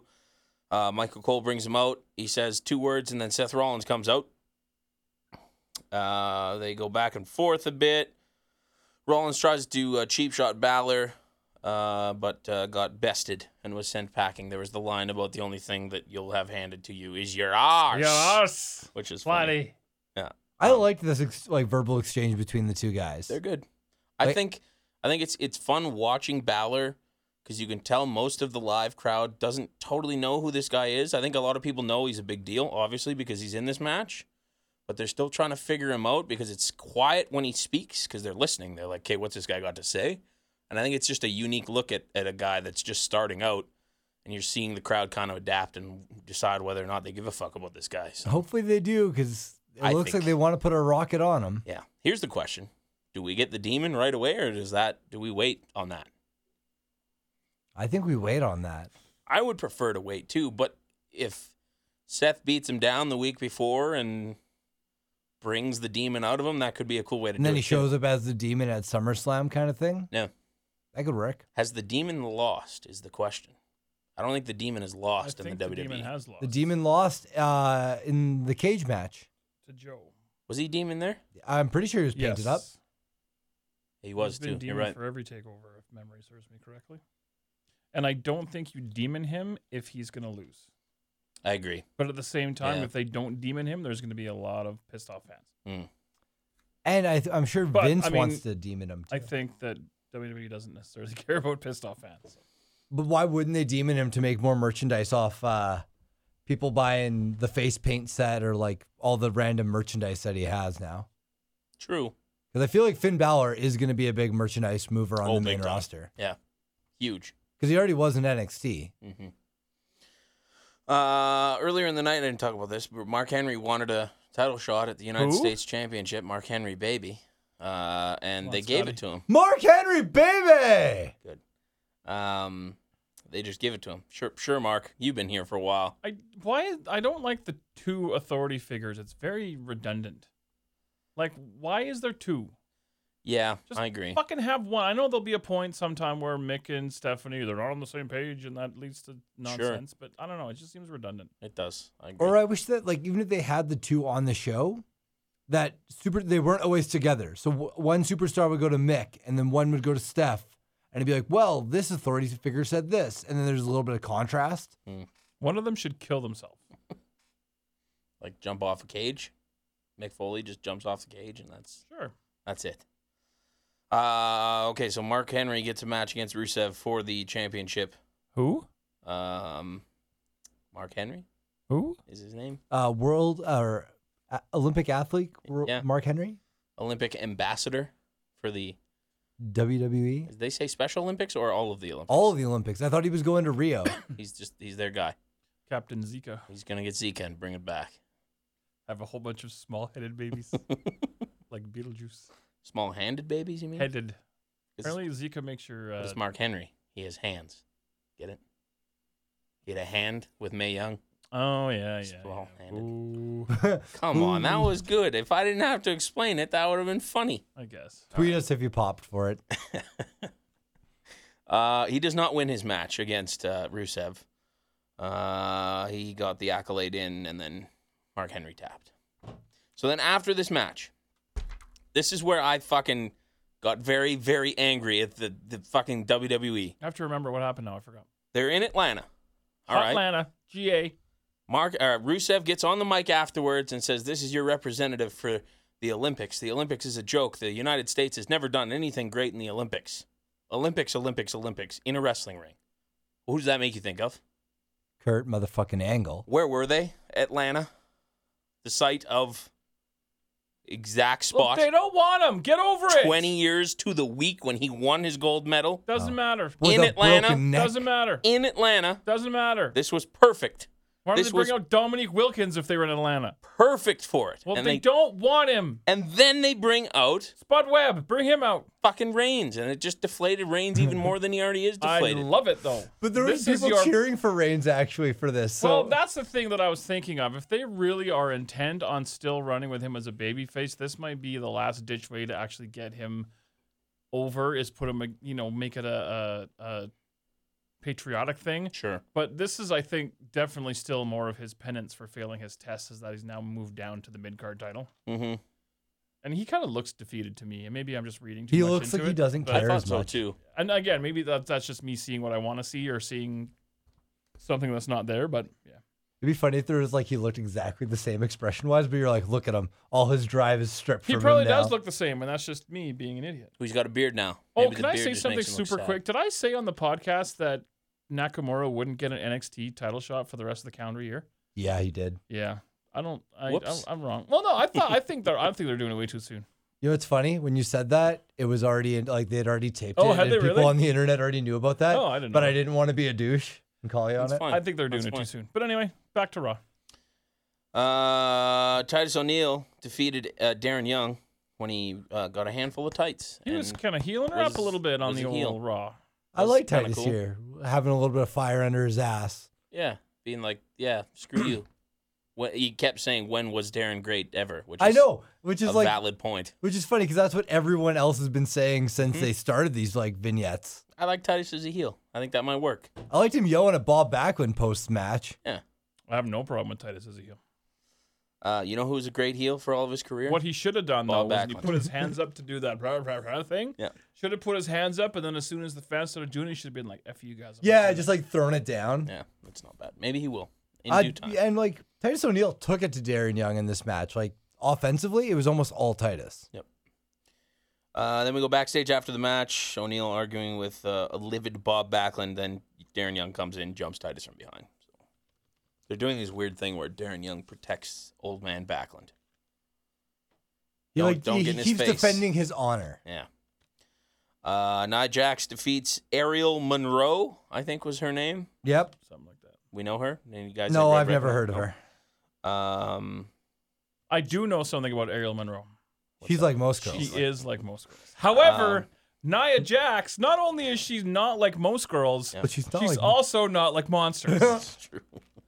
Uh, Michael Cole brings him out. He says two words, and then Seth Rollins comes out. Uh, they go back and forth a bit. Rollins tries to do a cheap shot Balor, uh, but uh, got bested and was sent packing. There was the line about the only thing that you'll have handed to you is your arse,
Yeah, us.
which is funny.
Bloody.
I liked this ex- like verbal exchange between the two guys.
They're good. I
Like-
think I think it's it's fun watching Balor because you can tell most of the live crowd doesn't totally know who this guy is. I think a lot of people know he's a big deal, obviously, because he's in this match, but they're still trying to figure him out because it's quiet when he speaks because they're listening. They're like, "Okay, what's this guy got to say?" And I think it's just a unique look at, at a guy that's just starting out, and you're seeing the crowd kind of adapt and decide whether or not they give a fuck about this guy. So,
Hopefully they do because it
I
looks
think-
like they want to put a rocket on him.
yeah. Here's the question: Do we get the demon right away, or does that do we wait on that?
I think we wait on that.
I would prefer to wait too, but if Seth beats him down the week before and brings the demon out of him, that could be a cool way to
And
do
then
it.
he
too.
shows up as the demon at SummerSlam kind of thing.
No.
That could work.
Has the demon lost is the question. I don't think the demon is
I
lost in E.
think
the
the,
WWE.
demon has lost.
The demon lost uh, in the cage match.
to Joe.
was he demon there?
I'm pretty sure he was painted up.
Yes.
He was
He's been
too. You're
demon
right.
for every takeover, if memory serves me correctly. And I don't think you demon him if he's going to lose.
I agree.
But at the same time,
Yeah.
if they don't demon him, there's going to be a lot of pissed off fans.
Mm.
And I th- I'm sure
But,
Vince
I mean,
wants to demon him too.
I think that WWE doesn't necessarily care about pissed off fans.
but why wouldn't they demon him to make more merchandise off uh, people buying the face paint set or like all the random merchandise that he has now?
True.
Because I feel like Finn Balor is going to be a big merchandise mover on
Oh,
the
big
main
time.
roster
Yeah. Huge.
because he already was in NXT.
hmm Uh, earlier in the night, I didn't talk about this, but Mark Henry wanted a title shot at the United
Who?
States Championship. Mark Henry, baby. Uh, and
Come
they
on,
gave it to
Scotty.
him.
Mark Henry, baby.
Um, they just give it to him. Sure, sure, Mark, you've been here for a while.
I why I don't like the two authority figures. It's very redundant. Like, why is there two?
Yeah,
Just
I agree.
Fucking have one. I know there'll be a point sometime where Mick and Stephanie they're not on the same page, and that leads to nonsense. But I don't know. It just seems redundant.
It does. I agree.
Or I wish that like even if they had the two on the show, that super they weren't always together. So w- one superstar would go to Mick, and then one would go to Steph, and it'd be like, well, this authority figure said this, and then there's a little bit of contrast.
One of them should kill themselves.
Like jump off a cage. Mick Foley just jumps off the cage, and that's
Sure.
that's it. Uh, okay, so Mark Henry gets a match against Rusev for the championship.
Who?
Um, Mark Henry
Who?
is his name.
Uh, world or uh, Olympic athlete wor-
Yeah.
Mark Henry,
Olympic ambassador for the.
WWE,
Did they say Special Olympics or all of the Olympics?
E? all of the Olympics. I thought he was going to Rio.
He's just he's their guy.
Captain Zika.
He's gonna get Zika and bring it back.
Have a whole bunch of small-headed babies, like Beetlejuice.
Small-handed babies, you mean?
Headed.
Is-
Apparently, Zika makes your
But
uh,
it's Mark Henry. He has hands. Get it? He had a hand with May Young.
Oh yeah, yeah.
Small
yeah.
handed.
Ooh,
Come on, that was good. If I didn't have to explain it, that would have been funny.
I guess.
Tweet us if you popped for it.
Uh, he does not win his match against uh, Rusev. Uh, he got the accolade in, and then Mark Henry tapped. So then after this match, this is where I fucking got very, very angry at the, the fucking WWE.
I have to remember what happened now. I forgot.
They're in Atlanta. All right.
Atlanta, GA.
Mark uh, Rusev gets on the mic afterwards and says, "This is your representative for the Olympics. The Olympics is a joke. The United States has never done anything great in the Olympics. Olympics, Olympics, Olympics in a wrestling ring." Who does that make you think of?
Kurt motherfucking Angle.
Where were they? Atlanta, the site of exact
Look,
spot.
they don't want him. Get over it.
Twenty years to the week when he won his gold medal
Doesn't matter.
With
In
a
Atlanta?
broken neck.
Doesn't matter.
in Atlanta.
Doesn't matter.
This was perfect,
Why don't
this
they
was-
bring out Dominique Wilkins if they were in Atlanta?
perfect for it.
Well,
and
they, don't want him.
And then they bring out
Spud Webb, bring him out.
fucking Reigns, and it just deflated Reigns even more than he already is
I
deflated.
love it though.
But there was
This is
people
your-
cheering for Reigns actually for this. So
Well, that's the thing that I was thinking of. If they really are intent on still running with him as a babyface, this might be the last ditch way to actually get him over. Is put him, you know, make it a, a, a patriotic thing.
sure.
But this is, I think, definitely still more of his penance for failing his test, is that he's now moved down to the mid card title,
Mm-hmm.
and he kind of looks defeated to me. And maybe I'm just reading too
he
much
looks
into
like he
it,
doesn't
but-
I
care
thought
as
so
much.
too.
and again, maybe that, that's just me seeing what I want to see or seeing something that's not there. But yeah,
It'd be funny if there was like he looked exactly the same expression wise, but you're like, look at him. All his drive is stripped
he
from
probably
him now.
does look the same, and that's just me being an idiot.
He's got a beard now.
Oh,
Maybe
can
the
I
beard
say
just
something
makes him look
super
sad.
quick? Did I say on the podcast that Nakamura wouldn't get an NXT title shot for the rest of the calendar year?
Yeah, he did.
Yeah, I don't. I, I'm,
Whoops.
I'm wrong. Well, no, I thought I think they're. I think they're doing it way too soon.
You know what's funny? When you said that, it was already in, like they had already taped
Oh,
it,
had
and
they
people
really?
on the internet already knew about that.
Oh, I didn't
But
know.
I didn't want to be a douche and call you on
That's
it.
fine.
I think they're doing
That's
it too
fine.
soon. But anyway, back to Raw.
Uh, Titus O'Neil defeated uh, Darren Young when he uh, got a handful of tights.
He was
and
kind of healing her
was-
up a little bit on
was
the
a
old
heel.
Raw.
I
was
like
kinda
Titus
cool.
here, having a little bit of fire under his ass.
yeah, being like, yeah, screw you. What he kept saying, when was Darren great ever? Which
I
is
know, which
a
is like,
valid point.
which is funny because that's what everyone else has been saying since
Hmm.
they started these like vignettes.
I like Titus as a heel. I think that might work.
I liked him yelling at Bob Backlund post match.
I have no problem with Titus as a heel.
Uh, you know who was a great heel for all of his career?
What he should have done though
Bob
was he
Backlund.
put his hands up to do that rah, rah, rah thing.
Yeah.
Should have put his hands up, and then as soon as the fans started doing it, he should have been like, "F you guys." I'm not
Yeah,
doing
just like throwing it down.
Yeah, that's not bad. Maybe he will in
I-
due time.
and like Titus O'Neil took it to Darren Young in this match. Like offensively, it was almost all Titus.
Uh, then we go backstage after the match. O'Neal arguing with uh, a livid Bob Backlund. Then Darren Young comes in, jumps Titus from behind. So they're doing this weird thing where Darren Young protects old man Backlund.
He
Don't-
like
don't
he,
get in
he
his
keeps
face.
defending his honor.
Yeah. Uh, Nia Jax defeats Ariel Monroe. I think was her name.
Yep.
Something like that.
We know her. Any of you guys?
No,
that
I've
Red
never
Record?
heard of
No.
her.
Um,
I do know something about Ariel Monroe.
She's like most girls.
She is like most girls.
Um,
However, Nia Jax, not only is she not like most girls,
Yeah.
but she's not
she's
like.
also not like monsters.
it's true.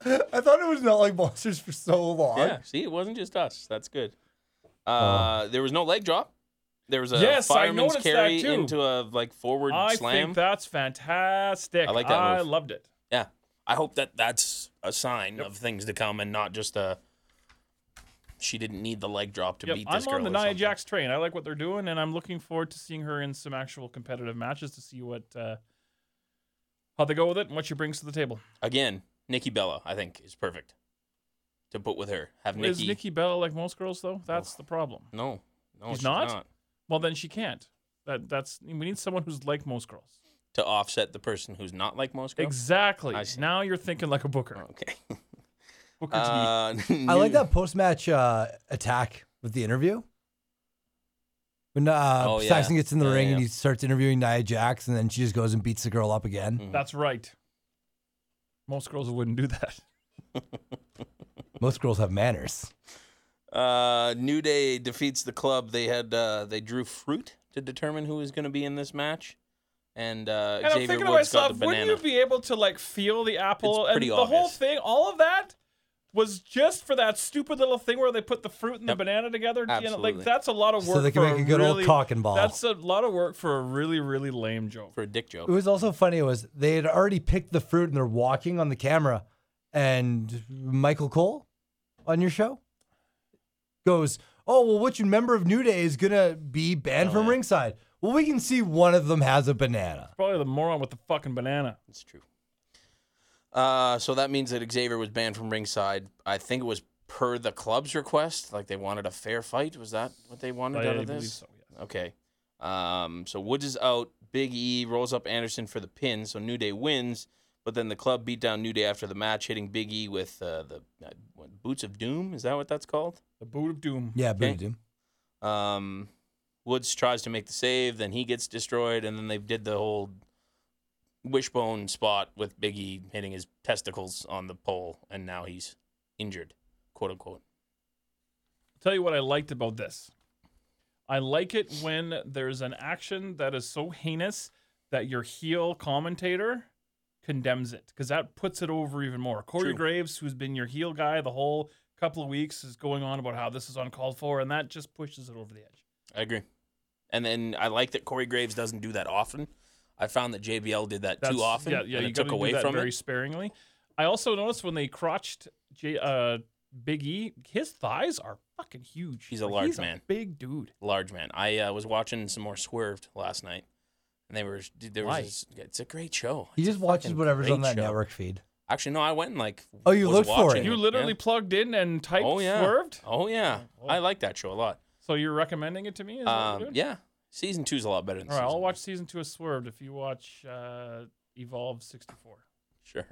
I thought it was not like monsters for so long.
Yeah. See, it wasn't just us. That's good. Uh, there was no leg drop. There was a
Oh. Yes, I
fireman's
noticed that
carry
too.
into a like forward
I
slam.
think that's fantastic.
I like that
I
move.
loved it.
Yeah. I hope that that's a sign of things to come and not just a. She didn't need the leg drop to
Yep,
beat
I'm
this girl.
on the
or
Nia
something.
Jax train. I like what they're doing, and I'm looking forward to seeing her in some actual competitive matches to see what uh, how they go with it and what she brings to the table.
Again, Nikki Bella, I think, is perfect to put with her. Have Nikki.
Is Nikki Bella like most girls though? That's the problem.
No. No,
He's
she's
not?
not?
Well, then she can't. That that's we need someone who's like most girls.
To offset the person who's not like most girls.
Exactly.
I see. Uh,
Now you're thinking like a Booker.
Okay.
Booker T.
Uh,
I like that post match uh, attack with the interview. When uh,
Oh, yeah.
Saxon gets in the
Yeah,
ring
yeah,
and
yeah.
he starts interviewing Nia Jax, and then she just goes and beats the girl up again.
Mm-hmm.
That's right. Most girls wouldn't do that.
Most girls have manners.
Uh, New Day defeats the club. They had uh, they drew fruit to determine who was going to be in this match, and, uh,
And
Xavier
I'm thinking to
Woods got
myself,
the banana.
wouldn't you be able to like feel the apple
It's
and
pretty
the whole
obvious.
thing? All of that was just for that stupid little thing where they put the fruit and the
Yep.
banana together. You know, like
Absolutely.
that's a lot of
So
work.
they can
for
make a good old
really-
cock and ball.
That's a lot of work for a really really lame joke.
for a dick joke?
It was also funny was they had already picked the fruit and they're walking on the camera, and Michael Cole on your show goes, "Oh well, which member of New Day is gonna be banned from ringside?" Well, we can see one of them has a banana.
Probably the moron with the fucking banana.
It's true. Uh, so that means that Xavier was banned from ringside. I think it was per the club's request. Like they wanted a fair fight. Was that what they wanted
I
out of
believe
this?
so, yes.
Okay. Um, so Woods is out. Big E rolls up Anderson for the pin. So New Day wins. But then the club beat down New Day after the match, hitting Big E with uh, the uh, what, Boots of Doom. Is that what that's called?
The boot of doom.
Yeah,
Okay.
booted him.
Um, Woods tries to make the save, then he gets destroyed, and then they did the whole wishbone spot with Biggie hitting his testicles on the pole, and now he's injured, quote unquote.
tell you what I liked about this. I like it when there's an action that is so heinous that your heel commentator condemns it because that puts it over even more. Corey
True.
Graves, who's been your heel guy the whole couple of weeks, is going on about how this is uncalled for, and that just pushes it over the edge.
I agree. And then I like that Corey Graves doesn't do that often. I found that JBL did that too often,
Yeah, yeah.
and
you
it took
gotta do
away
that
from
very
it.
sparingly. I also noticed when they crotched J, uh, Big E, his thighs are fucking huge.
He's a
Like,
large
he's
man.
big dude.
Large man. I uh, was watching some more Swerved last night, and they were there
Why?
was. This, it's a great show.
He
It's a
just watches
fucking
whatever's on
great
that
show.
network feed.
Actually, no, I went and like.
Oh, you
was
looked for
watching
it.
You
yeah.
literally plugged in and typed
oh yeah.
swerved.
Oh yeah. I like that show a lot.
So you're recommending it to me? Is that what you're
Um,
doing?
yeah, season two's a lot better than
All right,
season
I'll
one.
watch season two of Swerved if you watch uh, Evolve 64.
Sure,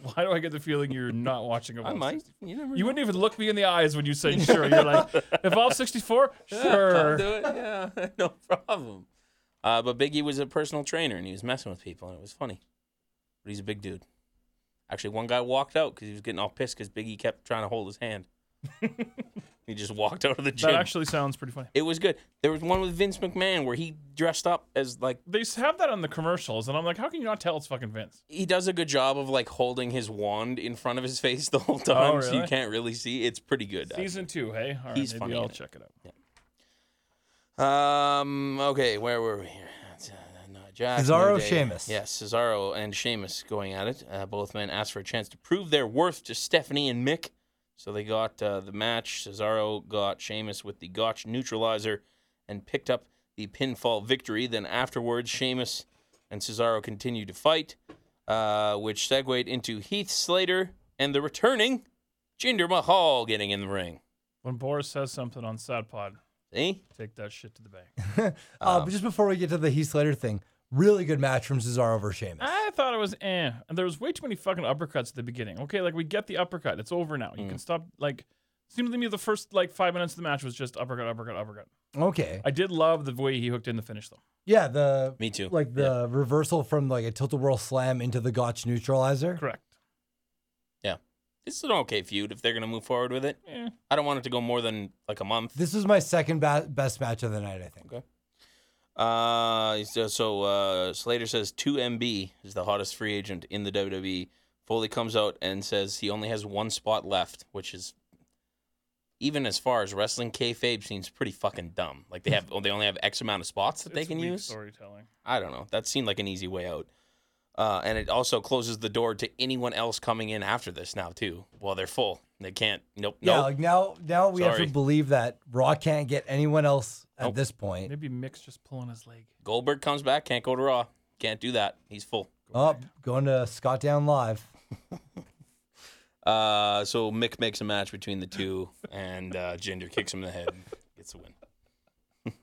Why do I get the feeling you're not watching
I
Evolve?
might.
64?
You never.
You wouldn't even look me in the eyes when you said sure. You're like Evolve 64. Sure.
do it. Yeah, no problem. Uh, but Biggie was a personal trainer and he was messing with people and it was funny. But he's a big dude. Actually, one guy walked out because he was getting all pissed because Biggie kept trying to hold his hand. he just walked out of the gym.
That actually sounds pretty funny.
it was good. There was one with Vince McMahon where he dressed up as like
They s- have that on the commercials, and I'm like, how can you not tell it's fucking Vince?
he does a good job of like holding his wand in front of his face the whole time, so you
Oh, really?
can't really see. It's pretty good. actually.
Season two, hey? All right,
He's
maybe
funny
I'll
in it.
check it out.
Um. Okay, where were we? here? That's, uh, no, Jack,
Cesaro,
New Day.
Sheamus.
Yes, Cesaro and Sheamus going at it. Uh, both men asked for a chance to prove their worth to Stephanie and Mick, so they got uh, the match. Cesaro got Sheamus with the Gotch neutralizer and picked up the pinfall victory. Then afterwards, Sheamus and Cesaro continued to fight, uh, which segued into Heath Slater and the returning Jinder Mahal getting in the ring.
When Boris says something on Sad Pod,
See?
take that shit to the bank.
Um,
Uh, but just before we get to the Heath Slater thing, really good match from Cesaro versus Sheamus.
Ah.
I thought it was eh, and there was way too many fucking uppercuts at the beginning. Okay, like we get the uppercut, it's over now. You
Mm.
can stop. Like, seemed to me the first like five minutes of the match was just uppercut, uppercut, uppercut.
Okay.
I did love the way he hooked in the finish though.
Yeah, the
Me too.
like the reversal from like a tilt a whirl slam into the Gotch neutralizer.
Correct.
Yeah. It's an okay feud if they're going to move forward with it.
Eh.
I don't want it to go more than like a month.
This was my second ba- best match of the night, I think.
Okay. Uh, so so, uh, Slater says 2MB is the hottest free agent in the WWE. Foley comes out and says he only has one spot left, which is even as far as wrestling kayfabe seems pretty fucking dumb. Like they have, oh, they only have X amount of spots that they
It's
can
weak
use.
storytelling.
I don't know. That seemed like an easy way out. Uh, and it also closes the door to anyone else coming in after this now too. While they're full, they can't. Nope.
Yeah,
nope.
like now now we have
Sorry.
to believe that Raw can't get anyone else at
Nope.
this point.
Maybe Mick's just pulling his leg.
Goldberg comes back, can't go to Raw. Can't do that. He's full.
Oh, going to Scott Down Live.
Uh, so Mick makes a match between the two, and uh, Jinder kicks him in the head and gets the win.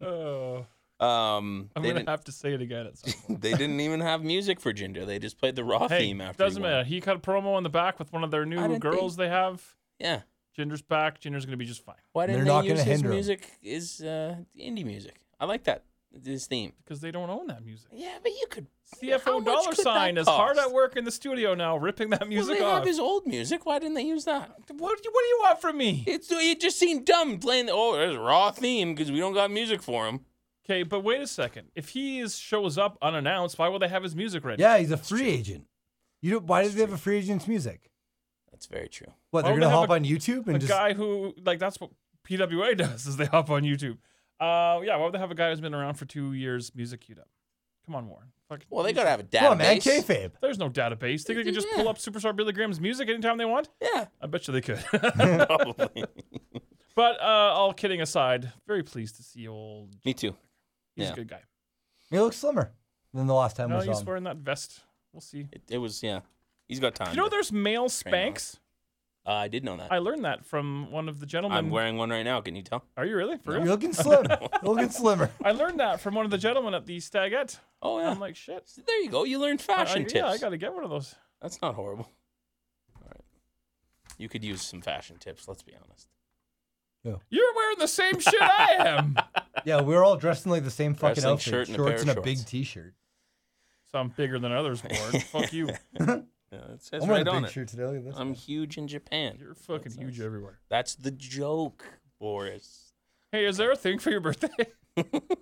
Oh,
Um,
I'm
they,
gonna
didn't,
have to say it again at some point.
they didn't even have music for Jinder. They just played the Raw
hey,
theme after. he
doesn't
won.
matter. He cut a promo on the back with one of their
I
new
didn't
girls they have.
Yeah.
Ginger's back. Ginger's gonna be just fine
Why
They're
didn't
not
they
gonna
use his
hinder him.
music? Is uh, indie music? I like that. His theme.
because they don't own that music.
Yeah, but you could. how
CFO
much
dollar
could that
sign is hard
cost?
at work in the studio now, ripping that
Well,
music
they
off.
have his old music. Why didn't they use that?
What, do- what do you want from me?
It's it just seemed dumb playing the oh there's a raw theme because we don't got music for him.
Okay, but wait a second. If he is, shows up unannounced, why will they have his music ready?
Yeah, he's a free agent. You don't, why did they have a free agent's music?
That's very true.
What
Why
they're
would
gonna
they have
hop
a-
on YouTube
a
and just
guy who like that's what PWA does is they hop on YouTube. Uh, yeah, why would they have a guy who's been around for two years music queued up? Come on, Warren. Fuck.
Well, they gotta have a database.
come on, man, kayfabe.
There's no database. Think they can just pull up superstar Billy Graham's music anytime they want?
Yeah,
I bet you they could.
probably.
But uh, all kidding aside, very pleased to see old.
Me too.
He's
Yeah.
a good guy.
He looks slimmer than the last time
No,
we saw
he's
him.
wearing that vest. We'll see.
It, it was yeah. He's got time.
You know,
to-
there's male
Train
spanks.
Uh, I did know that.
I learned that from one of the gentlemen.
I'm wearing one right now. Can you tell?
Are you really? For
You're
real?
looking slim. You're looking slimmer.
I learned that from one of the gentlemen at the Stagette.
Oh yeah.
I'm like, shit.
So there you go. You learned
I- I-
fashion tips.
yeah, I gotta get one of those.
That's not horrible. All right. You could use some fashion tips. Let's be honest.
You're wearing the same shit I am.
Yeah, we were all dressed in like the same fucking
Wrestling
outfit,
shirt and a pair
shorts
of
and a big
shorts.
T-shirt.
so I'm bigger than others, Ward. Fuck you.
Yeah, it says
I'm
right
wearing a
on
big
it.
shirt today. Look at this.
I'm huge in Japan.
You're fucking huge everywhere.
That's the joke, Boris.
Hey, is there a thing for your birthday?
We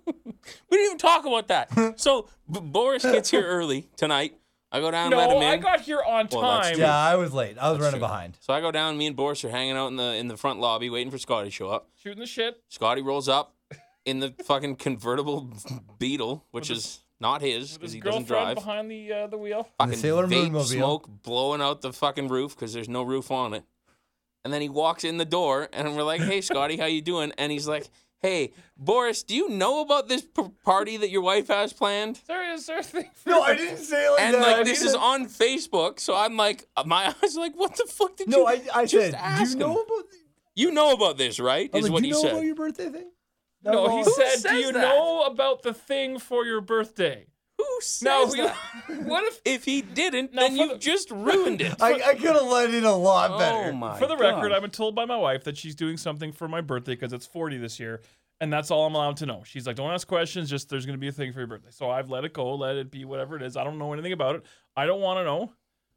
didn't even talk about that. so B- Boris gets here early tonight. I go down, let
no,
him in.
I got here on
Well, that's
time.
true.
yeah, I was late. I was running
Sure.
behind.
So I go down. Me and Boris are hanging out in the in the front lobby, waiting for Scotty to show up.
Shooting the shit.
Scotty rolls up in the fucking convertible Beetle, which
With
is not his
With
because
his
he doesn't
girlfriend
drive.
behind the uh, the wheel.
And the
Fucking
Sailor
vape
Moon mobile.
smoke blowing out the fucking roof because there's no roof on it. And then he walks in the door, and we're like, "Hey, Scotty, how you doing?" And he's like, "Hey, Boris, do you know about this p- party that your wife has planned?"
Is there, is there a thing for
No, I didn't say it like
And
that. I
like this
didn't-
is on Facebook, so I'm like, uh, my eyes are like, "What the fuck did
No,
you?"
I, I
just
said.
ask
you know
him.
about? The,
You know about this, right?
I was
Is
like,
what
do you
he
know
said.
about your birthday thing? That was
No,
all-
he said,
says
"Do you
that?
know about the thing for your birthday?"
Who says
No, you-
that?
what if
If he didn't,
Now,
then
for
you
the-
just ruined it.
I, I could have let in a lot better.
oh my!
For the
God.
record, I've been told by my wife that she's doing something for my birthday because it's 40 this year, and that's all I'm allowed to know. She's like, "Don't ask questions. Just there's going to be a thing for your birthday." So I've let it go, let it be whatever it is. I don't know anything about it. I don't want to know.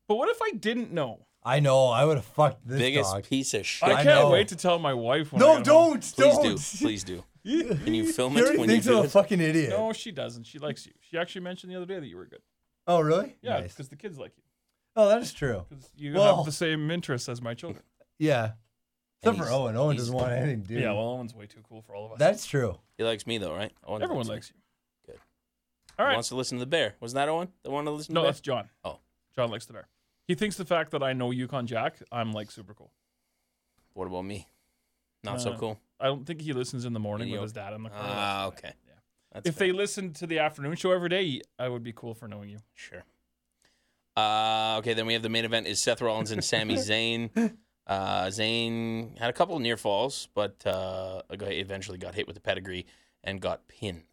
But what if I didn't know?
I know. I would have fucked this
biggest
dog.
piece of shit.
I
I
can't
know.
wait to tell my wife. When I
no,
get home.
Please
don't, don't.
do. Please do. Can you film
He
it
already
when you
thinks
do
I'm a
it?
fucking idiot.
No, she doesn't. She likes you. She actually mentioned the other day that you were good.
Oh, really?
Yeah,
Nice.
because the kids like you.
Oh, that is true.
Because you
Well-
have the same interests as my children.
Yeah. Except for
he's-
Owen. Owen
he's-
doesn't want anything to do.
Yeah, well, Owen's way too cool for all of us.
That's true.
He likes me though, right? Owen
Everyone
me.
likes you.
Good. He
All right.
Wants to listen to the bear. Was that Owen? The one to listen
No,
to
that's
the
John.
Oh.
John likes the bear. He thinks the fact that I know Yukon Jack, I'm like super cool.
bear? What about me? Not so
Uh,
cool.
I don't think he listens in the morning with
Mediocre.
his dad in the car.
Ah, okay.
Yeah.
That's
If they listened to the afternoon show every day, I would be cool for knowing you.
Sure. Uh, okay, then we have the main event is Seth Rollins and Sami Zayn. Uh, Zayn had a couple near falls, but uh, got- eventually got hit with the pedigree and got pinned.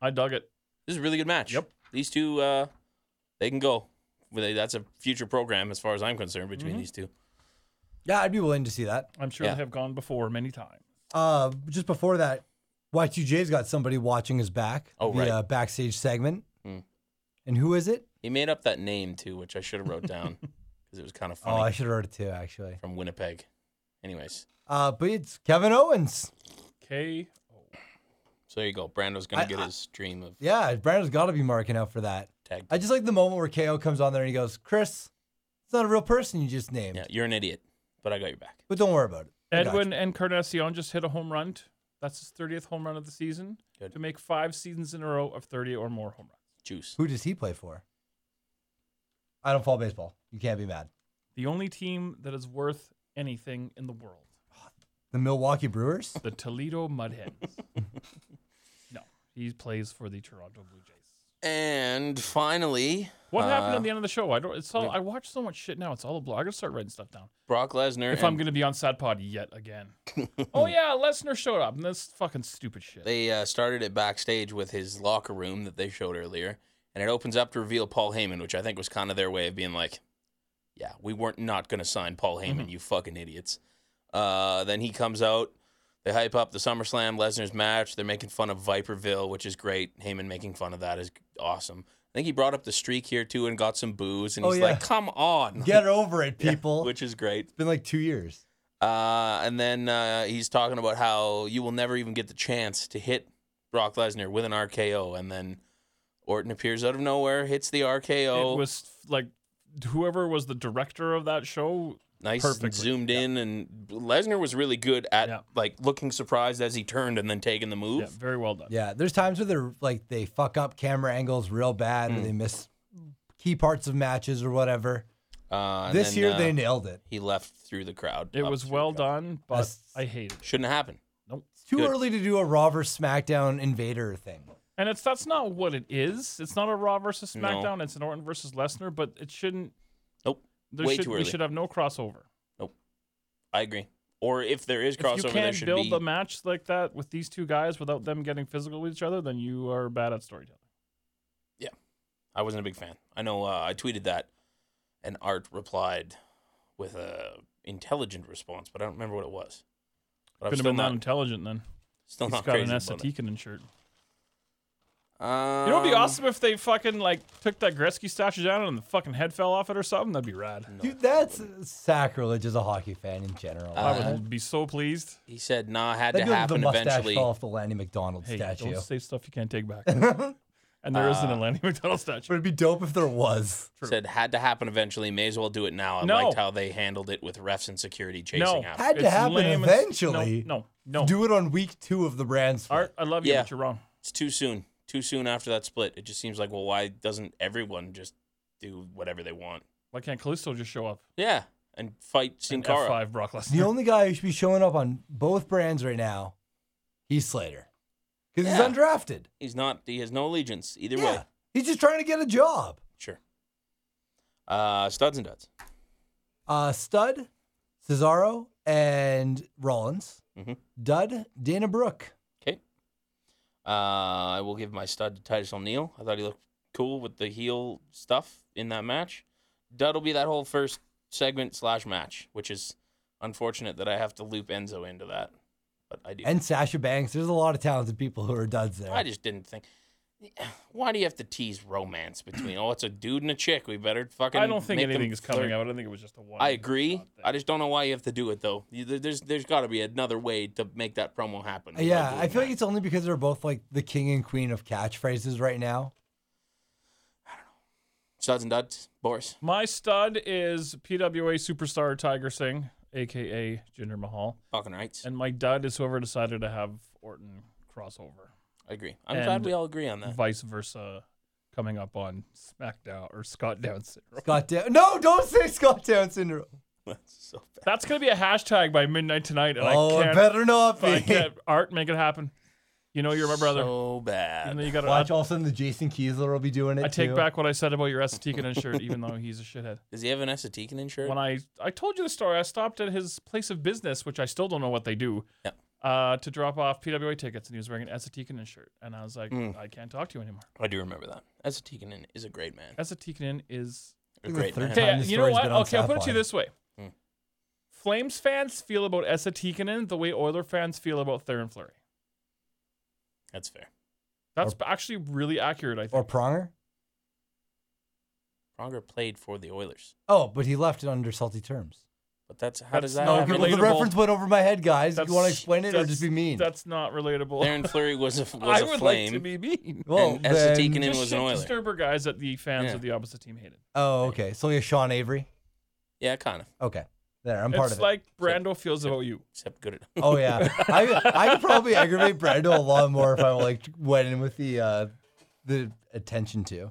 I dug it.
This is a really good match.
Yep.
These two, uh, they can go. Well, they- That's a future program as far as I'm concerned between
Mm-hmm.
these two.
Yeah, I'd be willing to see that.
I'm sure
Yeah.
they have gone before many times.
Uh, just before that, Y2J's got somebody watching his back.
Oh,
the,
right. Hmm.
uh, backstage segment. And who is it?
He made up that name too, which I should have wrote down because it was kind of
Oh, I
funny
should have wrote it too, actually.
from Winnipeg. Anyways,
Uh, but it's Kevin Owens.
K.
so there you go. Brando's gonna
I-
get
I-
his dream of
Yeah, Brandon's got to be marking out for that.
tag.
I just like the moment where KO comes on there and he goes, Chris, it's not a real person you just named,
yeah, you're an idiot, but I got your back.
but don't worry about it. I got
Edwin
you."
and Encarnacion just hit a home run. t- That's his 30th home run of the season
Good.
to make five seasons in a row of 30 or more home runs.
Juice.
Who does he play for? I don't follow baseball. You can't be mad.
The only team that is worth anything in the world,
The Milwaukee Brewers?
the Toledo Mudhens. no, he plays for the Toronto Blue Jays.
And finally,
What happened
Uh,
at the end of the show? I don't. It's all. I watch so much shit now. It's all a blog. I gotta start writing stuff down.
Brock Lesnar.
If I'm
and-
gonna be on Sad Pod yet again. oh yeah, Lesnar showed up. And that's fucking stupid shit.
they uh, started it backstage with his locker room that they showed earlier, and it opens up to reveal Paul Heyman, which I think was kind of their way of being like, "Yeah, we weren't not gonna sign Paul Heyman,
Mm-hmm.
you fucking idiots." Uh, then he comes out. They hype up the SummerSlam Lesnar's match. They're making fun of Viperville, which is great. Heyman making fun of that is awesome. I think he brought up the streak here too and got some boos, and
Oh,
he's
yeah.
like, "Come on,
Get over it, people.
which is great.
It's been like two years.
Uh, and then uh, he's talking about how you will never even get the chance to hit Brock Lesnar with an RKO. And then Orton appears out of nowhere, hits the RKO.
It was like whoever was the director of that show.
nice,
perfectly,
zoomed in, and Lesnar was really good at
Yeah.
like looking surprised as he turned and then taking the move.
Yeah, very well done.
Yeah, there's times where they're like they
Mm.
fuck up camera angles real bad, or they miss key parts of matches or whatever.
Uh, and
This
then,
year
uh,
they nailed it.
he left through the crowd.
It
up
was
through
well
the crowd.
done, but
That's-
I hate it.
Shouldn't happen.
Nope.
Too
Good.
early to do a Raw versus SmackDown Invader thing.
And it's that's not what it is. It's not a Raw versus
No.
SmackDown. It's an Orton versus Lesnar, but it shouldn't.
Nope.
There
Way
should,
too
We
early.
should have no crossover.
I agree. Or if there is crossover,
if you
there
can't
should
build
be.
a match like that with these two guys without them getting physical with each other, then you are bad at storytelling.
I wasn't a big fan. I know uh, I tweeted that, and Art replied with a intelligent response, but I don't remember what it was. But I'm
Could have
still
been that
not,
intelligent then.
still
He's
not
got an
crazy.
S.
about it.
Tikkanen shirt.
Um,
You know, it'd be awesome if they fucking like took that Gretzky statue down and the fucking head fell off it or something. That'd be rad.
Dude, that's sacrilege as a hockey fan in general.
Uh,
I would be so pleased.
He said, "Nah, had
That'd
to
be like if the
happen
mustache
eventually."
fell off the Lanny McDonald
Hey,
statue.
don't say stuff you can't take back.
but
and there is an
Uh,
Atlantic McDonald statue.
it'd be dope if there was.
Said had to happen eventually. May as well do it now. I
No.
liked how they handled it with refs and security chasing
No.
after.
Had to
It's
happen
lame as-
eventually.
No, no, no.
Do it on week two of the brand split.
Art, I love you,
Yeah.
but you're wrong.
it's too soon. Too soon after that split. It just seems like, well, why doesn't everyone just do whatever they want?
Why can't Callisto just show up?
Yeah, and fight Sin
And
Cara.
F5 Brock
The
Lesnar.
only guy who should be showing up on both brands right now, he's Slater. Because
Yeah.
he's undrafted.
He's not. He has no allegiance either way.
Yeah. He's just trying to get a job.
Sure. Uh, studs and duds.
Uh, Stud, Cesaro, and Rollins.
Mhm.
Dud, Dana Brooke.
Okay. Uh, I will give my stud to Titus O'Neil. I thought he looked cool with the heel stuff in that match. Dud will be that whole first segment slash match, which is unfortunate that I have to loop Enzo into that, but I do.
And Sasha Banks. There's a lot of talented people who are duds there.
I just didn't think. Why do you have to tease romance between? Oh, it's a dude and a chick. We better fucking.
I don't think
make them
anything is coming
flirt.
out. I think it was just a one.
I agree.
shot thing.
I just don't know why you have to do it though. You- there- There's there's got to be another way to make that promo happen. without
Uh, yeah, I
doing
feel
that.
like it's only because they're both like the king and queen of catchphrases right now.
studs and duds, Boris.
My stud is PWA superstar Tiger Singh, aka Jinder Mahal,
Fucking rights.
and my dud is whoever decided to have Orton crossover,
I agree. I'm
and-
glad we all agree on that.
vice versa, coming up on SmackDown or Scott Down Syndrome.
Scott Down. No, don't say Scott Down syndrome.
That's so bad.
That's gonna be a hashtag by midnight tonight, and
oh,
I
it
can't.
better not
I
be.
can't. Art, make it happen. You know you're my brother.
So
and
bad.
then you gotta.
Watch
I,
all of a sudden the Jason Kiesler will be doing it.
I take
too.
back what I said about your Estetican shirt, even though he's a shithead.
Does he have an Esatican insurance?
when I I told you the story, I stopped at his place of business, which I still don't know what they do,
Yeah.
uh, to drop off PWA tickets, and he was wearing an Esatikanin shirt, and I was like,
Mm.
I can't talk to you anymore.
I do remember that. Esatican is a great man.
Esatikanin is
A great
The third
man.
time
okay.
this
You know
story's
what?
been on
Okay, I'll put it to you
Sapphire.
this way:
Mm.
Flames fans feel about Esatikanin the way Oiler fans feel about Theron Flurry.
That's fair.
That's actually really accurate. I
Or
think.
Pronger.
Pronger played for the Oilers,
Oh, but he left it under salty terms. Oh,
but that's how
That's
does that have
not relatable.
the reference went over my head, guys.
That's-
You want to explain it or
that's-
just be mean?
That's not relatable.
Darren Fleury was a was
I
a
would
flame.
like to be mean.
well,
and Esatican
then-
It
Just
was
shit
an Oiler.
disturber guys that the fans
Yeah.
of the opposite team hated.
Oh, okay. So you're Sean Avery.
yeah, kind of.
Okay, there. I'm part
It's
of it.
like Brando feels about you.
Except good at
oh yeah, I I could probably aggravate Brando a lot more if I like went in with the uh, the attention to.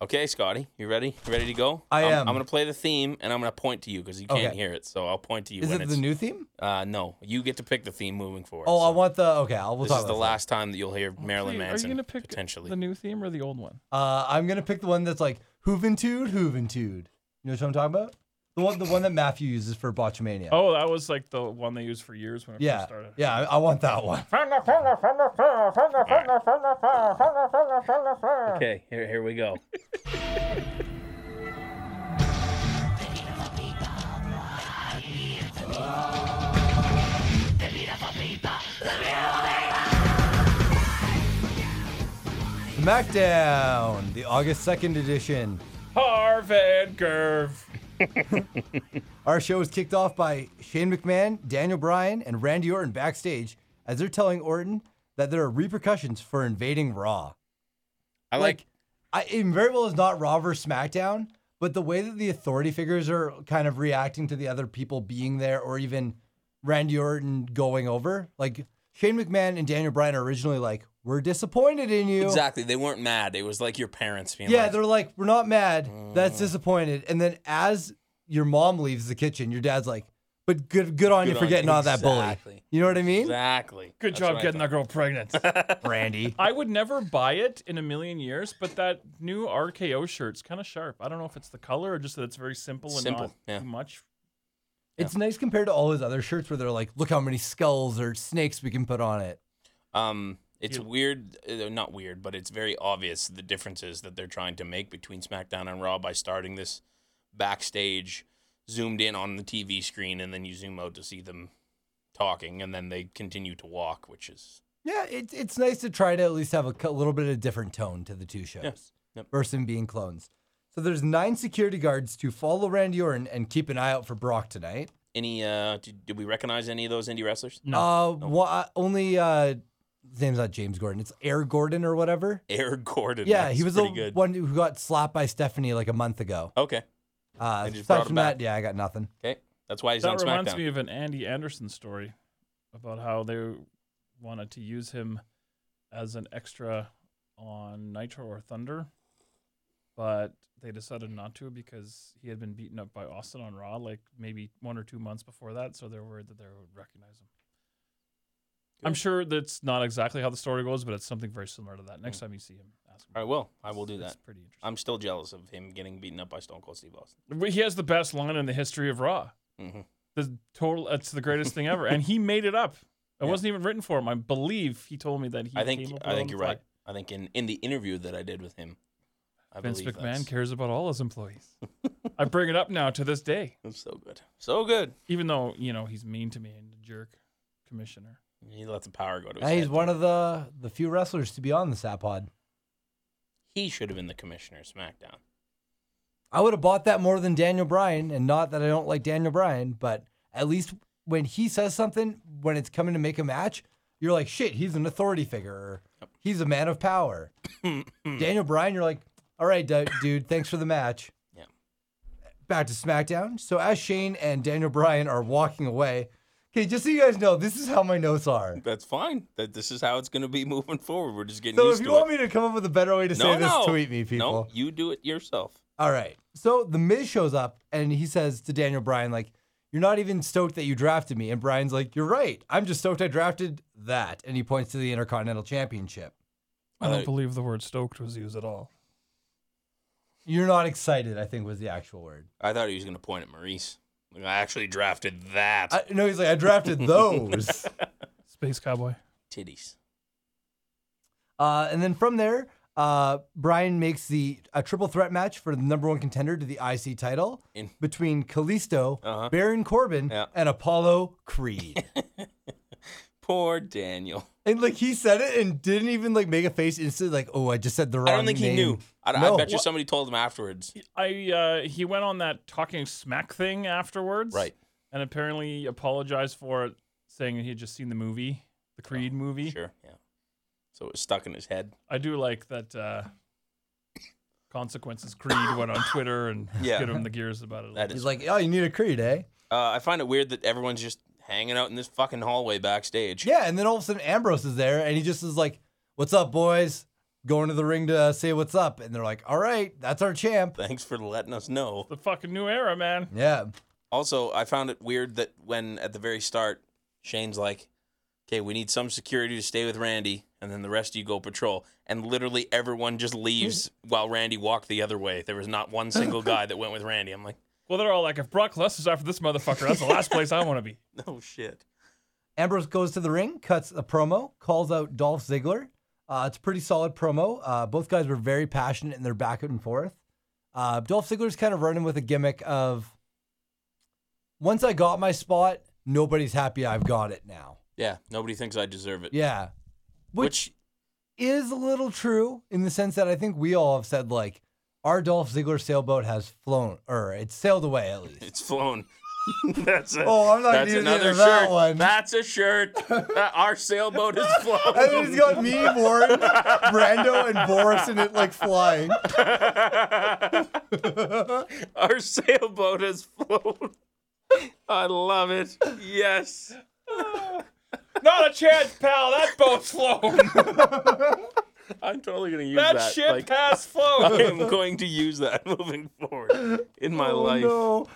Okay, Scotty, you ready? You ready to go?
I
I'm-
am.
I'm gonna play the theme, and I'm gonna point to you because you can't
Okay.
hear it. So I'll point to you.
Is
when
it
it's,
the new theme?
Uh, no, you get to pick the theme moving forward.
Oh, I
so
want the. Okay, I'll, we'll
This
talk
is
about
the
that.
last time that you'll hear Marilyn
Hey,
Manson
Are you gonna pick
potentially.
the new theme or the old one?
Uh, I'm gonna pick the one that's like Juventude, Juventude. You know what I'm talking about? The one the one that Matthew uses for Botchamania.
Oh, that was like the one they used for years when it
yeah,
first started.
yeah. I, I want that one.
okay, here here we go.
SmackDown, the August 2nd edition.
Harvard Curve.
Our show is kicked off by Shane McMahon, Daniel Bryan, and Randy Orton backstage as they're telling Orton that there are repercussions for invading Raw.
I like.
I, it very well is not Raw versus SmackDown, but the way that the authority figures are kind of reacting to the other people being there or even Randy Orton going over, like Shane McMahon and Daniel Bryan are originally like, we're disappointed in you.
Exactly. They weren't mad. It was like your parents being
Yeah,
like,
they're like, we're not mad. That's disappointed. And then as your mom leaves the kitchen, your dad's like, "But good, good on
Good
you
on
for
you.
getting out of that bully."
Exactly.
You know what I mean?
Exactly.
Good
That's what
job
I
getting that
thought.
girl pregnant.
Brandy.
I would never buy it in a million years, but that new RKO shirt's kind of sharp. I don't know if it's the color or just that it's very simple and
Simple,
not
yeah.
too much.
It's nice compared to all his other shirts where they're like, "Look how many skulls or snakes we can put on it."
Um, it's
You-
weird, uh, not weird, but it's very obvious the differences that they're trying to make between SmackDown and Raw by starting this backstage, zoomed in on the TV screen, and then you zoom out to see them talking, and then they continue to walk, which is
Yeah, it's it's nice to try to at least have a cou- little bit of different tone to the two shows
Yep.
versus them being clones. So there's nine security guards to follow Randy Orton and keep an eye out for Brock tonight.
any. Uh, did, did we recognize any of those indie wrestlers?
No.
Uh, wha- only uh, his name's not James Gordon. It's Air Gordon or whatever.
Eric Gordon.
Yeah,
that's
he was the
pretty good.
one who got slapped by Stephanie like a month ago.
Okay,
Uh,
They just
aside
brought him
from that,
back.
yeah, I got nothing.
okay, that's why he's on
that reminds
SmackDown.
me of an Andy Anderson story about how they wanted to use him as an extra on Nitro or Thunder, but they decided not to because he had been beaten up by Austin on Raw like maybe one or two months before that, so they were worried that they would recognize him. I'm sure that's not exactly how the story goes, but it's something very similar to that.
Hmm.
Next time you see him, ask him.
I will. I will do
It's
that.
pretty interesting.
I'm still jealous of him getting beaten up by Stone Cold Steve Austin.
Well, He has the best line in the history of Raw.
Mhm.
The total, it's the greatest thing ever, and he made it up. It
Yeah.
wasn't even written for him. I believe he told me that he.
I
came
think
up with
I
it
think
on
you're
the fly.
right. I think in, in the interview that I did with him, I
Vince
believe
McMahon
that's,
cares about all his employees. I bring it up now to this day,
that's so good, so good.
even though you know he's mean to me and a jerk, commissioner.
He let the power go to. His
Yeah, he's
head.
one of the the few wrestlers to be on the Sap Pod.
He should have been the commissioner of SmackDown.
I would have bought that more than Daniel Bryan, and not that I don't like Daniel Bryan, but at least when he says something, when it's coming to make a match, you're like, shit, he's an authority figure. Or, he's a man of power. Daniel Bryan, you're like, all right, du- dude, thanks for the match.
Yeah.
Back to SmackDown. So as Shane and Daniel Bryan are walking away, okay, just so you guys know, this is how my notes are.
That's fine. That this is how it's going to be moving forward. We're just getting
So
used
if you
to
want
it.
me to come up with a better way to say this, tweet me, people.
No, you do it yourself.
All right. So the Miz shows up and he says to Daniel Bryan, like, you're not even stoked that you drafted me. And Bryan's like, you're right. I'm just stoked I drafted that. And he points to the Intercontinental Championship.
I
Uh,
don't believe the word stoked was used at all.
You're not excited, I think was the actual word.
I thought he was going to point at Maurice. Like, I actually drafted that
I, no, he's like, I drafted those.
Space cowboy.
titties.
uh, and then from there, uh, Bryan makes the a triple threat match for the number one contender to the IC title
In-
between Kalisto,
Uh-huh.
Baron Corbin,
Yeah.
and Apollo Creed.
Poor Daniel.
And like he said it and didn't even like make a face instantly, like, oh, I just said the wrong
I don't think he
name."
knew. I, I
No.
bet you somebody told him afterwards.
I uh, he went on that talking smack thing afterwards,
Right.
And apparently apologized for it, saying he had just seen the movie, the Creed movie.
Sure. Yeah. So it was stuck in his head.
I do like that uh, Consequences Creed went on Twitter and
Yeah.
get him the gears about it.
That
a little.
is
He's like, oh, you need a creed, eh?
Uh, I find it weird that everyone's just hanging out in this fucking hallway backstage.
Yeah. And then all of a sudden Ambrose is there and he just is like, what's up, boys? Going to the ring to say what's up. And they're like, all right, that's our champ.
Thanks for letting us know.
the fucking new era, man.
Yeah.
Also, I found it weird that when at the very start, Shane's like, okay, we need some security to stay with Randy, and then the rest of you go patrol. And literally everyone just leaves while Randy walked the other way. There was not one single guy that went with Randy. I'm like,
Well, they're all like, if Brock Lesnar's after this motherfucker, that's the last place I want to be.
no shit.
Ambrose goes to the ring, cuts a promo, calls out Dolph Ziggler. Uh, it's a pretty solid promo. Uh, both guys were very passionate in their back and forth. Uh, Dolph Ziggler's kind of running with a gimmick of once I got my spot, nobody's happy I've got it now.
Yeah, nobody thinks I deserve it.
Yeah. Which,
Which,
is a little true in the sense that I think we all have said, like, our Dolph Ziggler sailboat has flown, or it's sailed away at least.
it's flown. that's a,
Oh, I'm not
that's
using
another
it for that
shirt.
one.
That's a shirt. Uh, Our sailboat is flown.
And then he's got me, Warren, Brando, and Boris in it, like flying.
Our sailboat has flown. I love it. Yes.
Not a chance, pal. That boat's flown.
I'm totally going to use
That,
that.
ship
Like,
has
I
flown.
am going to use that moving forward in my
oh,
life.
No.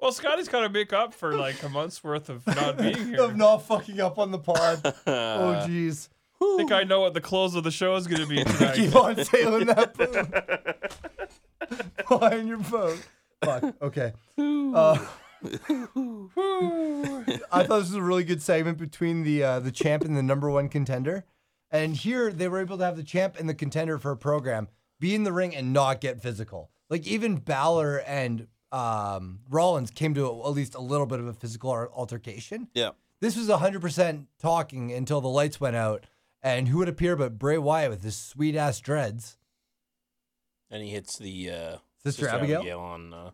Well, Scotty's got to make up for like a month's worth of not being here.
of not fucking up on the pod. oh jeez.
I think I know what the close of the show is going to be tonight.
Keep on sailing that boat. Flying your boat. Fuck. Okay. Uh, I thought this was a really good segment between the uh, the champ and the number one contender. And here they were able to have the champ and the contender for a program be in the ring and not get physical. Like even Balor and um, Rollins came to at least a little bit of a physical al- altercation.
Yeah.
This was 100% talking until the lights went out. And who would appear but Bray Wyatt with his sweet ass dreads?
And he hits the uh,
Sister Abigail?
on uh,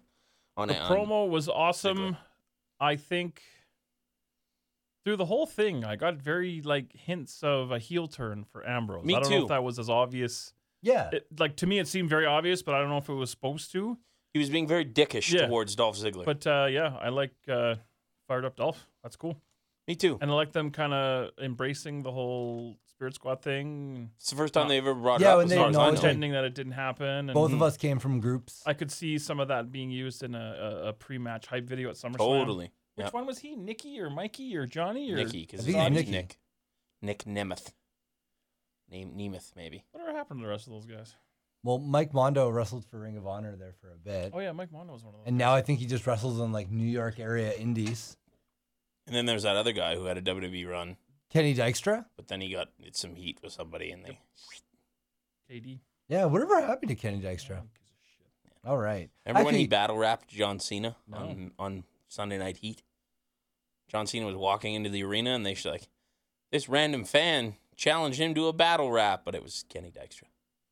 on
The
it.
promo was awesome. I think through the whole thing, I got very like hints of a heel turn for Ambrose.
Me
I don't know
too.
if that was as obvious.
Yeah.
It, like to me, it seemed very obvious, but I don't know if it was supposed to.
He was being very dickish
Yeah.
towards Dolph Ziggler.
But uh, yeah, I like uh, fired up Dolph. That's cool,
Me too.
and I like them kind of embracing the whole Spirit Squad thing,
It's the first time they ever brought it
Yeah,
up.
when
as
they
far as I
acknowledged
know.
it.
pretending that it didn't happen. And
Both of us came from groups.
I could see some of that being used in a, a, a pre-match hype video at SummerSlam.
Totally.
Which
Yep.
one was he? Nikki or Mikey or Johnny or
Nicky, because his
I think
name
it's
is Nick.
Nicky.
Nick Nemeth. Name Nemeth, maybe.
Whatever happened to the rest of those guys?
Well, Mike Mondo wrestled for Ring of Honor there for a bit.
Oh yeah, Mike Mondo was one of them.
And now I think he just wrestles on like New York area indies.
And then there's that other guy who had a WWE run,
Kenny Dykstra?
but then he got in some heat with somebody, and they
KD.
Yeah, whatever happened to Kenny Dykstra?
Who gives a shit?
All right.
remember when he
Actually,
battle rapped John Cena on on Sunday Night Heat. John Cena was walking into the arena, and they were like, this random fan challenged him to a battle rap, but it was Kenny Dykstra.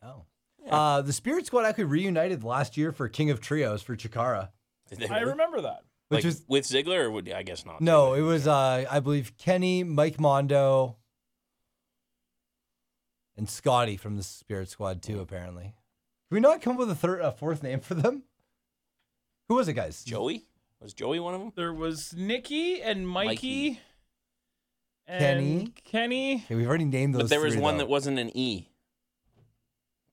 Oh. Uh, the Spirit Squad actually reunited last year for King of Trios for Chikara,
Did they
I
really?
remember that.
which
like,
was
with Ziggler, or would, I guess not.
no,
Ziggler.
it was uh, I believe Kenny, Mike Mondo, and Scotty from the Spirit Squad too. Apparently, can we not come up with a third, a fourth name for them? Who was it, guys?
Joey. Was Joey one of them?
There was Nikki and Mikey,
Mikey.
and
Kenny.
Kenny.
Okay, we've already named those.
But there was
three,
one
though.
that wasn't an E.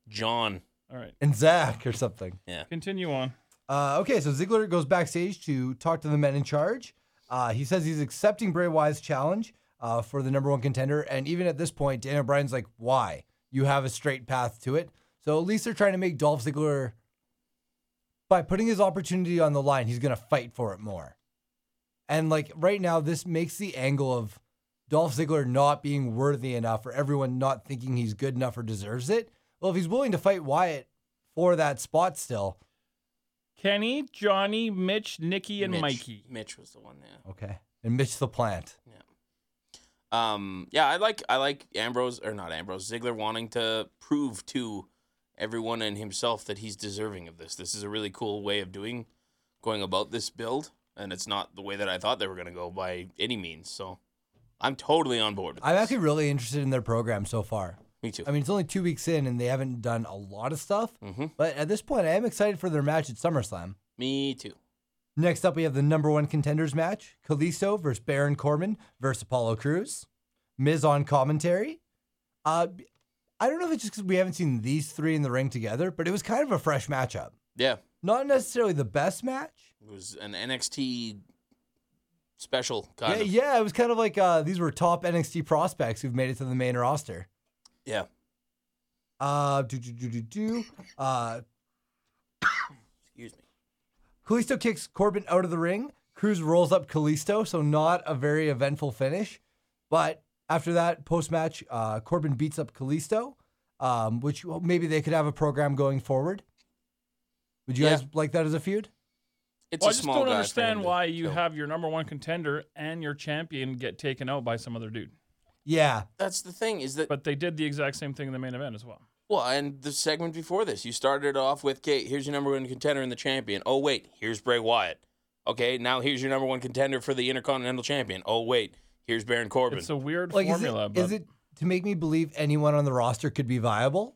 John.
All right,
and Zach or something.
Yeah.
continue on.
Uh, okay, so Ziggler goes backstage to talk to the men in charge. Uh, he says he's accepting Bray Wyatt's challenge uh, for the number one contender. And even at this point, Daniel Bryan's like, why? You have a straight path to it. So at least they're trying to make Dolph Ziggler, by putting his opportunity on the line, he's going to fight for it more. And like right now, this makes the angle of Dolph Ziggler not being worthy enough or everyone not thinking he's good enough or deserves it. Well, if he's willing to fight Wyatt for that spot still,
Kenny, Johnny, Mitch, Nikki, and
Mitch.
Mikey.
Mitch was the one. Yeah.
Okay. And Mitch the Plant.
Um. Yeah. I like. I like Ambrose or not Ambrose Ziggler wanting to prove to everyone and himself that he's deserving of this. This is a really cool way of doing, going about this build, and it's not the way that I thought they were gonna go by any means. So, I'm totally on board. With
I'm
this.
actually really interested in their program so far.
Me too.
I mean, it's only two weeks in and they haven't done a lot of stuff.
Mhm.
But at this point, I am excited for their match at SummerSlam.
Me too.
Next up, we have the number one contenders match Kalisto versus Baron Corbin versus Apollo Cruz. Miz on commentary. Uh, I don't know if it's just because we haven't seen these three in the ring together, but it was kind of a fresh matchup.
Yeah.
Not necessarily the best match.
It was an NXT special kind
Yeah,
of.
yeah, it was kind of like uh, these were top NXT prospects who've made it to the main roster.
Yeah.
Uh, do do do do do. Uh,
Excuse me.
Kalisto kicks Corbin out of the ring. Cruz rolls up Kalisto, so not a very eventful finish. But after that, post match, uh, Corbin beats up Kalisto, um, which well, maybe they could have a program going forward. Would you
Yeah.
guys like that as a feud?
It's a
Well, I just
small
don't
guy for
understand
him to
why you
kill.
have your number one contender and your champion get taken out by some other dude.
Yeah,
That's the thing is that
But they did the exact same thing in the main event as well.
Well, and the segment before this, you started off with Kate. Here's your number one contender and the champion. Oh wait, here's Bray Wyatt. Okay, now here's your number one contender for the Intercontinental Champion. Oh wait, here's Baron Corbin.
It's a weird
like
formula,
is, it,
but
is it to make me believe anyone on the roster could be viable,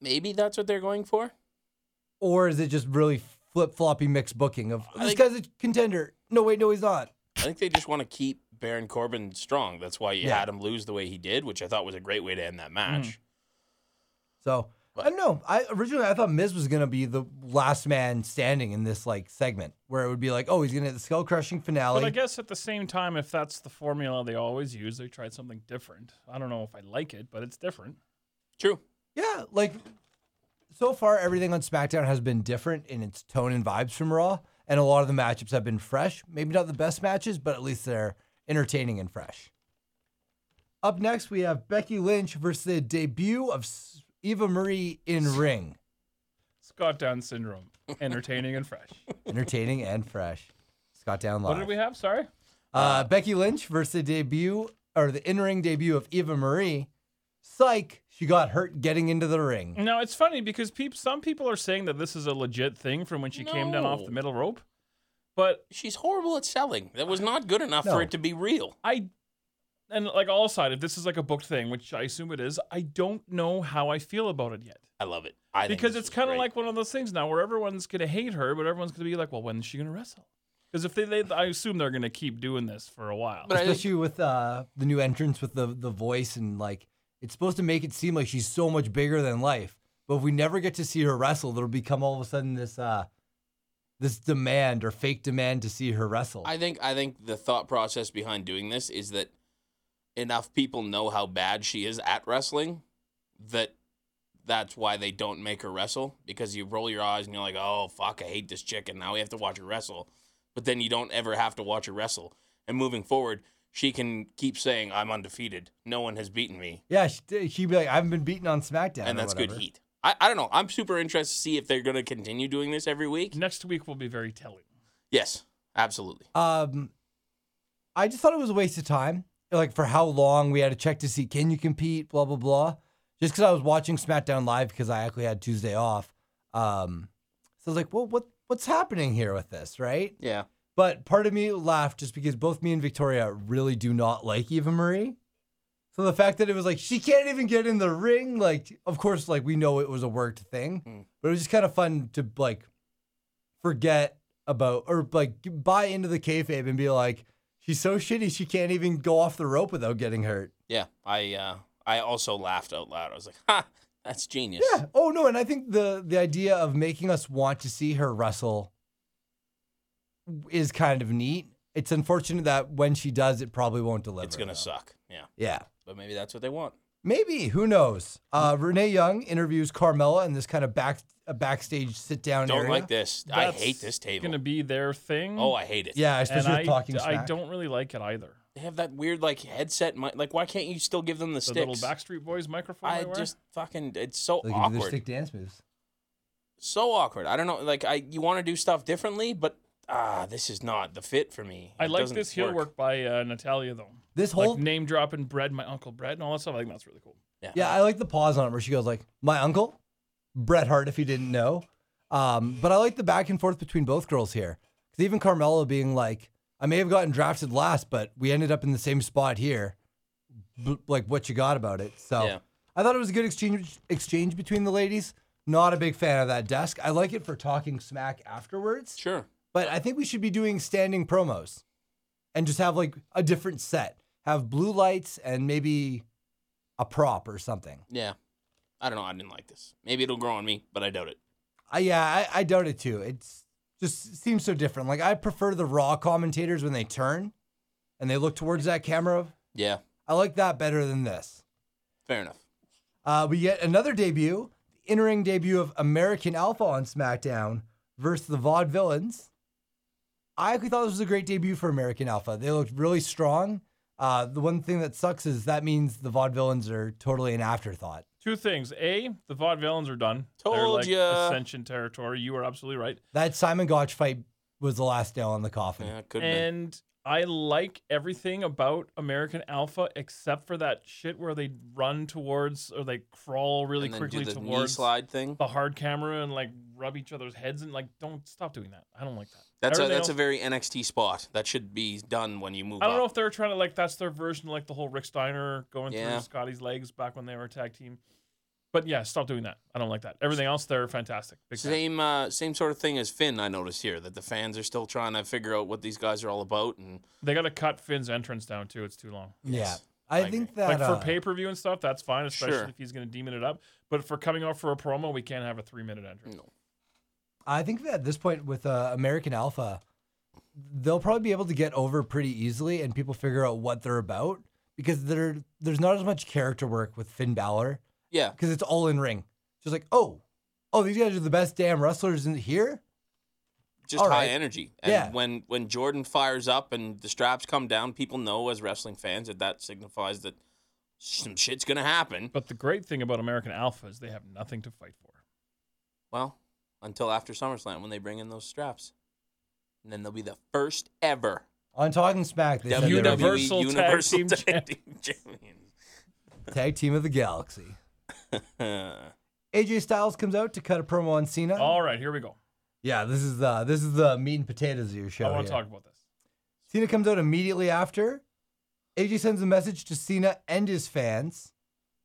Maybe that's what they're going for.
or is it just really flip floppy mixed booking of
I
this
think-
guy's a contender? No, wait, no, he's not.
I think they just want to keep Baron Corbin strong. That's why you
Yeah.
Hmm.
had him lose the way he did, which I thought was a great way to end that match.
So
But
I don't know. I originally I thought Miz was gonna be the last man standing in this like segment where it would be like, oh, he's gonna hit the skull crushing finale.
But I guess at the same time, if that's the formula they always use, they tried something different. I don't know if I like it, but it's different.
true.
yeah, like so far everything on SmackDown has been different in its tone and vibes from Raw, and a lot of the matchups have been fresh. Maybe not the best matches, but at least they're entertaining and fresh. Up next, we have Becky Lynch versus the debut of S- Eva Marie in ring.
Scott Down syndrome, entertaining and fresh.
Entertaining and fresh. Scott Down Live.
What did we have? Sorry.
Uh, Becky Lynch versus the debut or the in-ring debut of Eva Marie. Psych, she got hurt getting into the
Mm,
ring.
No, it's funny because peop- some people are saying that this is a legit thing from when she came down off
No.
the middle rope. But
She's horrible at selling. That was not good enough
No.
for it to be real.
I, and like all side, if this is like a booked thing, which I assume it is, I don't know how I feel about it yet.
I love it. I think
because
this
it's
is
kind of
great.
like one of those things now where everyone's going to hate her, but everyone's going to be like, well, when is she going to wrestle? Because if they, they, I assume they're going to keep doing this for a while.
But I think-
Especially with uh, the new entrance with the the voice and like it's supposed to make it seem like she's so much bigger than life. But if we never get to see her wrestle, there'll become all of a sudden this uh, this demand or fake demand to see her wrestle.
I think I think the thought process behind doing this is that enough people know how bad she is at wrestling that that's why they don't make her wrestle because you roll your eyes and you're like, "Oh fuck, I hate this chick and now we have to watch her wrestle." But then you don't ever have to watch her wrestle. And moving forward, she can keep saying, "I'm undefeated. No one has beaten me."
yeah, she, she'd be like, I haven't been beaten on SmackDown.
And
or
that's good
whatever."
heat. I, I don't know. I'm super interested to see if they're going to continue doing this every week.
Next week will be very telling.
Yes, absolutely.
Um, I just thought it was a waste of time. Like for how long we had to check to see can you compete, blah blah blah. Just because I was watching SmackDown live because I actually had Tuesday off. Um, so I was like, well, what what's happening here with this, right?
Yeah.
But part of me laughed just because both me and Victoria really do not like Eva Marie. So the fact that it was like she can't even get in the ring, like of course, like we know it was a worked thing,
Hmm.
but it was just kind of fun to like forget about or like buy into the kayfabe and be like, she's so shitty she can't even go off the rope without getting hurt.
Yeah, I uh, I also laughed out loud. I was like, "Ha, that's genius."
Yeah. Oh no, and I think the the idea of making us want to see her wrestle is kind of neat. It's unfortunate that when she does, it probably won't deliver.
it's gonna
though.
suck. Yeah,
Yeah.
but maybe that's what they want.
Maybe. Who knows? Uh, Renee Young interviews Carmella in this kind of back a backstage sit down
Don't
area.
like this. I hate this
It's
table.
going to be their thing.
Oh, I hate it.
Yeah,
and
especially
I,
with talking smack.
I don't really like it either.
they have that weird like headset. Mi- like, why can't you still give them the,
The
sticks?
little Backstreet Boys microphone.
I
they wear.
just fucking. It's so
They can do their
awkward.
stick dance moves.
So awkward. I don't know. Like, I you want to do stuff differently, but ah, this is not the fit for me.
I
It
like
doesn't
this heel work by uh, Natalia though.
This whole
Like name dropping bread, my uncle bread, and all that stuff. I think that's really cool.
yeah, I like the pause on it where she goes like, "My uncle, Bret Hart," if you didn't know. Um, but I like the back and forth between both girls here, because even Carmella being like, "I may have gotten drafted last, but we ended up in the same spot here." B- like, what you got about it? So
Yeah.
I thought it was a good exchange exchange between the ladies. Not a big fan of that desk. I like it for talking smack afterwards.
Sure.
But I think we should be doing standing promos and just have like a different set. Have blue lights and maybe a prop or something.
Yeah. I don't know. I didn't like this. Maybe it'll grow on me, but I doubt it.
I, yeah, I, I doubt it too. It's just seems so different. Like I prefer the raw commentators when they turn and they look towards that camera.
Yeah.
I like that better than this.
Fair enough.
Uh, we get another debut, the in-ring debut of American Alpha on SmackDown versus the Vaude Villains. I actually thought this was a great debut for American Alpha. They looked really strong. Uh, the one thing that sucks is that means the Vaude Villains are totally an afterthought.
Two things: a, the vaudevillains are done. They're
Told
like
ya.
ascension territory. You are absolutely right.
That Simon Gotch fight was the last nail in the coffin.
Yeah, it could have been.
and I like everything about American Alpha except for that shit where they run towards or they crawl really
and then
quickly
do the knee
towards Oh,
slide thing.
the hard camera and like rub each other's heads and like don't stop doing that. I don't like that.
That's a
Everything
that's a
else-
very NXT spot. That should be done when you move.
I don't know
up.
if they're trying to like that's their version of like the whole Rick Steiner going
Yeah.
through Scotty's legs back when they were a tag team. But yeah, stop doing that. I don't like that. Everything else they're fantastic. Big fan.
same uh, same sort of thing as Finn. I noticed here that the fans are still trying to figure out what these guys are all about, and
They gotta cut Finn's entrance down too. It's too long.
Yeah. I
I
think
agree.
that
Like for
uh,
pay per view and stuff, that's fine, especially
Sure.
if he's going to demon it up. But for coming off for a promo, we can't have a three minute entrance.
No.
I think that at this point with uh, American Alpha, they'll probably be able to get over pretty easily, and people figure out what they're about because there there's not as much character work with Finn Balor
Yeah.
because it's all in ring. Just like oh, oh these guys are the best damn wrestlers in here.
Just
All
high
right.
energy. And
Yeah.
when when Jordan fires up and the straps come down, people know as wrestling fans that that signifies that some shit's gonna happen.
But the great thing about American Alpha is they have nothing to fight for.
Well, until after SummerSlam when they bring in those straps, and then they'll be the first ever E
On Talking Smack, they said they were the
Universe- Universal Tag
Universal
Team
Tag Team Champions.
tag team of the galaxy. AJ Styles comes out to cut a promo on Cena.
All right, here we go.
Yeah, this is the this is the meat and potatoes of your show.
I want to
here.
talk about this.
Cena comes out immediately after. AJ sends a message to Cena and his fans.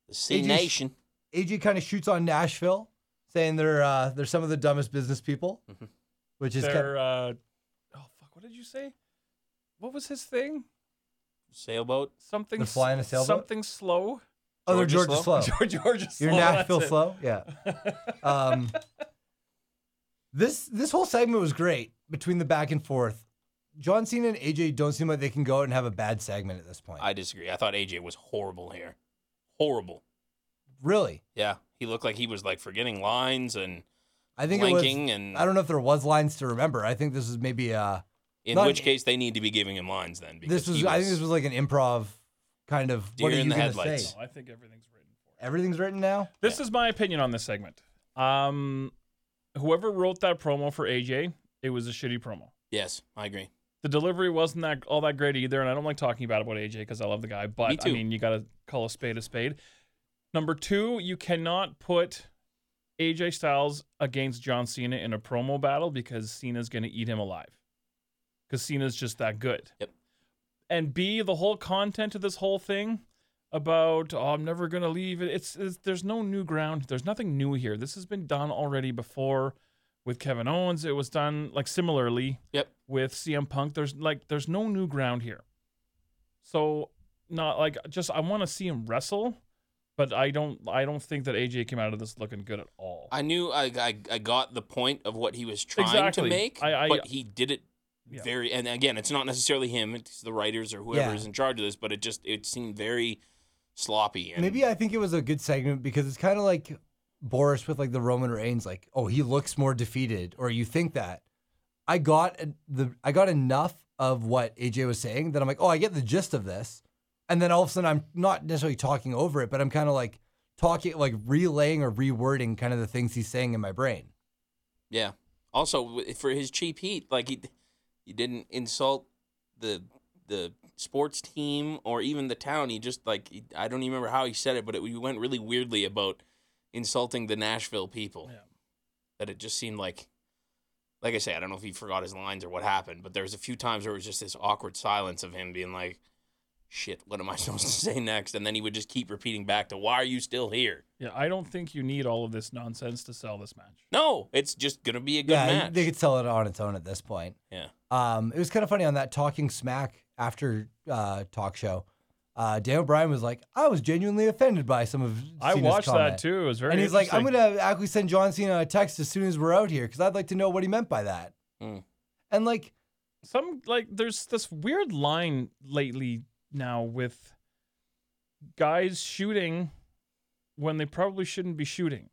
the C
AJ
Nation.
AJ kind of shoots on Nashville, saying they're uh, they're some of the dumbest business people,
Mm-hmm.
which is kind
Their, uh, oh fuck, what did you say? What was his thing?
Sailboat.
Something.
The
s-
flying a sailboat?
Something slow.
other
Georgia
Georgia
Slow?
Slow.
George Georgia
You're
uh, slow,
Nashville
that's it.
Slow, yeah. Um, this this whole segment was great between the back and forth. John Cena and AJ don't seem like they can go out and have a bad segment at this point.
I disagree. I thought AJ was horrible here. Horrible.
really,
Yeah, he looked like he was like forgetting lines and
I think it
Blanking
was.
and-
I don't know if there was lines to remember. I think this was maybe uh
in
Not-
which case they need to be giving him lines then. Because
this was,
he
I think this was like an improv kind of.
Deer
What are
in
you
the
gonna
headlights.
say?
No, I think everything's written for.
Everything's written now.
This is my opinion on this segment. Um, whoever wrote that promo for AJ, it was a shitty promo.
yes, I agree.
The delivery wasn't that all that great either, and I don't like talking about about AJ because I love the guy, but
Me
I
too.
mean you gotta call a spade a spade. Number two, you cannot put AJ Styles against John Cena in a promo battle because Cena's gonna eat him alive. Because Cena's just that good.
Yep.
And B, the whole content of this whole thing about oh, I'm never gonna leave. It- It's, it's there's no new ground. There's nothing new here. This has been done already before with Kevin Owens. It was done like similarly
Yep.
with CM Punk. There's like there's no new ground here. So not like just I want to see him wrestle, but I don't I don't think that AJ came out of this looking good at all.
I knew I, I I got the point of what he was trying
Exactly.
to make,
I- I-
but he did it
Yeah.
very. And again, it's not necessarily him; it's the writers or whoever
Yeah.
is in charge of this. But it just it seemed very sloppy. And
Maybe I think it was a good segment because it's kind of like Boris with like the Roman Reigns, like, oh, he looks more defeated, or you think that. I got en- the I got enough of what AJ was saying that I'm like, oh, I get the gist of this, and then all of a sudden I'm not necessarily talking over it, but I'm kind of like talking, like relaying or rewording kind of the things he's saying in my brain.
yeah. Also, w- for his cheap heat, like he he didn't insult the the sports team or even the town. He just like he, I don't even remember how he said it, but it he went really weirdly about insulting the Nashville people.
Yeah.
That it just seemed like like I say, I don't know if he forgot his lines or what happened, but there was a few times where it was just this awkward silence of him being like, "Shit, what am I supposed to say next?" And then he would just keep repeating back to, "Why are you still here?"
yeah, I don't think you need all of this nonsense to sell this match.
No, it's just gonna be a good
yeah,
match.
they could sell it on its own at this point.
yeah,
Um, it was kind of funny on that Talking Smack after uh, talk show. Uh, Dan O'Brien was like, I was genuinely offended by some of.
I
Cena's
watched that
comment."
too. It was very
and he's like, I'm
interesting.
gonna actually send John Cena a text as soon as we're out here because I'd like to know what he meant by that.
Mm.
And like,
some like there's this weird line lately now with guys shooting when they probably shouldn't be shooting.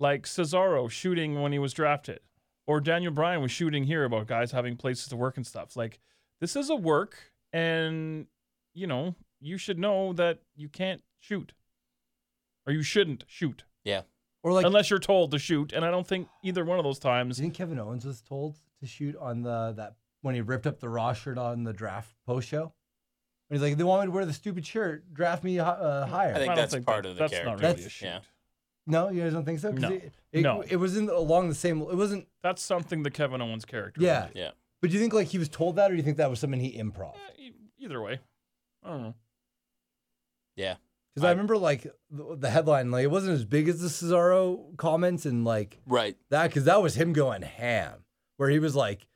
Like Cesaro shooting when he was drafted. Or Daniel Bryan was shooting here about guys having places to work and stuff. Like this is a work and you know, you should know that you can't shoot. Or you shouldn't shoot.
yeah.
or like,
unless you're told to shoot. And I don't think either one of those
do
times
you think Kevin Owens was told to shoot on the that when he ripped up the raw shirt on the draft post show? And he's like, they want me to wear the stupid shirt. Draft me hi- uh, higher.
I think
don't
that's
think
part
that-
of the
that's
character.
Not really a
That's-
shoot.
Yeah.
no, you guys don't think so? 'Cause
No.
It, it,
No.
it was in along the same. It wasn't.
That's something the Kevin Owens character. would
Yeah.
do.
Yeah.
But do you think like he was told that, or do you think that was something he improv?
Eh, e- Either way, I don't know.
Yeah.
Because I, remember like the, the headline, like it wasn't as big as the Cesaro comments and like
Right.
that, because that was him going ham, where he was like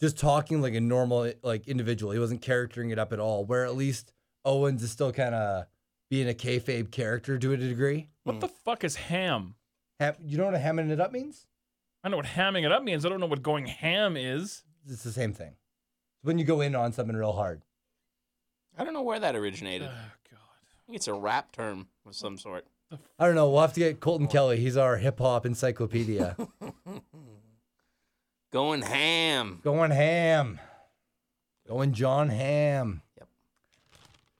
just talking like a normal like individual. He wasn't charactering it up at all. Where at least Owens is still kind of being a kayfabe character to a degree.
What the fuck is ham?
Ham, you know what a hamming it up means?
I know what hamming it up means. I don't know what going ham is.
It's the same thing. It's when you go in on something real hard.
I don't know where that originated.
Oh
I
god.
think it's a rap term of some sort.
I don't know. We'll have to get Colton Kelly. He's our hip hop encyclopedia.
Going ham.
Going ham. Going John Ham.
Yep.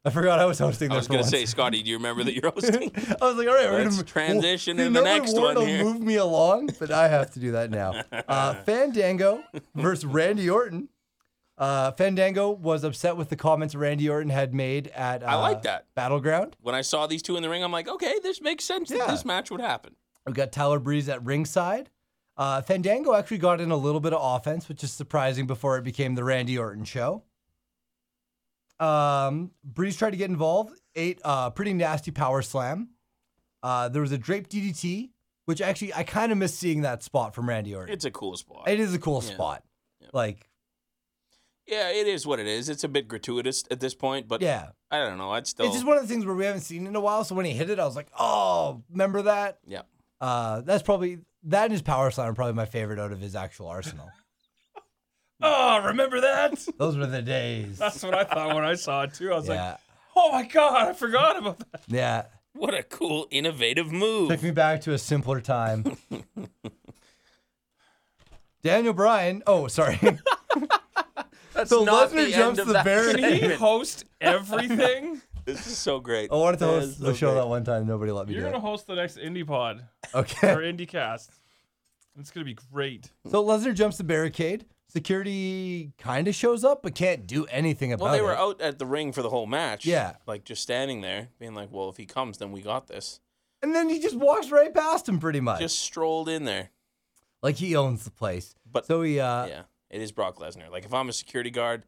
I forgot I was hosting this.
I was
for
gonna
once.
say, Scotty, do you remember that you're hosting?
I was like, all right, we're
Let's
gonna
transition
well,
to
you
the
know when
next
Warren
one
will
here.
Move me along, but I have to do that now. Uh, Fandango versus Randy Orton. Uh, Fandango was upset with the comments Randy Orton had made at. Uh,
I like that.
battleground.
when I saw these two in the ring, I'm like, okay, this makes sense
Yeah.
that this match would happen.
We got Tyler Breeze at ringside. Uh, Fandango actually got in a little bit of offense, which is surprising before it became the Randy Orton show. Um, Breeze tried to get involved, ate a pretty nasty power slam. Uh, there was a drape DDT, which actually I kind of miss seeing that spot from Randy Orton.
It's a cool spot.
It is a cool
Yeah.
spot. Like,
yeah, it is what it is. It's a bit gratuitous at this point, but
yeah.
I don't know. I'd still.
It's just one of the things where we haven't seen in a while. So when he hit it, I was like, oh, remember that?
yeah.
Uh, that's probably, that and his power slam are probably my favorite out of his actual arsenal. Hmm.
Oh, remember that?
Those were the days.
That's what I thought when I saw it too. I was
yeah.
like, oh my god, I forgot about that.
yeah.
What a cool, innovative move.
Took me back to a simpler time. Daniel Bryan. Oh, sorry.
That's
So
not
Lesnar
the
jumps
end of
the
that
barrier.
Did he
segment.
host everything?
This is so great.
I wanted to
That
host
is
the
so
show
great.
that one time. Nobody let me
You're
do
gonna
it.
host the next indie pod or
Okay.
indie cast. It's gonna be great.
So Lesnar jumps the barricade. Security kind of shows up, but can't do anything about
Well, they were
it.
out at the ring for the whole match.
Yeah.
Like just standing there, being like, well, if he comes, then we got this.
And then he just walks right past him, pretty much.
Just strolled in there.
like he owns the place.
But-
so he, uh,
yeah, it is Brock Lesnar. Like if I'm a security guard,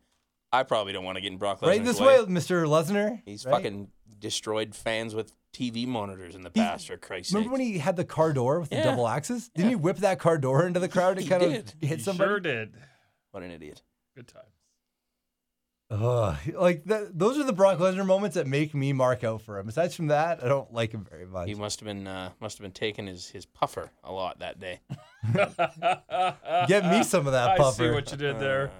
I probably don't want to get in Brock Lesnar's
right this way, Mr. Lesnar.
He's
right?
fucking destroyed fans with TV monitors in the past, for Christ's sake.
Remember when he had the car door with the
Yeah.
double axes? Didn't he whip that car door into the crowd and
He
kind
did.
of hit
You
somebody?
Sure did.
What an idiot.
Good times.
Ugh, like that, those are the Brock Lesnar moments that make me mark out for him. Aside from that, I don't like him very much.
He must have been uh, must have been taking his, his puffer a lot that day.
Get me some of that
I see
puffer.
what you did there.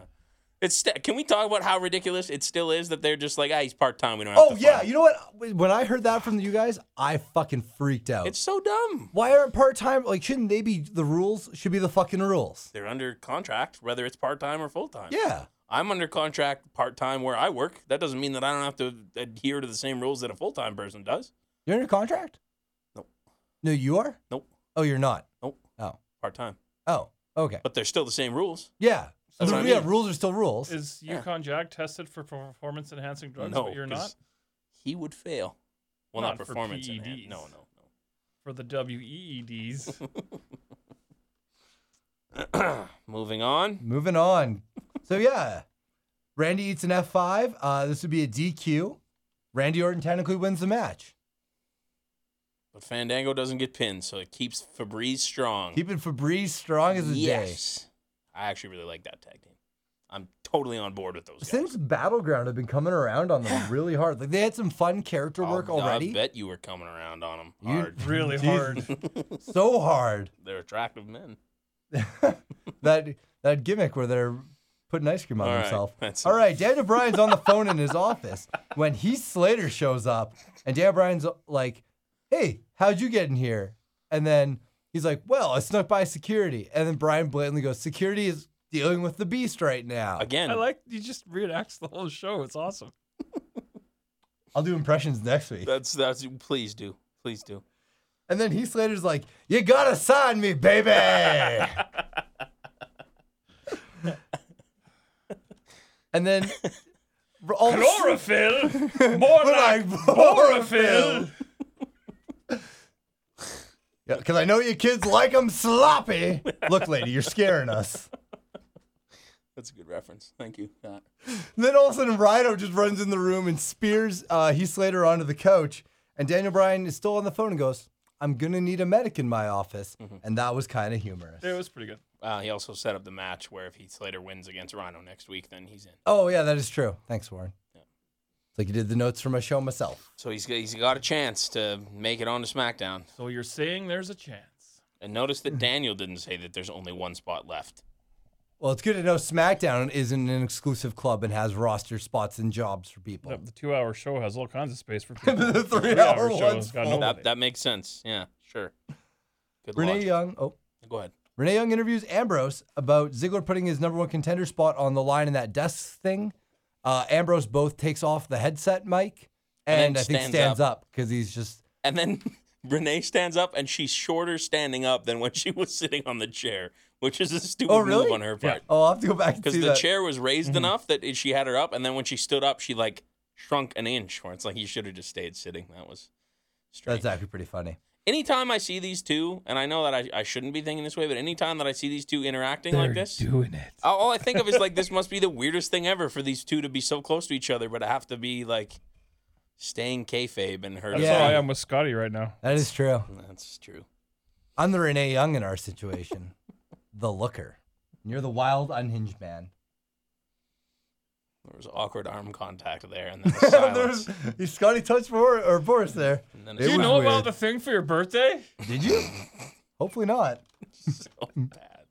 It's st- can we talk about how ridiculous it still is that they're just like, ah, he's part time. We don't. Have
oh
to
yeah,
fight."
you know what? When I heard that from you guys, I fucking freaked out.
it's so dumb.
Why aren't part time? Like, shouldn't they be the rules? Should be the fucking rules.
They're under contract, whether it's part time or full time.
Yeah,
I'm under contract part time where I work. That doesn't mean that I don't have to adhere to the same rules that a full time person does.
you're under contract.
Nope.
No, you are.
Nope,
Oh, you're not.
nope,
Oh,
part time.
oh, okay.
But they're still the same rules.
Yeah,
So
The-
I
yeah.
mean-
Rules are still rules.
Is Yukon Jack tested for performance enhancing drugs,
no,
but you're not
'cause He would fail. Well, not,
Not for E
performance. in hand.
PEDs.
No, no, no.
for the E WEEDs?
Moving on.
Moving on. So yeah, Randy eats an F5. Uh, this would be a DQ. Randy Orton technically wins the match.
But Fandango doesn't get pinned, so it keeps Febreze strong.
Keeping Febreze strong as a
yes. I actually really like that tag team. I'm totally on board with those
day.
guys.
Since Battleground have been coming around on them really hard. Like they had some fun character
I'll-
work already.
I bet you were coming around on them
You-
hard.
really
Jesus.
hard.
So hard.
They're attractive men.
That that gimmick where they're putting ice cream on
All right,
themselves.
that's-
All right, Daniel Bryan's on the phone in his office when Heath Slater shows up and Daniel Bryan's like, Hey, how'd you get in here? And then he's like, Well, I snuck by security. And then Bryan blatantly goes, Security is dealing with the beast right now.
Again,
I like you just reenacts the whole show. It's awesome.
I'll do impressions next week.
that's that's please do. Please do.
And then Heath Slater's like, "You gotta sign me, baby." and then all of a sudden-
Chlorophyll, more like chlorophyll.
Yeah, because I know you kids like 'em sloppy. Look, lady, you're scaring us.
That's a good reference. Thank you. Pat.
And then all of a sudden, Rhino just runs in the room and spears uh, Heath Slater onto the couch. And Daniel Bryan is still on the phone and goes, "I'm gonna need a medic in my office," and that was kind of humorous.
It Mm-hmm. was pretty good.
Uh, he also set up the match where if Heath Slater wins against Rhino next week, then he's in.
Oh yeah, that is true. Thanks, Warren. like you did the notes for my show myself.
So he's he's got a chance to make it onto SmackDown.
So you're saying there's a chance.
And notice that Daniel didn't say that there's only one spot left.
Well, it's good to know SmackDown isn't an exclusive club and has roster spots and jobs for people.
The, the two-hour show has all kinds of space for people.
The
three-hour
three-hour
show's
one's
got
full.
nobody.
That that makes sense. Yeah, sure. Good
Renee
luck.
Young, oh,
Go ahead.
Renee Young interviews Ambrose about Ziggler putting his number one contender spot on the line in that desk thing. Uh, Ambrose both takes off the headset mic
And then
and, I think
stands
stands
up.
up because he's just
And then Renee stands up, and she's shorter standing up than when she was sitting on the chair, which is a stupid
Oh, really?
move on her part.
oh, I'll have to go back and
Because
see
the
that. Mm-hmm.
chair was raised enough that it- she had her up, and then when she stood up, she like shrunk an inch. Where it's like you should have just stayed sitting. That was strange.
That's actually pretty funny.
Anytime I see these two, and I know that I, I shouldn't be thinking this way, but anytime that I see these two interacting like this,
doing it.
all- all I think of is like this must be the weirdest thing ever for these two to be so close to each other, but I have to be like staying kayfabe and her.
That's
Yeah.
how I am with Scotty right now.
That is true.
That's true.
I'm the Renee Young in our situation, the looker. And you're the wild, unhinged man.
There was awkward arm contact there, and then was silence.
Scotty touched Bor- or Boris there.
and then
Do
it
You
was
know
weird.
about the thing for your birthday?
Did you? Hopefully not.
was so Oh, bad.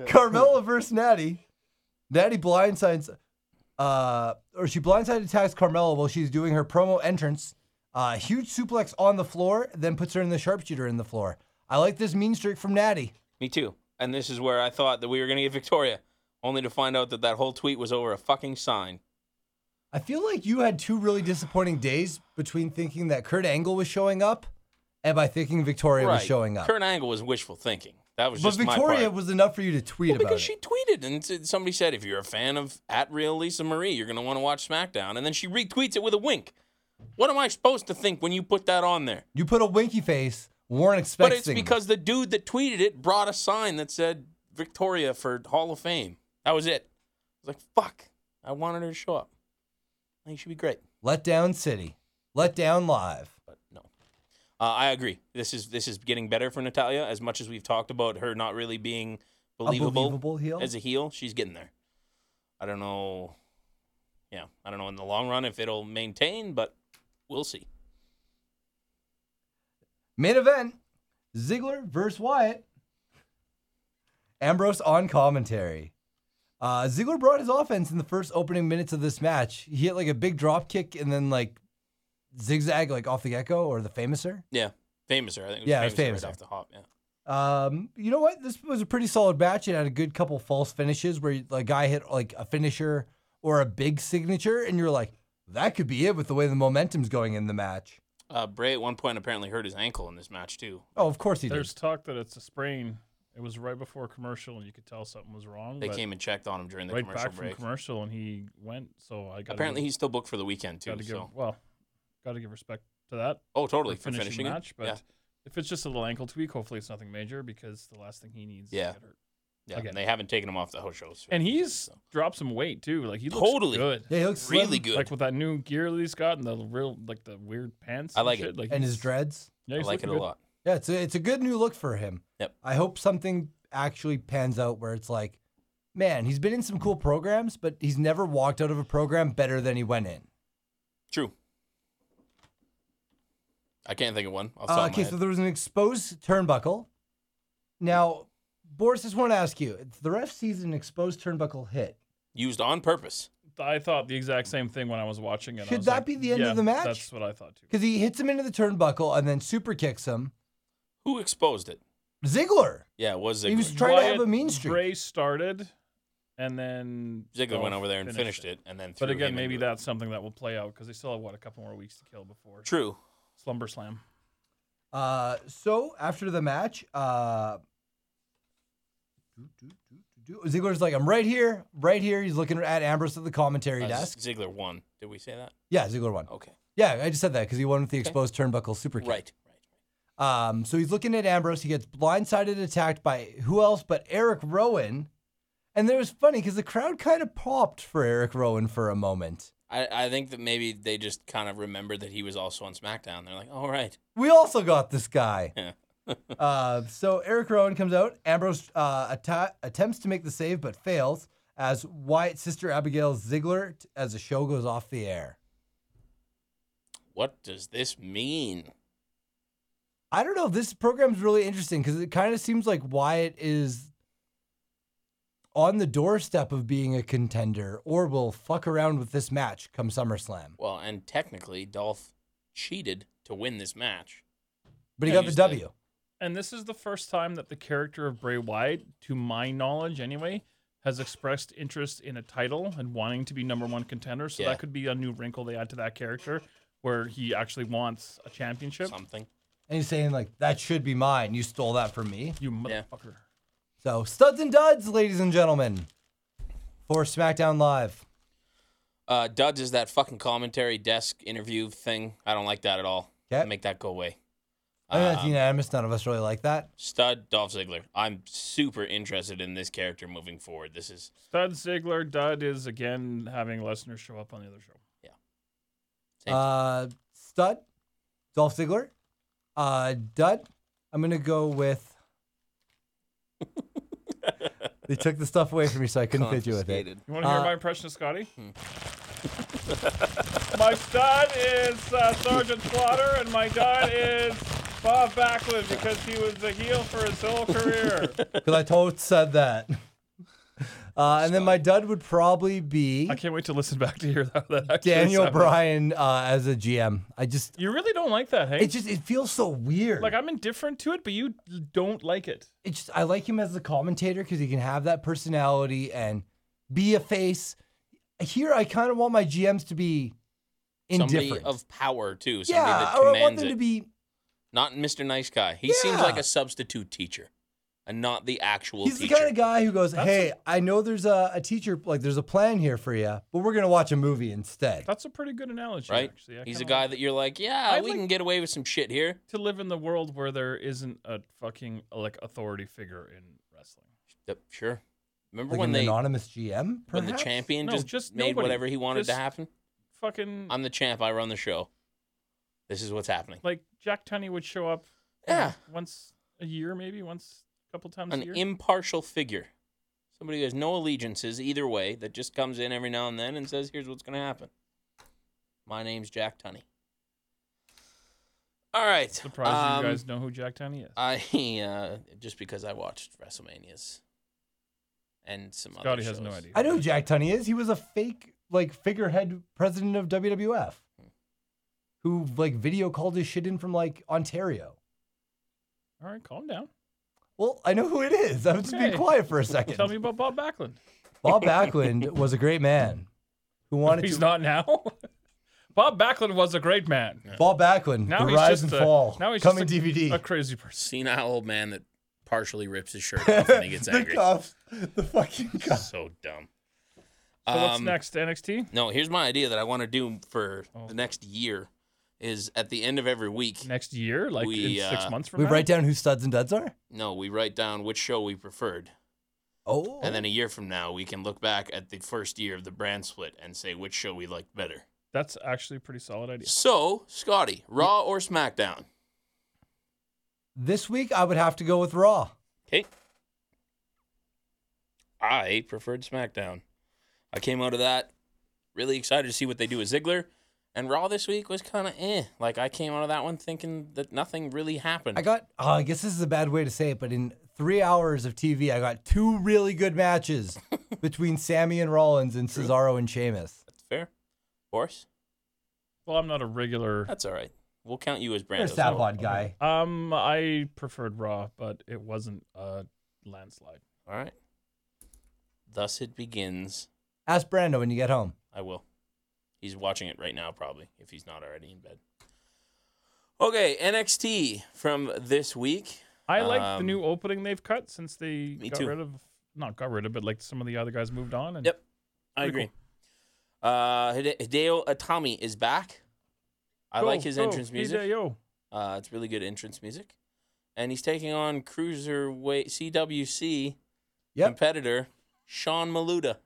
Carmella versus Natty. Natty blindsides, uh, or she blindside attacks Carmella while she's doing her promo entrance. Uh, huge suplex on the floor, then puts her in the sharpshooter in the floor. I like this mean streak from Natty.
Me too. And this is where I thought that we were gonna get Victoria, only to find out that that whole tweet was over a fucking sign.
I feel like you had two really disappointing days between thinking that Kurt Angle was showing up and by thinking Victoria was showing up.
Kurt Angle was wishful thinking. That was
but
just my
Victoria
part.
was enough for you to tweet
Well,
about
because
it.
she tweeted and said- somebody said, if you're a fan of at real Lisa Marie, you're gonna want to watch SmackDown, and then she retweets it with a wink. What am I supposed to think when you put that on there?
You put a winky face, weren't expecting.
But it's because the dude that tweeted it brought a sign that said Victoria for Hall of Fame. That was it. I was like, fuck. I wanted her to show up. I think she'd be great.
Let Down City, Let Down Live.
But no. Uh, I agree. This is this is getting better for Natalia. As much as we've talked about her not really being believable,
believable heel?
as a heel, she's getting there. I don't know. Yeah, I don't know in the long run if it'll maintain, but we'll see.
Main event Ziggler versus Wyatt. Ambrose on commentary. Uh, Ziggler brought his offense in the first opening minutes of this match. He hit like a big drop kick and then like zigzag like off the echo or the famouser.
Yeah, Famouser. I think. It was
Yeah, it was
Famouser
Famouser.
right off the hop. Yeah.
Um, you know what? This was a pretty solid match. It had a good couple false finishes where a guy hit like a finisher or a big signature, and you're like, that could be it with the way the momentum's going in the match.
Uh, Bray at one point apparently hurt his ankle in this match too.
Oh, of course he did.
There's talk that it's a sprain. It was right before commercial, and you could tell something was wrong.
They
but
came and checked on him during the
right
commercial
back
break.
from commercial, and he went. So I got
Apparently,
give,
he's still booked for the weekend too.
gotta give,
so,
well, got to give respect to that.
oh, totally
for
for
finishing,
finishing,
the
it.
match, but
yeah,
if it's just a little ankle tweak, hopefully it's nothing major because the last thing he needs. Is
Yeah.
to get hurt.
yeah.
okay.
And they haven't taken him off the host shows.
And he's
so.
dropped some weight too. Like he looks
Totally.
good.
yeah, he looks slim.
really good.
Like with that new gear that he's got and the real like the weird pants.
I
and
like
shit,
it.
Like
and
he's-
his dreads.
Yeah,
I
he's
like it
looking
a
good.
lot.
Yeah, it's a, it's a good new look for him.
Yep.
I hope something actually pans out where it's like, man, he's been in some cool programs, but he's never walked out of a program better than he went in.
True. I can't think of one. Off the top
Uh,
of my
okay,
head.
so there was an exposed turnbuckle. Now, Boris, just want to ask you: if the ref sees an exposed turnbuckle hit.
Used on purpose.
I thought the exact same thing when I was watching it. I
Should
was
that
like,
be the end of
yeah,
the match?
That's what I thought too.
Because he hits him into the turnbuckle and then super kicks him.
Who exposed it?
Ziggler.
Yeah, it was Ziggler.
He was trying to have a mean streak.
Bray started, and then
Ziggler
Dolph
went over there and finished it, and then. Threw
Oh, But again,
him
maybe
into it.
that's something that will play out because they still have what a couple more weeks to kill before
True.
Slumber Slam.
Uh, so after the match, uh, do, do, do, do, do. Ziggler's like, "I'm right here, right here." He's looking at Ambrose at the commentary
Uh,
desk.
Ziggler won. Did we say that?
Yeah, Ziggler won.
Okay.
Yeah, I just said that because he won with the exposed turnbuckle super kick.
Oh. Right. Right.
Um, so he's looking at Ambrose. He gets blindsided, attacked by who else but Eric Rowan. And there was funny because the crowd kind of popped for Eric Rowan for a moment.
I, I think that maybe they just kind of remembered that he was also on SmackDown. They're like, all right.
We also got this guy.
Yeah.
uh, so Eric Rowan comes out. Ambrose uh, atta- attempts to make the save but fails. as Wyatt's sister Abigail Ziegler t- as the show goes off the air.
What does this mean?
I don't know. This program's really interesting because it kind of seems like Wyatt is on the doorstep of being a contender or will fuck around with this match come SummerSlam.
Well, and technically, Dolph cheated to win this match.
But he
Yeah,
got the
he's
W.
dead.
And this is the first time that the character of Bray Wyatt, to my knowledge anyway, has expressed interest in a title and wanting to be number one contender. So
Yeah.
that could be a new wrinkle they add to that character where he actually wants a championship.
Something.
And he's saying, like, that should be mine. You stole that from me.
You
Yeah.
motherfucker.
So, studs and duds, ladies and gentlemen, for SmackDown Live.
Uh, Duds is that fucking commentary desk interview thing. I don't like that at all.
Okay.
Make that go away.
I mean, that's
Um,
unanimous. None of us really like that.
Stud Dolph Ziggler. I'm super interested in this character moving forward. This is
Stud Ziggler, Dud is again having Lesnar show up on the other show.
Thank you.
Uh, stud, Dolph Ziggler. Uh, dud, I'm going to go with. they took the stuff away from me, so I couldn't fit you with it.
confiscated.
You want to hear
Uh,
my impression of Scotty?
hmm.
my stud is uh, Sergeant Slaughter, and my dud is Bob Backlund because he was a heel for his whole career.
Because I told said that. Uh, and then my dud would probably be
I can't wait to listen back to hear that. that actually
Daniel
sounded.
Bryan uh, as a GM. I just,
You really don't like that, hey?
it just, it feels so weird.
like I'm indifferent to it, but you don't like it.
it's just I like him as the commentator because he can have that personality and be a face. Here, I kind of want my GMs to be
Somebody
indifferent.
of power too. Somebody
yeah,
that
or
commands
I want them
it.
to be.
Not Mr. Nice Guy. He seems like
Yeah.
a substitute teacher, and not the actual
He's
teacher.
the kind of guy who goes, "Hey, I know there's a, a teacher, like there's a plan here for you, but we're gonna watch a movie instead."
That's a pretty good analogy,
right?
actually. I
He's a
kinda
guy
like
that you're like, yeah,
I'd
we
like-
can get away with some shit here.
to live in the world where there isn't a fucking like authority figure in wrestling.
Yep, sure. Remember
Like
when
an
they
anonymous GM,
when
perhaps?
the champion
No,
just,
just
made
nobody.
whatever he wanted to
Just-
happen?
Fucking
I'm the champ. I run the show. This is what's happening.
like Jack Tunney would show up you know,
Yeah,
once a year, maybe once a couple times
an
a year.
impartial figure, somebody who has no allegiances either way, that just comes in every now and then and says, "Here's what's going to happen." My name's Jack Tunney. All right.
Surprised
um,
you guys know who Jack Tunney is.
I uh, just because I watched WrestleManias and some other
Scotty has no
shows.
idea.
I know who Jack Tunney is. He was a fake, like figurehead president of WWF, who like video called his shit in from like Ontario.
All right, calm down.
Well, I know who it is. I was just being
Okay.
quiet for a second.
Tell me about Bob Backlund.
Bob Backlund was a great man who wanted
He's
to.
not now. Bob Backlund was a great man.
Bob Backlund,
Now
The
he's
Rise
just
and
a,
Fall,
Now he's
coming
just a,
DVD.
a crazy person.
senile old man that partially rips his shirt off when he gets
the
angry.
cuffs, the fucking cuffs.
So dumb.
So what's
Um,
next? NXT.
No, here's my idea that I want to do for
Oh.
the next year is at the end of every week.
Next year, like
we,
in six
uh,
months from
We
now.
write down who studs and duds are.
No, we write down which show we preferred.
Oh,
And then a year from now, we can look back at the first year of the brand split and say which show we liked better.
That's actually a pretty solid idea.
So, Scotty, Raw or SmackDown?
this week I would have to go with Raw.
Okay. I preferred SmackDown. I came out of that really excited to see what they do with Ziggler. And Raw this week was kind of eh. Like, I came out of that one thinking that nothing really happened.
I got. Oh, I guess this is a bad way to say it, but in three hours of TV, I got two really good matches between Sammy and Rollins and Cesaro and Sheamus.
That's fair. Boris?
Well, I'm not a regular.
That's all right. We'll count you as
You're a
Brandon.
Savod guy.
Um, I preferred Raw, but it wasn't a landslide.
All right. Thus it begins.
Ask Brando when you get home.
I will. He's watching it right now, probably, if he's not already in bed. Okay, NXT from this week.
I like the
Um,
new opening they've cut since they
Me
got
too.
rid of not got rid of, but like some of the other guys moved on. And
Yep, I
Pretty
agree. Uh, Hide- Hideo Itami is back. I
Go,
like his
go,
entrance music.
PJO.
Uh, it's really good entrance music, and he's taking on cruiserweight CWC
Yep.
competitor Sean Maluda,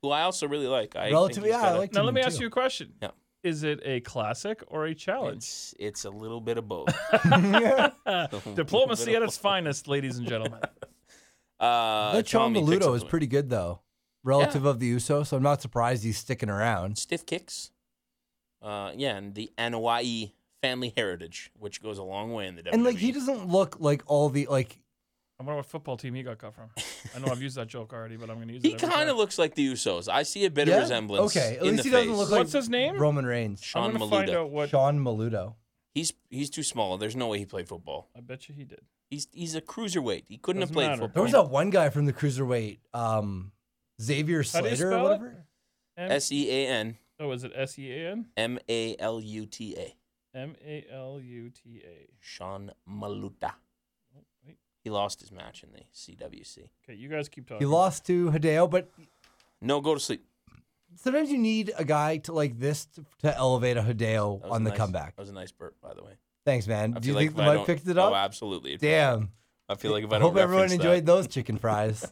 who I also really like. I think
Relatively,
he's
yeah,
got
I
a-
like.
Now let me ask you a question.
Yeah.
Is it a classic or a challenge?
Oh, It's it's a little bit of both.
Diplomacy at its finest, ladies and gentlemen.
Uh,
That Sean
Tommy picks up
Maludo is
the win.
pretty good though. relative of the Uso, so I'm not surprised he's sticking around.
Stiff kicks. Uh, yeah, and the Anoa'i family heritage, which goes a long way in the WWE.
And like he doesn't look like all the like
I wonder what football team he got cut from. I know I've used that joke already, but I'm going to use
E. He
it. every
kind of
time.
looks like the Usos. I see a bit
Yeah?
of resemblance.
Okay, at
in
least
the
he doesn't
face.
look like
What's his name?
Roman Reigns,
Sean
I'm going to find
Maluda.
out what.
Sean Maludo.
He's he's too small. There's no way he played football.
I bet you he did.
He's he's a cruiserweight. He couldn't have
Doesn't
played
matter.
There
football.
was that one guy from the cruiserweight, um, Xavier
How do you
Slater or
spell it?
whatever.
M-
S E A N
oh, is it S E A N?
M A L U T A.
M A L U T A.
Sean Maluta.
Oh, wait.
He lost his match in the CWC.
Okay, you guys keep talking.
He lost to Hideo, but
No, go to sleep.
sometimes you need a guy to like this to, to elevate a Hideo
That was
on
a
the
nice-
comeback.
That was a nice burp, by the way.
Thanks, man.
I
Do you
feel like
think
if
the
I
mic
don't-
picked it up?
Oh, absolutely.
Damn.
I feel like if I
I
don't
hope everyone
reference that-
enjoyed those chicken fries.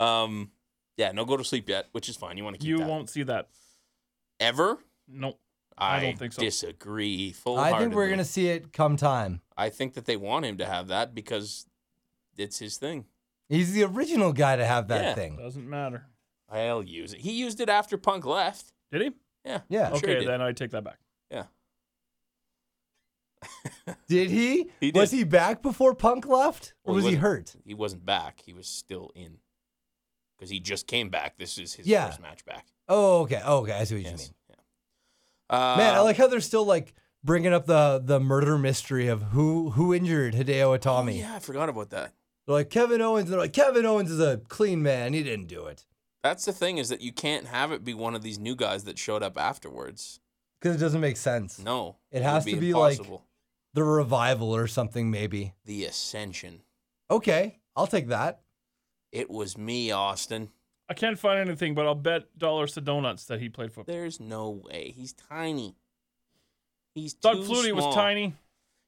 Um, yeah, no, go to sleep yet, which is fine. You want to keep
You
that.
won't see that.
ever.
Nope.
I,
I don't think so.
Disagree. Full.
I think we're gonna see it come time.
I think that they want him to have that because it's his thing.
He's the original guy to have that
Yeah.
thing.
Doesn't matter.
I'll use it. He used it after Punk left.
Did he?
Yeah.
Yeah.
I'm sure he
okay,
did.
then I take that back.
Yeah.
Did he?
He
Was
did.
he back before Punk left, or
Well,
was he
wasn't-
hurt?
He wasn't back. He was still in because he just came back. This is his
Yeah.
first match back.
Oh, okay. Oh, okay. I see what you mean.
Yes. Yeah. Uh,
Man, I like how they're still like bringing up the the murder mystery of who who injured Hideo
Oh,
Itami.
yeah, I forgot about that.
They're like Kevin Owens. They're like Kevin Owens is a clean man. He didn't do it
That's the thing is that you can't have it be one of these new guys that showed up afterwards.
because it doesn't make sense.
No,
It
would
has to be like-
impossible.
The revival or something maybe.
the ascension.
Okay, I'll take that.
It was me, Austin.
I can't find anything, but I'll bet dollars to donuts that he played football.
There's no way. He's tiny. He's
Doug
too
Flutie was
small.
tiny.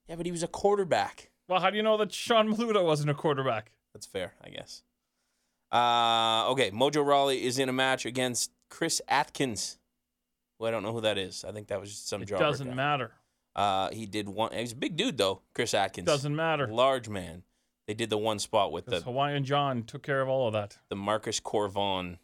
Yeah, but he was a quarterback.
Well, how do you know that Sean Maluda wasn't a quarterback?
That's fair, I guess. Uh, okay, Mojo Rawley is in a match against Chris Atkins. Well, I don't know who that is. I think that was just some
It
jobber
doesn't
guy.
matter.
Uh, he did one. He's a big dude though, Chris Atkins.
Doesn't matter.
Large man. They did the one spot with the
Because Hawaiian John took care of all of that.
the Marcus Corvon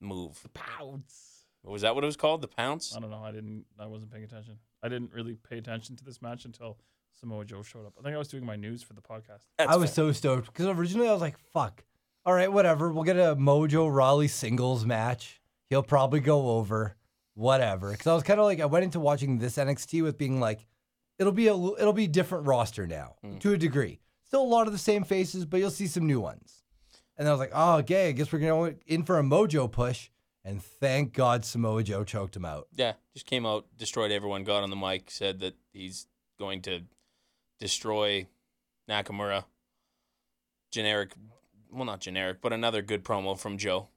move.
Pounds.
Was that what it was called? The pounce?
I don't know. I didn't. I wasn't paying attention. I didn't really pay attention to this match until Samoa Joe showed up. I think I was doing my news for the podcast.
That's
I was
fair.
so stoked because originally I was like, "Fuck, all right, whatever. We'll get a Mojo Raleigh singles match. He'll probably go over, whatever." Because I was kind of like, I went into watching this NXT with being like, "It'll be a, l- it'll be different roster now
Mm.
to a degree. Still a lot of the same faces, but you'll see some new ones." And I was like, "Oh, okay. I guess we're going in for a Mojo push." And thank God Samoa Joe choked him out.
Yeah, just came out, destroyed everyone, got on the mic, said that he's going to destroy Nakamura. Generic, well, not generic, but another good promo from Joe.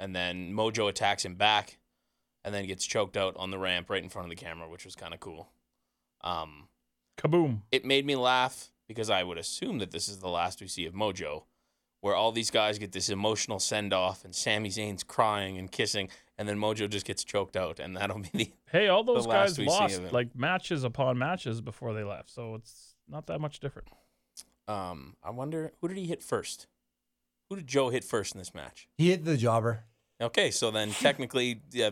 And then Mojo attacks him back and then gets choked out on the ramp right in front of the camera, which was kind of cool. Um,
Kaboom!
it made me laugh because I would assume that this is the last we see of Mojo, where all these guys get this emotional send off and Sami Zayn's crying and kissing, and then Mojo just gets choked out, and that'll be the
Hey, all those
last
guys
we see
lost
of him.
like matches upon matches before they left, so it's not that much different.
Um, I wonder who did he hit first? Who did Joe hit first in this match?
He hit the jobber.
Okay, so then technically, yeah,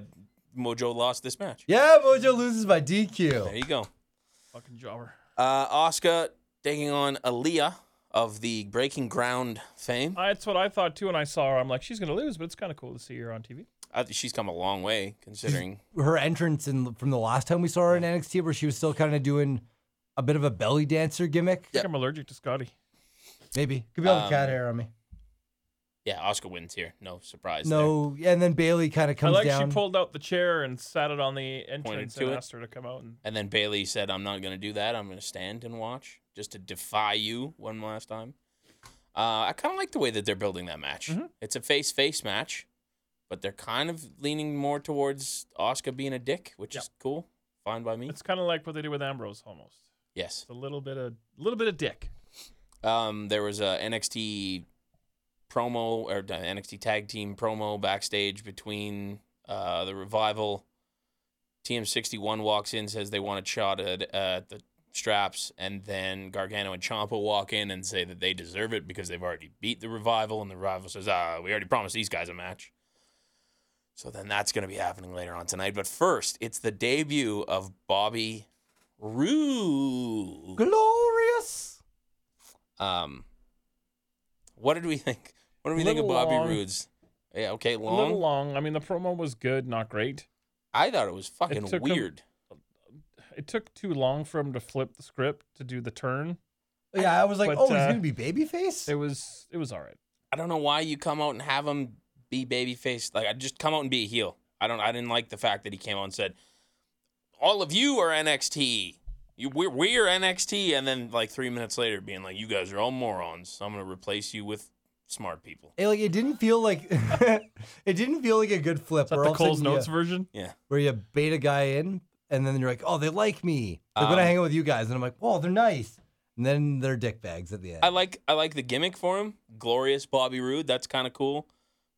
Mojo lost this match.
Yeah, Mojo loses by DQ.
There you go.
Fucking jobber.
Uh, Oscar taking on Aaliyah of the Breaking Ground fame.
I, that's what I thought too when I saw her. I'm like, she's gonna lose, but it's kind of cool to see her on TV.
I, think she's come a long way considering.
her entrance in from the last time we saw her in NXT, where she was still kind of doing a bit of a belly dancer gimmick.
I think I'm allergic to Scotty.
Maybe could be all the cat
Um,
hair on me.
Yeah, Oscar wins here. No surprise.
No, yeah, and then Bailey kind of
I
comes
like
down.
she pulled out the chair and sat it on the entrance
to
and
it.
asked her to come out and
there. And then Bailey said, "I'm not going to do that. I'm going to stand and watch, just to defy you one last time." Uh, I kind of like the way that they're building that match. It's a face-face match, but they're kind of leaning more towards Oscar being a dick, which is cool. Fine by me.
it's kind of like what they did with Ambrose almost.
yes.
It's a little bit of little bit of dick.
Um, there was a NXT promo or the NXT tag team promo backstage between uh, the revival. TM61 walks in, says they want a shot at, at the straps, and then Gargano and Ciampa walk in and say that they deserve it because they've already beat the revival, and the revival says, "Ah, we already promised these guys a match." So then that's going to be happening later on tonight. But first, it's the debut of Bobby Roode.
Glorious.
Um, what did we think? What did we think of
Little
Bobby
long.
Roode's? Yeah, okay,
A little
long.
long. I mean, the promo was good, not great.
I thought it was fucking
took him-
weird.
It took too long for him to flip the script to do the turn.
Yeah, I was like,
But,
oh, he's
uh,
gonna be babyface.
It was it was all right.
I don't know why you come out and have him be babyface. Like I just come out and be a heel. I don't. I didn't like the fact that he came out and said, "All of you are NXT. You, we're we're NXT." And then like three minutes later, being like, "You guys are all morons. So I'm gonna replace you with smart people."
It, like it didn't feel like it didn't feel like a good flip.
Is that
where
the
all of a
Cole's
sudden you-
Notes version?
Yeah.
where you bait a guy in and then you're like, oh, they like me. They're
Um,
gonna hang out with you guys, and I'm like, oh, they're nice. And then they're dick bags at the end.
I like I like the gimmick for him. Glorious Bobby Roode. That's kind of cool.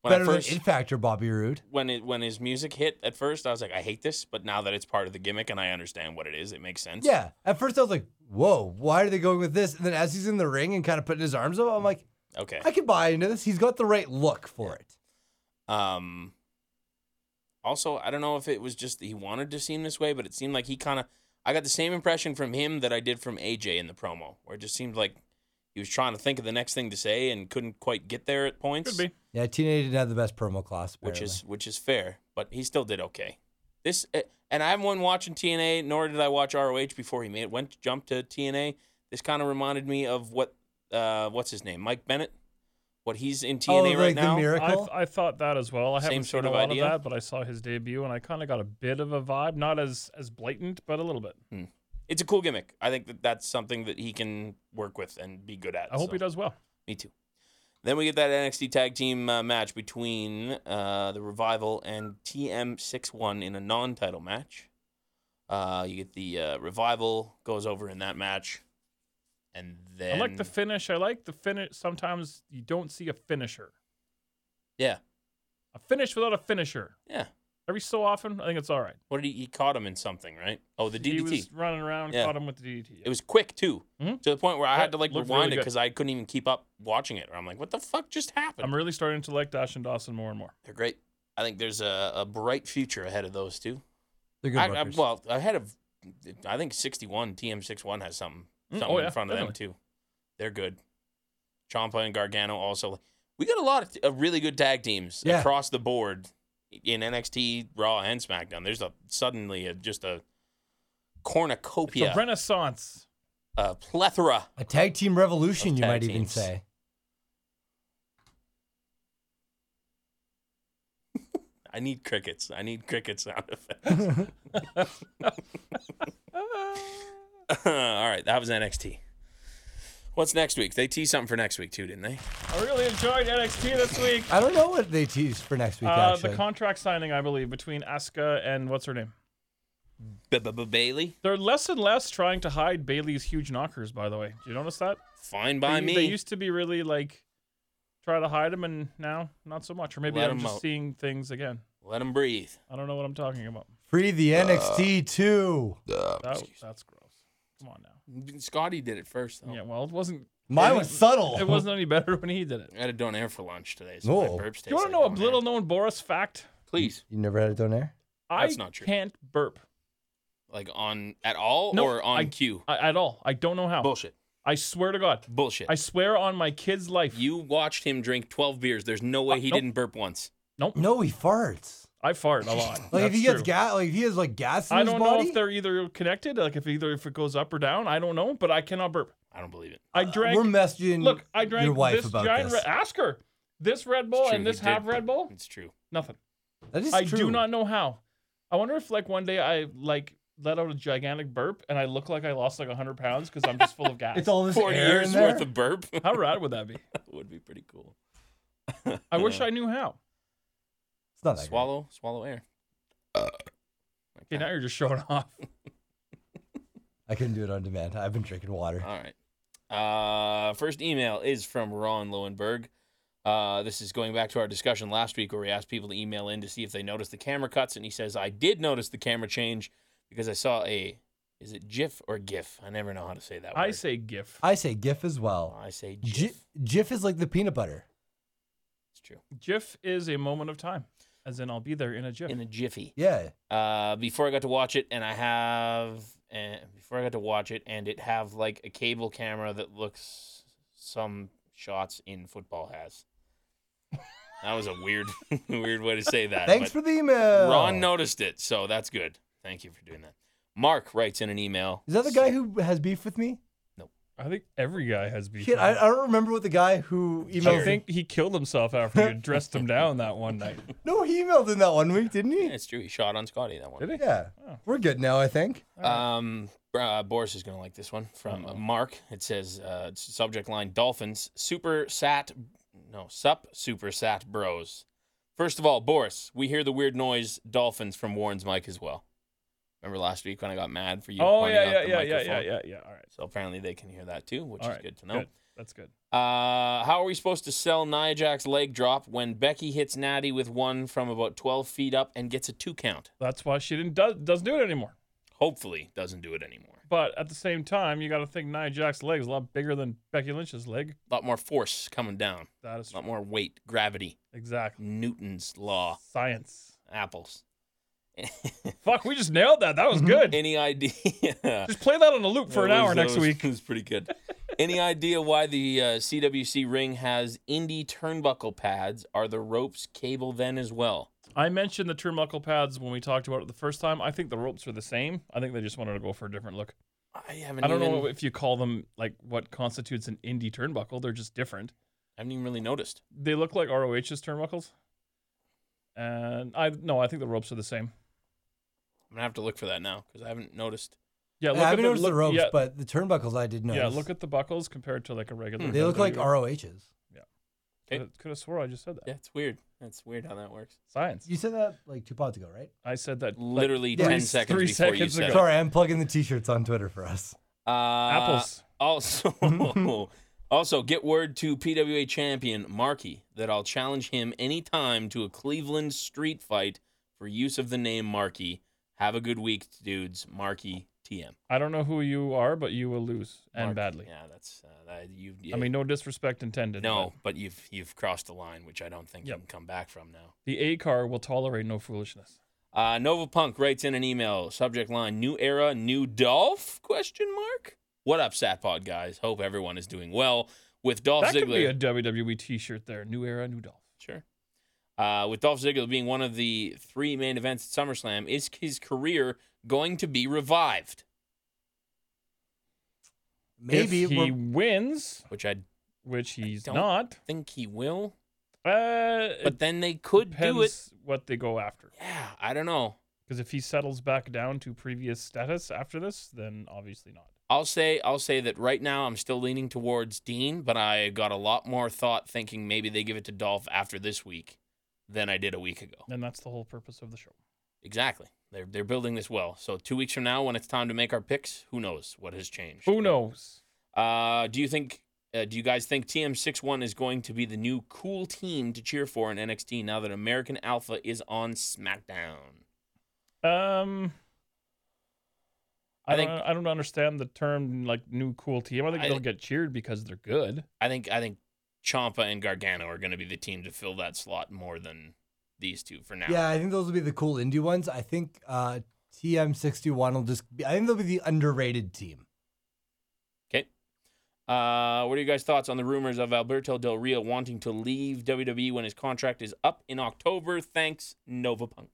When I
better
first
than It Factor Bobby Roode.
when it when his music hit at first, I was like, I hate this. But now that it's part of the gimmick and I understand what it is, it makes sense.
Yeah. At first I was like, whoa, why are they going with this? And then as he's in the ring and kind of putting his arms up, I'm like,
Okay.
I could buy into this. He's got the right look for it.
Um, also, I don't know if it was just that he wanted to seem this way, but it seemed like he kind of. I got the same impression from him that I did from AJ in the promo, where it just seemed like he was trying to think of the next thing to say and couldn't quite get there at points,
Could be.
Yeah, TNA didn't have the best promo class,
which
apparently.
is which is fair. But he still did okay. This eh, and I haven't been watching TNA, nor did I watch ROH before he made it. Went jumped to TNA. This kind of reminded me of what uh, what's his name, Mike Bennett, what he's in TNA
oh,
right
like the
now.
I,
miracle.
th- I thought that as well. I
Same
haven't
sort
seen
of
a lot
idea?
of that, but I saw his debut and I kind of got a bit of a vibe, not as as blatant, but a little bit.
it's a cool gimmick. I think that that's something that he can work with and be good at.
I hope
so,
he does well.
Me too. Then we get that NXT tag team uh, match between uh, the Revival and TM61 in a non-title match. Uh, you get the uh, Revival goes over in that match, and then
I like the finish. I like the finish. Sometimes you don't see a finisher.
yeah,
A finish without a finisher.
yeah.
Every so often, I think it's all right.
What did he, he caught him in something, right? Oh, the DDT.
He was running around,
Yeah.
caught him with the DDT. yeah.
It was quick too,
Mhm.
to the point where I
Yeah,
had to like
looked
rewind
really
it
good.
because I couldn't even keep up watching it. Or I'm like, what the fuck just happened?
I'm really starting to like Dash and Dawson more and more.
They're great. I think there's a, a bright future ahead of those two.
They're good
I- I-
bookers.
well, ahead of, I think 61, TM61 has something,
Mm,
something
oh,
in
yeah,
front of
definitely.
them, too. They're good. Champa and Gargano also. We got a lot of, t- of really good tag teams
Yeah.
across the board in NXT, Raw, and SmackDown. There's a suddenly a, just a
It's
cornucopia,
a renaissance.
a plethora.
a tag team revolution,
Of
you
tag
might even
teams.
say.
I need crickets. I need cricket sound effects. All right, that was NXT. What's next week? They tease something for next week too, didn't they?
I really enjoyed NXT this week.
I don't know what they tease for next week,
Uh,
actually.
the contract signing, I believe, between Asuka and what's her name.
Bailey,
They're less and less trying to hide Bailey's huge knockers. By the way, did you notice that?
fine by
they,
me.
They used to be really like try to hide them, and now not so much. Or maybe
Let
I'm
'em
just
out.
seeing things again.
Let them breathe.
I don't know what I'm talking about.
Free the
Uh,
NXT too.
Oh,
That, that's gross. Come on now.
Scotty did it first though.
Yeah, well, it wasn't.
Mine was subtle.
It wasn't any better when he did it.
I had a donair for lunch today, so
No.
my burps taste
Do you want to
like
know a
donair.
little known Boris fact?
Please,
You never had a donair?
That's
I
not true.
can't burp
like on at all
No,
or on
I-
cue?
I, at all. I don't know how.
Bullshit.
I swear to God.
Bullshit.
I swear on my kid's life.
you watched him drink twelve beers. There's no way he
Uh, nope.
didn't burp once.
nope.
No, he farts.
I fart a lot.
Like
That's
if he
true.
gets gas, like if he has like gas in
I
his
don't
body.
know if they're either connected, like if either if it goes up or down. I don't know, but I cannot burp.
I don't believe it.
I drank.
Uh, We're messaging
Look, I drank
your wife
this
about
giant.
this.
Re- ask her. This Red Bull
It's true,
and
he
this half
did.
Red Bull.
It's true.
Nothing.
that is
I
true.
do not know how. I wonder if like one day I like let out a gigantic burp and I look like I lost like hundred pounds because I'm just full of gas.
It's all this
Four
air
years
in there.
worth of burp
how rad would that be?
would be pretty cool. Uh,
I wish
Oh.
I knew how.
It's not that
Swallow, swallow air.
Okay, now you're just showing off.
great. I couldn't do it on demand. I've been drinking water.
All right. Uh, first email is from Ron Lowenberg. Uh, this is going back to our discussion last week where we asked people to email in to see if they noticed the camera cuts, and he says, I did notice the camera change because I saw a Is it GIF or GIF? I never know how to say that.
I
word.
say GIF.
I say GIF as well.
I say GIF.
G- GIF is like the peanut butter.
It's true.
GIF is a moment of time, as in I'll be there in a GIF.
In a jiffy.
Yeah.
uh, before I got to watch it, and I have, and before I got to watch it, and it have like a cable camera that looks some shots in football has. That was a weird, weird way to say that.
Thanks
but
for the email.
Ron noticed it, so that's good. Thank you for doing that. Mark writes in an email.
Is that the guy who has beef with me?
I think every guy has beef.
Shit, I, I don't remember what the guy who emailed.
I think he killed himself after you dressed him down that one night.
No, he emailed in that one week, didn't
Yeah,
he?
it's true. He shot on Scotty that one.
Did he?
Yeah.
Oh.
We're good now, I think.
Um, uh, Boris is going to like this one from uh,
Mm-hmm.
Mark. It says uh, s- subject line: Dolphins super sat, no sup super sat bros. First of all, Boris, we hear the weird noise dolphins from Warren's mic as well. Remember last week when I got mad for you?
oh
pointing
yeah,
out
yeah,
the
yeah, yeah, yeah,
microphone?
yeah, yeah. All right,
So apparently they can hear that too, which
all
is
right.
good to know.
That's good.
Uh, how are we supposed to sell Nia Jack's leg drop when Becky hits Natty with one from about 12 feet up and gets a two count?
That's why she didn't does, doesn't do it anymore.
Hopefully, doesn't do it anymore.
But at the same time, you got to think Nia Jack's leg is a lot bigger than Becky Lynch's leg.
A lot more force coming down.
That is
A lot more weight, gravity,
exactly
Newton's law,
science.
apples.
Fuck, we just nailed that. That was good.
Any idea?
Just play that on a loop for an
That
hour
was- that
next
was-
week.
It was pretty good. Any idea why the uh, CWC ring has indie turnbuckle pads? Are the ropes cable then as well?
I mentioned the turnbuckle pads when we talked about it the first time. I think the ropes are the same. I think they just wanted to go for a different look.
I haven't.
I don't
even,
know if you call them like what constitutes an indie turnbuckle. They're just different.
I haven't even really noticed.
They look like ROH's turnbuckles. And I no, I think the ropes are the same.
I'm gonna have to look for that now because I haven't noticed.
Yeah,
I haven't noticed the,
look-
ropes,
yeah,
but the turnbuckles I did notice.
yeah, look at the buckles compared to like a regular.
Hmm. They look like
WWE.
ROHs.
Okay.
Could have swore I just said that.
Yeah, it's weird. That's weird how that works.
Science.
You said that like two pods ago, right?
I said that like,
Literally
Yeah.
ten
three-
seconds
three
before you
seconds
said
ago.
it.
Sorry, I'm plugging the t-shirts on Twitter for us.
Uh,
apples.
Also, also get word to PWA champion Marky that I'll challenge him anytime to a Cleveland street fight for use of the name Marky. Have a good week, dudes. Marky TM.
I don't know who you are, but you will lose and
Marky.
badly.
Yeah, that's uh, that, you.
I mean, no disrespect intended.
no,
but
but you've you've crossed the line, which I don't think
Yep.
you can come back from now.
The A car will tolerate no foolishness.
Uh, Nova Punk writes in an email, subject line: New era, new Dolph? Question mark. What up, Satpod guys? Hope everyone is doing well. With Dolph
That
Ziggler,
could be a WWE T-shirt there. New era, new Dolph.
Sure. Uh, with Dolph Ziggler being one of the three main events at SummerSlam, is his career going to be revived?
Maybe
if he
we're-
wins,
Which I
which he's
don't
not.
think he will,
Uh, it
but then they could do it.
depends what they go after.
Yeah, I don't know.
Because if he settles back down to previous status after this, then obviously not.
I'll say I'll say that right now I'm still leaning towards Dean, but I got a lot more thought thinking maybe they give it to Dolph after this week than I did a week ago.
And that's the whole purpose of the show.
Exactly. They're they're building this well. So two weeks from now, when it's time to make our picks, who knows what has changed?
Who knows?
Uh, do you think? Uh, do you guys think TM61 is going to be the new cool team to cheer for in NXT now that American Alpha is on SmackDown?
Um, I,
I think-
think don't, I don't understand the term like new cool team. I think
I-
they'll get cheered because they're good.
I think I think Champa and Gargano are going to be the team to fill that slot more than these two for now.
Yeah, I think those will be the cool indie ones. I think uh, TM61 will just be, I think they'll be the underrated team.
Okay. Uh, what are you guys' thoughts on the rumors of Alberto Del Rio wanting to leave WWE when his contract is up in October? Thanks, Nova Punk.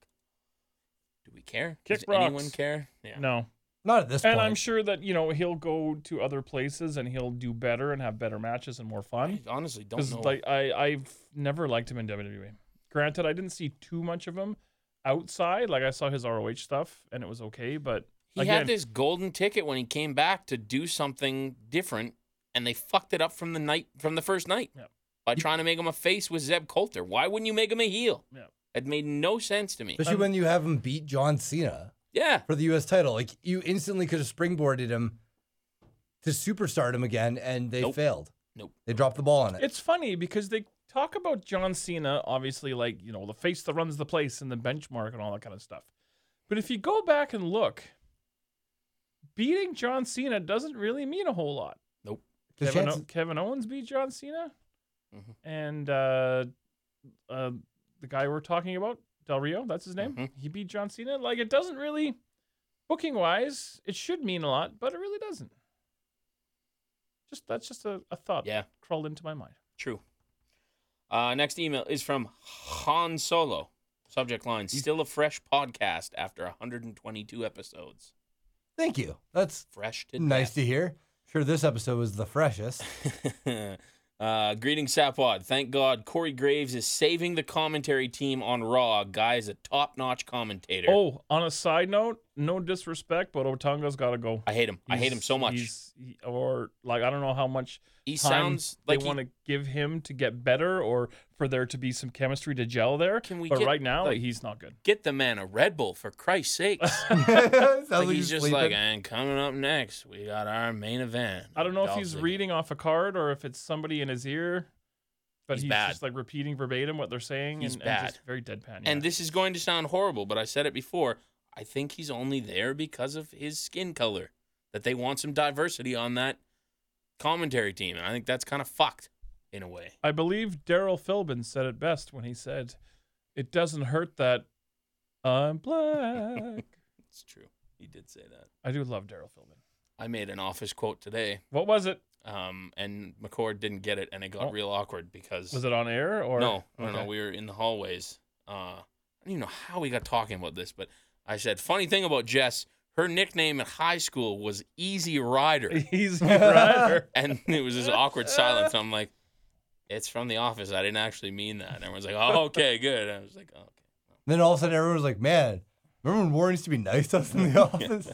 Do we care?
Kick
Does
rocks.
anyone care? Yeah.
No.
Not at this
And
point.
I'm sure that, you know, he'll go to other places and he'll do better and have better matches and more fun.
I honestly don't
Because
know.
like I, I've never liked him in WWE. Granted, I didn't see too much of him outside. Like I saw his ROH stuff and it was okay, but
He
again,
had this golden ticket when he came back to do something different, and they fucked it up from the night from the first night
Yep.
by trying to make him a face with Zeb Coulter. Why wouldn't you make him a heel?
Yep.
It made no sense to me.
Especially when you have him beat John Cena
Yeah,
for the U.S. title. Like, you instantly could have springboarded him to superstardom again, and they
Nope.
failed.
Nope.
They dropped the ball on it.
it's funny because they talk about John Cena, obviously, like you know the face that runs the place and the benchmark and all that kind of stuff. But if you go back and look, beating John Cena doesn't really mean a whole lot.
Nope.
The
Kevin,
chances-
o- Kevin Owens beat John Cena,
Mhm.
and uh, uh, the guy we're talking about, Del Rio, that's his name.
Mhm.
He beat John Cena. Like it doesn't really, booking wise, it should mean a lot, but it really doesn't. Just that's just a, a thought.
Yeah.
crawled into my mind.
True. Uh, next email is from Han Solo. Subject line: Still a fresh podcast after 122 episodes.
Thank you. That's
Fresh to
nice
death.
to hear. Sure, this episode was the freshest.
uh, greetings, Sapwad. Thank God Corey Graves is saving the commentary team on Raw. Guy is a top-notch commentator.
Oh, on a side note, no disrespect, but Otunga's got to go.
I hate him. I hate him
He's-
so much.
he's- he- or like I don't know how much
He
time
sounds like
they
he-
want to give him to get better or for there to be some chemistry to gel there.
Can we
but
get,
right now,
like-
he's not good.
Get the man a Red Bull for Christ's sake.
Sounds
like
like
he's just like, uh,
sleeping.
and coming up next, we got our main event.
I don't know if
Dolph
he's
Ziggler."
reading off a card or if it's somebody in his ear, but
He's
he's,
bad.
just like repeating verbatim what they're saying
He's
and, and just
bad.
very deadpan.
And
yeah.
this is going to sound horrible, but I said it before. I think he's only there because of his skin color. That they want some diversity on that commentary team. And I think that's kind of fucked in a way.
I believe Daryl Philbin said it best when he said, "It doesn't hurt that I'm black."
It's true. He did say that.
I do love Daryl Philbin.
I made an office quote today,
What was it?
um, and McCord didn't get it, and it got
Oh.
real awkward because
Was it on air or
no, no, no.
Okay.
We were in the hallways. Uh, I don't even know how we got talking about this, but I said, funny thing about Jess, her nickname at high school was Easy Rider,
Easy Rider.
and it was this awkward silence. I'm like, it's from The Office. I didn't actually mean that. And everyone's like, oh, okay, good. And I was like, oh, okay.
Then all of a sudden, everyone was like, man, remember when Warren used to be nice to us in the office?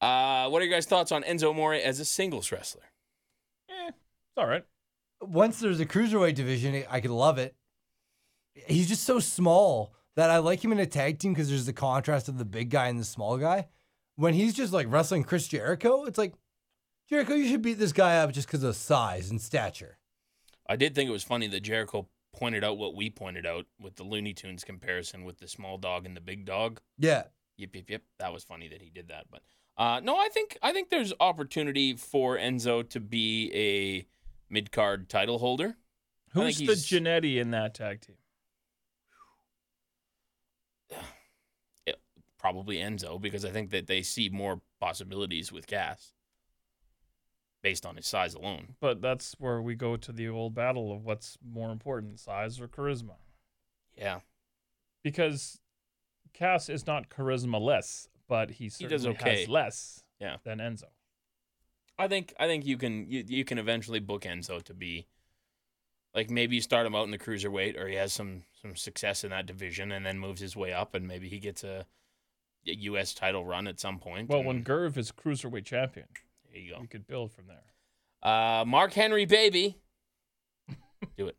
Uh, what are your guys' thoughts on Enzo More as a singles wrestler?
Eh, it's all right.
Once there's a cruiserweight division, I could love it. He's just so small that I like him in a tag team because there's the contrast of the big guy and the small guy. When he's just like wrestling Chris Jericho, it's like, Jericho, you should beat this guy up just because of size and stature.
I did think it was funny that Jericho pointed out what we pointed out with the Looney Tunes comparison with the small dog and the big dog.
Yeah.
Yep, yep, yep. That was funny that he did that. But uh, no, I think I think there's opportunity for Enzo to be a mid card title holder. I think
Who's the
he's-
Janetti in that tag team?
Probably Enzo because I think that they see more possibilities with Gas based on his size alone.
But that's where we go to the old battle of what's more important, size or charisma.
Yeah,
Because Cass is not charisma less, but he
He
certainly
does okay.
has less
Yeah.
than Enzo.
I think I think you can you, you can eventually book Enzo to be like maybe you start him out in the cruiserweight or he has some some success in that division and then moves his way up and maybe he gets a, a U.S. title run at some point.
Well,
and-
when Gerv is cruiserweight champion,
there you go.
you could build from there.
Uh, Mark Henry, baby, do it.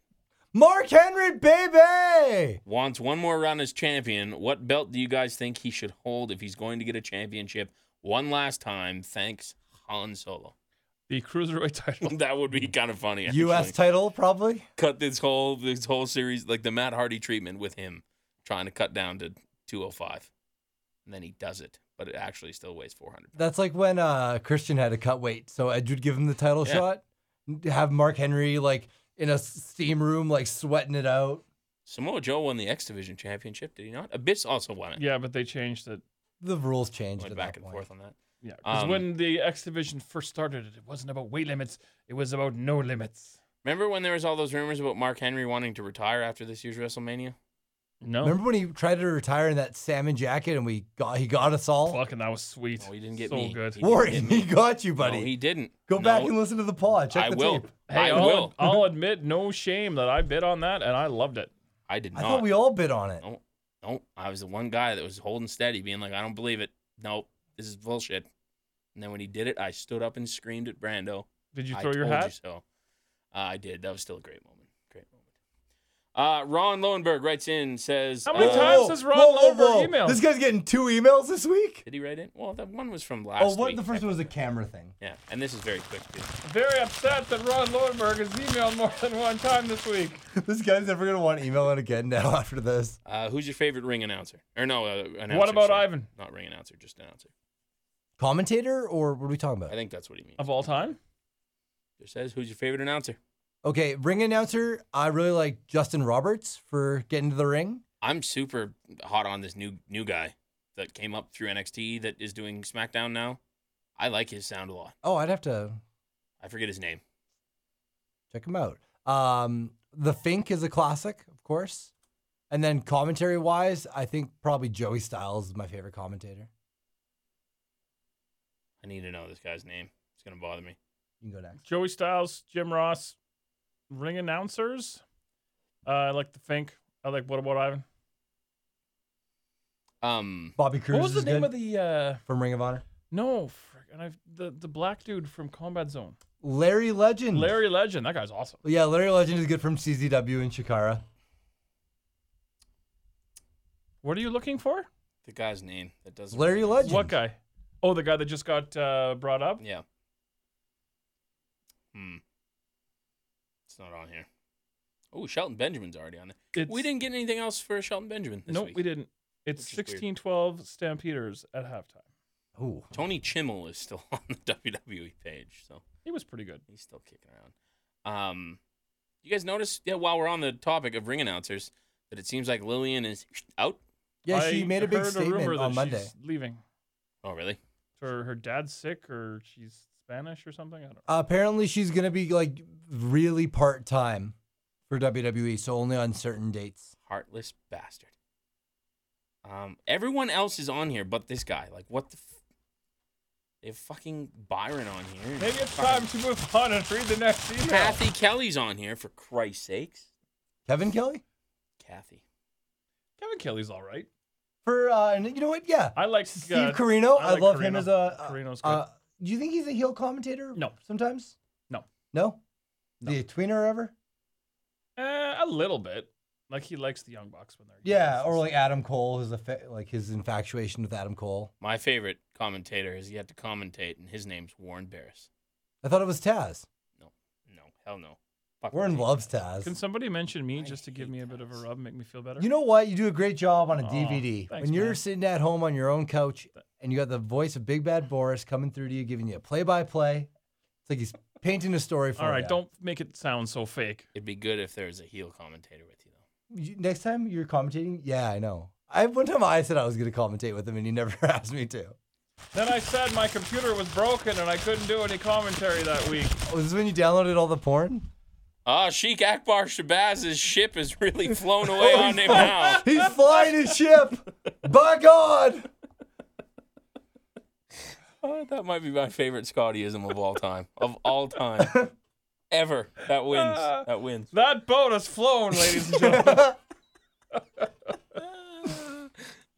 Mark Henry, baby!
Wants one more run as champion. What belt do you guys think he should hold if he's going to get a championship one last time? Thanks, Han Solo.
The cruiserweight title.
That would be kind of funny.
U.S.
actually.
title, probably.
cut this whole this whole series like the Matt Hardy treatment with him trying to cut down to 205, and then he does it, but it actually still weighs 400.
That's like when uh, Christian had to cut weight, so Edge would give him the title
Yeah.
shot. Have Mark Henry like in a s- steam room, like sweating it out.
Samoa Joe won the X Division championship, did he not? Abyss also won it.
Yeah, but they changed it.
The rules changed.
went
at
back
that
and
point.
forth on that.
Yeah, because
Um,
when the X Division first started, it wasn't about weight limits. It was about no limits.
Remember when there was all those rumors about Mark Henry wanting to retire after this year's WrestleMania? Oh.
No.
Remember when he tried to retire in that salmon jacket, and we got he got us all.
Fucking, that was sweet.
No, he Oh, didn't get
so
me.
good.
He didn't
Warren,
get me.
he got you, buddy.
No, he didn't.
Go
No,
back and listen to the pod. Check
I
the
will.
tape.
Hey,
I
I'll,
will.
I'll admit, no shame that I bid on that and I loved it.
I did
I
not.
thought we all bid on it.
No, no. I was the one guy that was holding steady, being like, I don't believe it. Nope, this is bullshit. And then when he did it, I stood up and screamed at Brando.
Did you
I
throw your
told
hat?
You so. Uh, I did. That was still a great moment. Great moment. Uh, Ron Lowenberg writes in and says,
How many
uh,
times has Ron Lover emailed?
This guy's getting two emails this week.
Did he write in? Well, that one was from last
Oh, what?
week.
The first one was a camera thing.
Yeah, and this is very quick too.
Very upset that Ron Lodenberg has emailed more than one time this week.
this guy's never gonna want to email it again now after this.
Uh, who's your favorite ring announcer? Or no, uh, announcer.
about
sorry.
Ivan?
Not ring announcer, just announcer.
commentator, or what are we talking
I
about?
think that's what he means.
of all time.
It says, who's your favorite announcer?
Okay, ring announcer. I really like Justin Roberts for getting to the ring.
I'm super hot on this new new guy that came up through NXT that is doing SmackDown now. I like his sound a lot.
Oh, I'd have to
I forget his name.
check him out. Um, the Fink is a classic, of course. And then commentary wise, I think probably Joey Styles is my favorite commentator.
I need to know this guy's name. It's gonna bother me.
You can go next.
Joey Styles, Jim Ross, ring announcers. Uh, I like the Fink. I like what about Ivan?
Um,
Bobby Cruz
What was the
is
name
good
of the uh,
from Ring of Honor.
no? frick, And I the the black dude from Combat Zone,
Larry
Hmm.
Legend.
Larry Legend. That guy's awesome.
Yeah, Larry Legend is good from CZW and Shikara.
What are you looking for?
the guy's name that does
Larry Legend.
What guy? Oh, the guy that just got uh, brought up.
Yeah. Hmm. It's not on here. Oh, Shelton Benjamin's already on there.
It's,
we didn't get anything else for Shelton Benjamin this
Nope,
week.
we didn't. It's
Which is weird.
sixteen twelve Stampeders at halftime.
Ooh.
Tony Chimmel is still on the WWE page, so
He was pretty good.
he's still kicking around. Um, you guys notice? Yeah, while we're on the topic of ring announcers, that it seems like Lillian is out.
Yeah, she
I
made a big
heard
statement
rumor that
on Monday.
She's leaving.
Oh, really?
Her her dad's sick, or she's Spanish, or something. I don't know.
Uh,
apparently, she's gonna be like really part time for WWE, so only on certain dates.
Heartless bastard. Um, everyone else is on here but this guy. Like, what the? F- they have fucking Byron on here. and
Maybe it's
fucking
time to move on and read the next email.
Kathy Kelly's on here for Christ's sakes.
Kevin Kelly
Kathy.
Kevin Kelly's all right.
for uh, and you know what? Yeah,
I like uh,
Steve Carino. I,
like
love him
Carino.
as a. Uh,
Carino's good.
uh, do you think he's a heel commentator?
No.
Sometimes.
No.
No.
No.
The tweener ever?
Eh, a little bit. Like he likes the Young Bucks when they're
Yeah,
young.
or like Adam Cole, his affa- like his infatuation with Adam Cole.
My favorite commentator has yet to commentate, and his name's Warren Barris.
I thought it was Taz.
No, no, hell no. Fuck
Warren
hate
loves
that.
Taz.
Can somebody mention me
I
just to give
hate
me a bit of a
Taz.
rub, make me feel better?
You know what? You do a great job on a
Aw,
DVD.
thanks,
when you're
man.
sitting at home on your own couch and you got the voice of Big Bad Boris coming through to you, giving you a play by play, it's like he's painting a story for
all right,
you.
don't make it sound so fake.
It'd be good if there was a heel commentator with you, though.
You- Next time you're commentating, yeah, I know. I one time I said I was going to commentate with him and he never asked me to.
Then I said my computer was broken and I couldn't do any commentary that week.
Was Oh, this when you downloaded all the porn?
Ah, Sheik Akbar Shabaz's ship has really flown away on him now.
He's flying his ship. By God.
Oh, that might be my favorite Scottyism of all time. Of all time. Ever. That wins. That wins.
That boat has flown, ladies and gentlemen.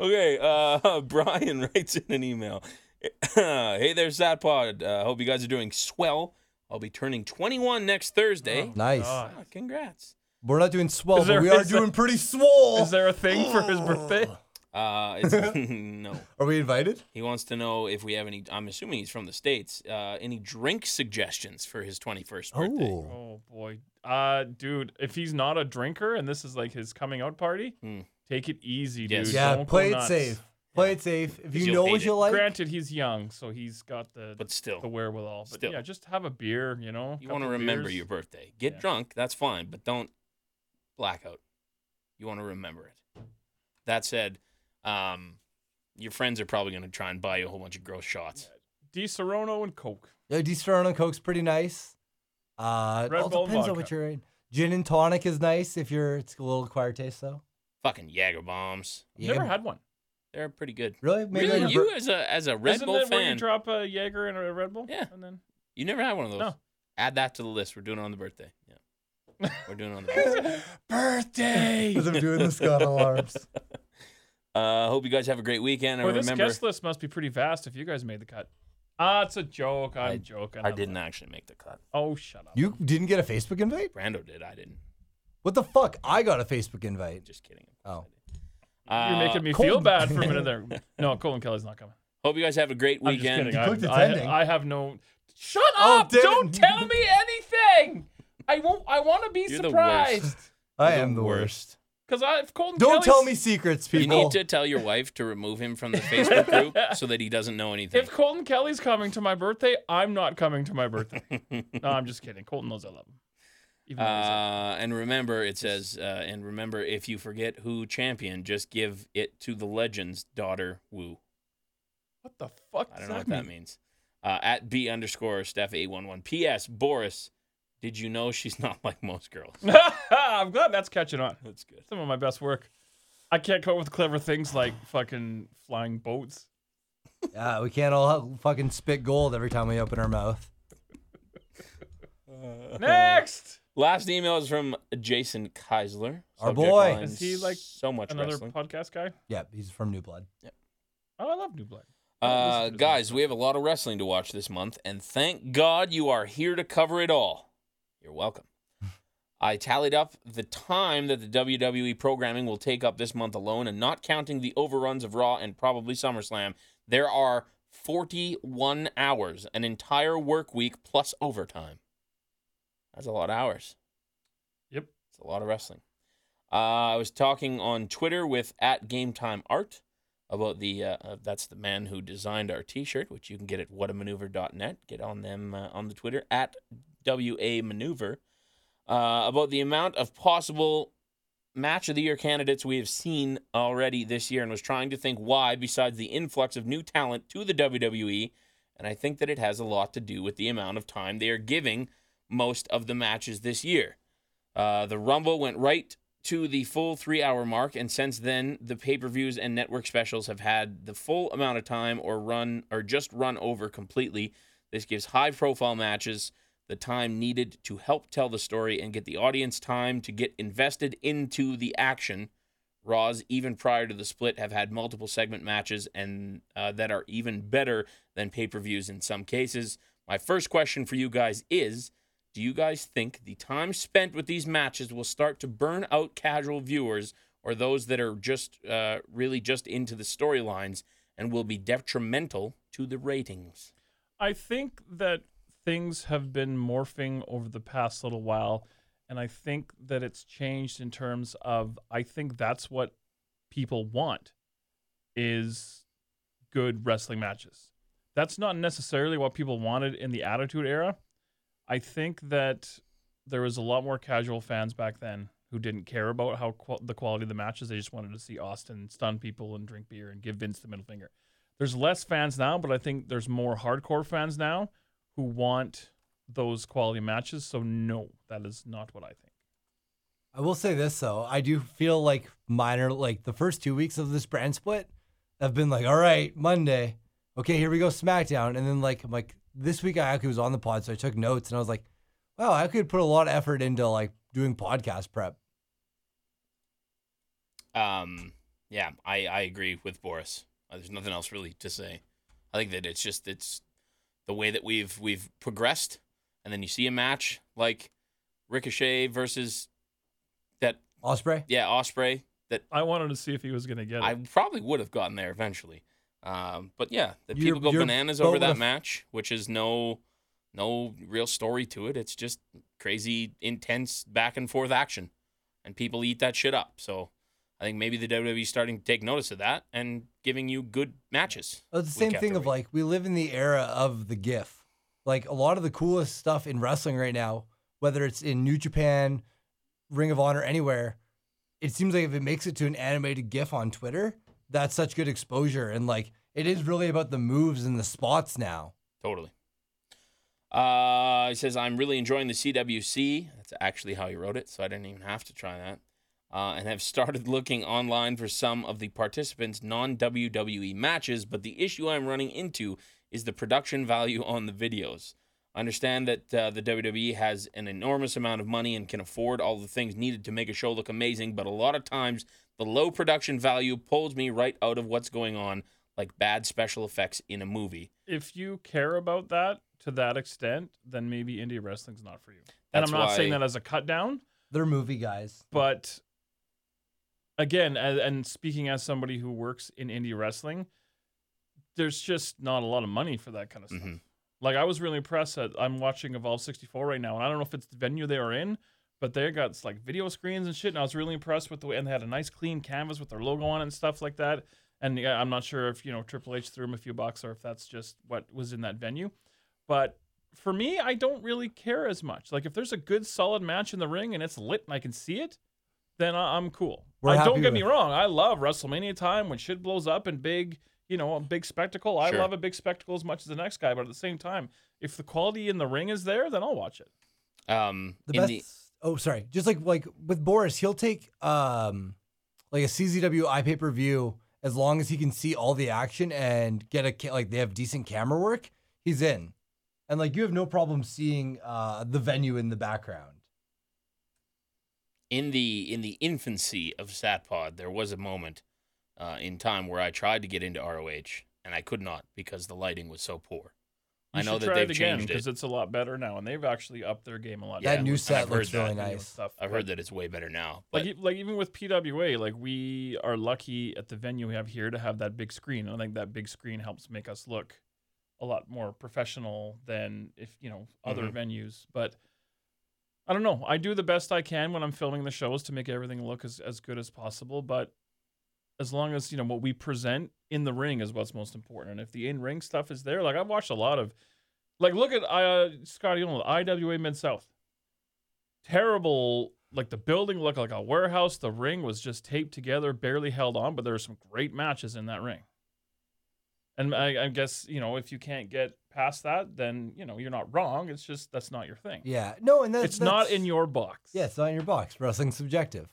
Okay, uh, Brian writes in an email. hey there, Satpod. Uh, hope you guys are doing swell. I'll be turning 21 next Thursday.
Nice.
God.
Ah, congrats.
We're not doing swell,
Is there-
but we are
is there-
doing pretty swole.
Is there a thing for his birthday?
Uh, it's, no,
are we invited?
he wants to know if we have any. I'm assuming he's from the states. Uh, any drink suggestions for his 21st birthday?
Oh.
Oh boy, uh, dude, if he's not a drinker and this is like his coming out party,
Hmm.
take it easy, dude.
Yes.
Yeah,
Don't go
play it
nuts.
safe. Play it safe. If you
you'll
know
hate
what
it.
you like,
Granted, he's young, so he's got the
But still,
the wherewithal. But
Still.
yeah, just have a beer, you know.
you
couple
want to remember
beers.
your birthday. Get
Yeah.
drunk, that's fine, but don't blackout. You want to remember it. That said, um, your friends are probably going to try and buy you a whole bunch of gross shots.
Di Serono and Coke.
yeah, Di Serrano Coke's pretty nice. Uh, it
Red
all
Bull
depends on
vodka.
what you're in. Gin and tonic is nice if you're. It's a little acquired taste though.
Fucking Jager bombs.
I've Never
Jaeger-
had one.
They're pretty good.
Really? Maybe
really,
like a
you
bur-
as a as a Red
Isn't
Bull
it where
fan,
you drop a Jaeger and a Red Bull?
Yeah.
And then
you never had one of those.
No.
Add that to the list. We're doing it on the birthday. Yeah, we're doing it on the birthday. birthday.
As I'm doing the Scott alarms.
Uh, hope you guys have a great weekend. I
Boy, this
remember
guest list must be pretty vast if you guys made the cut. Ah, it's a joke. I'm
I-
joking.
I
I'm-
didn't actually make the cut.
Oh, shut up.
You didn't get a Facebook invite?
Brando did. I didn't.
What the fuck? I got a Facebook invite.
Just kidding.
Oh.
Uh,
You're making me feel
Colton-
bad for a minute there. No, Colin Kelly's not coming.
Hope you guys have a great
I'm just
weekend.
kidding.
clicked
I,
attending.
I, I have no. Shut
Oh,
up!
damn it.
Don't tell me anything. I won't. I want to be
You're the worst.
surprised.
I
You're
am the worst.
Because I if Colton
Don't
Kelly's-
tell me secrets,
You
people.
need to tell your wife to remove him from the Facebook group so that he doesn't know anything.
if Colton Kelly's coming to my birthday, I'm not coming to my birthday. no, I'm just kidding. Colton knows I love him. Even though he's a-
Uh, and remember, it says, uh, and remember, if you forget who championed, just give it to the legend's daughter, Woo.
what the fuck?
I
does
don't know what
mean?
that means. Uh, at B underscore Steph 811. P.S. Boris, did you know she's not like most girls?
I'm glad that's catching on.
That's good.
Some of my best work. I can't come up with clever things like fucking flying boats.
Yeah, we can't all have- fucking spit gold every time we open our mouth.
Next,
Last email is from Jason Keisler.
Our
Subject
boy.
line,
Is he, like,
so much
another
wrestling?
podcast guy.
Yeah, he's from New Blood.
Oh, I love New Blood. Listen
Uh,
to this
guys, we have a lot of wrestling to watch this month, and thank God you are here to cover it all. You're welcome. I tallied up the time that the WWE programming will take up this month alone, and not counting the overruns of Raw and probably SummerSlam, there are 41 hours, an entire work week plus overtime. That's a lot of hours.
Yep.
It's a lot of wrestling. Uh, I was talking on Twitter with at Game Time Art about the uh, uh, that's the man who designed our T-shirt, which you can get at whatamaneuver.net. Get on them uh, on the Twitter at wa maneuver uh, about the amount of possible match of the year candidates we have seen already this year, and was trying to think why, besides the influx of new talent to the WWE, and I think that it has a lot to do with the amount of time they are giving most of the matches this year. Uh, the Rumble went right to the full three hour mark, and since then, the pay per views and network specials have had the full amount of time or run or just run over completely. This gives high profile matches the time needed to help tell the story and get the audience time to get invested into the action. Raws, even prior to the split, have had multiple segment matches and uh, that are even better than pay per views in some cases. My first question for you guys is do you guys think the time spent with these matches will start to burn out casual viewers or those that are just uh, really just into the storylines and will be detrimental to the ratings?
I think that things have been morphing over the past little while, and I think that it's changed in terms of I think that's what people want is good wrestling matches. That's not necessarily what people wanted in the Attitude Era. I think that there was a lot more casual fans back then who didn't care about how qual- the quality of the matches. They just wanted to see Austin stun people and drink beer and give Vince the middle finger there's less fans now, but I think there's more hardcore fans now who want those quality matches. So no, that is not what I think.
I will say this though, I do feel like minor, like the first two weeks of this brand split have been like, all right, Monday, okay, here we go, SmackDown, and then like, I'm like this week I actually was on the pod, so I took notes and I was like, wow, I could put a lot of effort into like doing podcast prep.
Um, yeah, I, I agree with Boris. Uh, There's nothing else really to say. I think that it's just it's the way that we've we've progressed, and then you see a match like Ricochet versus that
Osprey,
yeah Osprey that
I wanted to see if he was gonna get it.
I probably would have gotten there eventually. Um, but yeah, the
You're-
people go
you're
bananas over
both
that
of-
match, which is no no real story to it. It's just crazy, intense back and forth action, and people eat that shit up. So I think maybe the WWE is starting to take notice of that and giving you good matches.
Well, it's Uh, Oh, the
week
same
after
thing of
week.
like we live in the era of the GIF. Like a lot of the coolest stuff in wrestling right now, whether it's in New Japan, Ring of Honor, anywhere, it seems like if it makes it to an animated GIF on Twitter, that's such good exposure. And like it is really about the moves and the spots now.
Totally. Uh, he says, I'm really enjoying the CWC. That's actually how he wrote it, so I didn't even have to try that. Uh, and have started looking online for some of the participants' non WWE matches, but the issue I'm running into is the production value on the videos. I understand that uh, the WWE has an enormous amount of money and can afford all the things needed to make a show look amazing, but a lot of times the low production value pulls me right out of what's going on, like bad special effects in a movie.
if you care about that to that extent, then maybe indie wrestling's not for you. and
That's
I'm not saying
why-
that as a cut down,
They're movie guys.
but again, a- and speaking as somebody who works in indie wrestling, there's just not a lot of money for that kind of stuff.
Mhm.
Like I was really impressed that I'm watching Evolve 64 right now, and I don't know if it's the venue they are in, But they got s- like video screens and shit, and I was really impressed with the way. And they had a nice clean canvas with their logo on it and stuff like that. And yeah, I'm not sure if you know Triple H threw him a few bucks or if that's just what was in that venue. But for me, I don't really care as much. Like if there's a good solid match in the ring and it's lit and I can see it, then I- I'm cool.
We're
Like, don't
happy
get me
with-
wrong. I love WrestleMania time when shit blows up and big, you know, a big spectacle. I
Sure.
love a big spectacle as much as the next guy, but at the same time, if the quality in the ring is there, then I'll watch it.
Um,
the
in
best. oh, sorry. Just like like with Boris, he'll take um like a CZW i pay per view as long as he can see all the action and get a ca- like they have decent camera work. He's in, and like you have no problem seeing uh the venue in the background.
in the in the infancy of Satpod, there was a moment uh, in time where I tried to get into ROH and I could not because the lighting was so poor.
You
I know
should
that
try
they've
it again
changed it.
because it's a lot better now, and they've actually upped their game a lot.
Yeah,
that new
I've
set
heard
looks
that.
really
video
nice.
Stuff,
I've
but-
heard that it's way better now. But
like, e- like even with PWA, like we are lucky at the venue we have here to have that big screen. And I think that big screen helps make us look a lot more professional than if you know other
Mhm.
venues. But I don't know. I do the best I can when I'm filming the shows to make everything look as, as good as possible. But as long as you know what we present in the ring is what's most important. And if the in ring stuff is there, like I've watched a lot of, like look at uh, Scotty Owen, IWA Mid South terrible. Like the building looked like a warehouse. The ring was just taped together, barely held on. But there were some great matches in that ring. And I, I guess you know if you can't get past that, then you know you're not wrong. It's just that's not your thing.
Yeah. No, and that's
it's not
that's-
in your box.
Yeah, it's not in your box. Wrestling's subjective.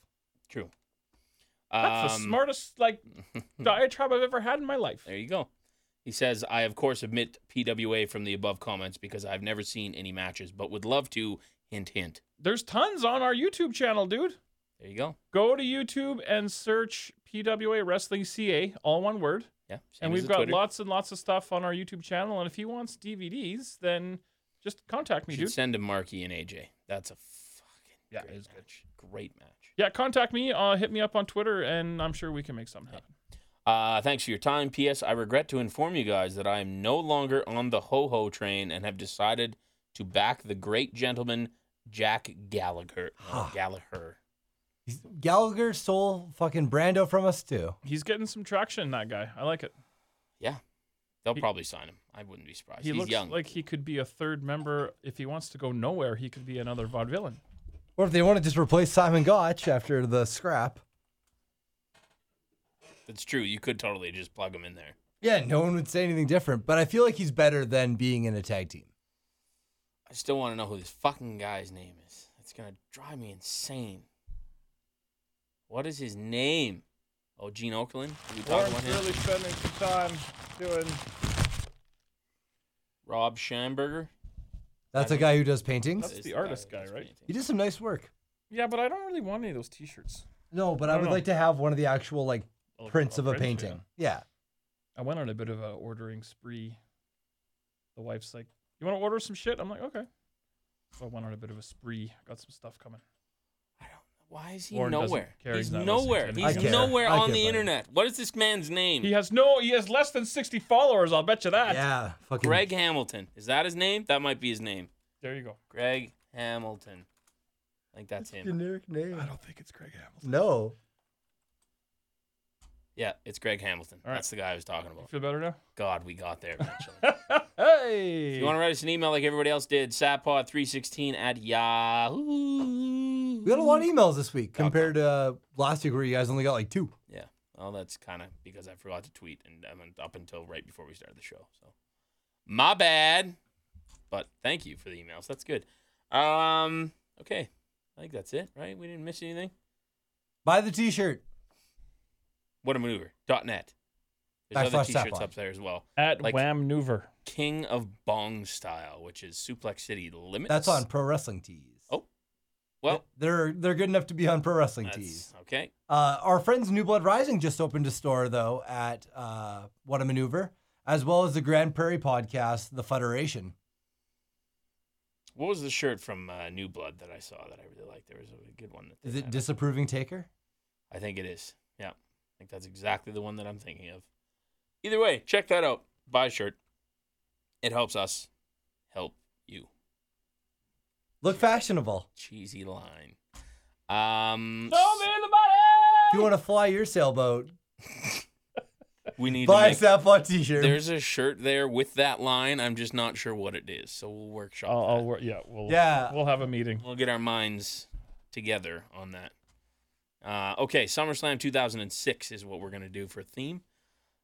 true.
that's
Um,
the smartest like
hmm.
diatribe I've ever had in my life.
There you go. He says, I of course omit PWA from the above comments because I've never seen any matches, but would love to. Hint, hint.
There's tons on our YouTube channel, dude.
There you go.
Go to YouTube and search PWA Wrestling CA, all one word.
Yeah.
and we've got lots and lots of stuff on our YouTube channel. And if he wants DVDs, then just contact me,
You should
dude.
send him Marky and AJ. That's a fucking
Yeah,
great
it is good.
match. Great match.
Yeah, contact me. Uh, hit me up on Twitter, and I'm sure we can make something happen.
Uh, thanks for your time. P.S. I regret to inform you guys that I am no longer on the ho ho train and have decided to back the great gentleman Jack Gallagher. No, Gallagher.
He's- Gallagher stole fucking Brando from us too.
He's getting some traction, that guy. I like it.
Yeah, they'll
He-
probably sign him. I wouldn't be surprised.
He
Uh, He's
looks
young.
like he could be a third member. If he wants to go nowhere, he could be another vaudevillain.
Or if they want to just replace Simon Gotch after the scrap.
That's true. You could totally just plug him in there.
Yeah, no one would say anything different, but I feel like he's better than being in a tag team.
I still want to know who this fucking guy's name is. It's gonna drive me insane. What is his name? Oh, Gene Oakland. Did we talk about him?
spending some time doing.
Rob Schamberger.
That's a guy who does paintings.
That's
Is
the artist
that
guy,
is
right?
painting.
He did some nice work.
Yeah, but I don't really want any of those T-shirts.
No, but I
don't
would
know.
like to have one of the actual like
Oh,
prints
oh,
of a
prints,
painting. Yeah.
I went on a bit of a ordering spree. The wife's like, "You want to order some shit?" I'm like, "Okay." So I went on a bit of a spree. Got some stuff coming.
Why is he
Lauren doesn't
nowhere?
care.
He's
He's not
nowhere.
listening to
He's
anything. I care.
nowhere
I
on
care,
the
buddy.
internet. What is this man's name?
He has no. He has less than 60 followers. I'll bet you that.
Yeah. Fucking
Greg Hamilton. Is that his name? That might be his name.
There you go.
Greg Hamilton. I think that's him.
generic name.
don't think it's Greg Hamilton.
No.
Yeah, it's Greg Hamilton.
All right.
That's the guy I was talking
You
about.
feel better now?
God, we got there eventually.
hey.
If you want to write us an email like everybody else did, sappod316 at yahoo.
We got a lot of emails this week compared to uh, last week where you guys only got like two.
Yeah. Well, that's kind of because I forgot to tweet and I mean, up until right before we started the show. So my bad. But thank you for the emails. That's good. Um. Okay. I think that's it. Right? We didn't miss anything.
Buy the t shirt.
What a maneuver. Dot net. There's other
Backslash
T-shirts
Saplon.
up there as well.
At
Like-
Wham Nuver.
King of Bong Style, which is Suplex City Limits.
That's on Pro Wrestling Tees.
Oh, Well,
they're they're good enough to be on Pro Wrestling Tees.
that's okay.
Uh, our friends New Blood Rising just opened a store though at uh, What a Maneuver, as well as the Grand Prairie podcast, The Federation.
What was the shirt from uh, New Blood that I saw that I really liked? There was a good one. That they
Is it
had.
disapproving taker?
I think it is. Yeah. I think that's exactly the one that I'm thinking of. Either way, check that out. Buy a shirt. It helps us help you.
Look fashionable.
Cheesy line. Um,
Show me the money.
If you want to fly your sailboat,
we need
buy
to
a
make-
Sapphire t-shirt.
There's a shirt there with that line. I'm just not sure what it is. So we'll workshop.
I'll,
that.
I'll, wor- yeah, we'll,
Yeah.
we'll have a meeting.
We'll get our minds together on that. Uh, okay, SummerSlam 2006 is what we're going to do for theme.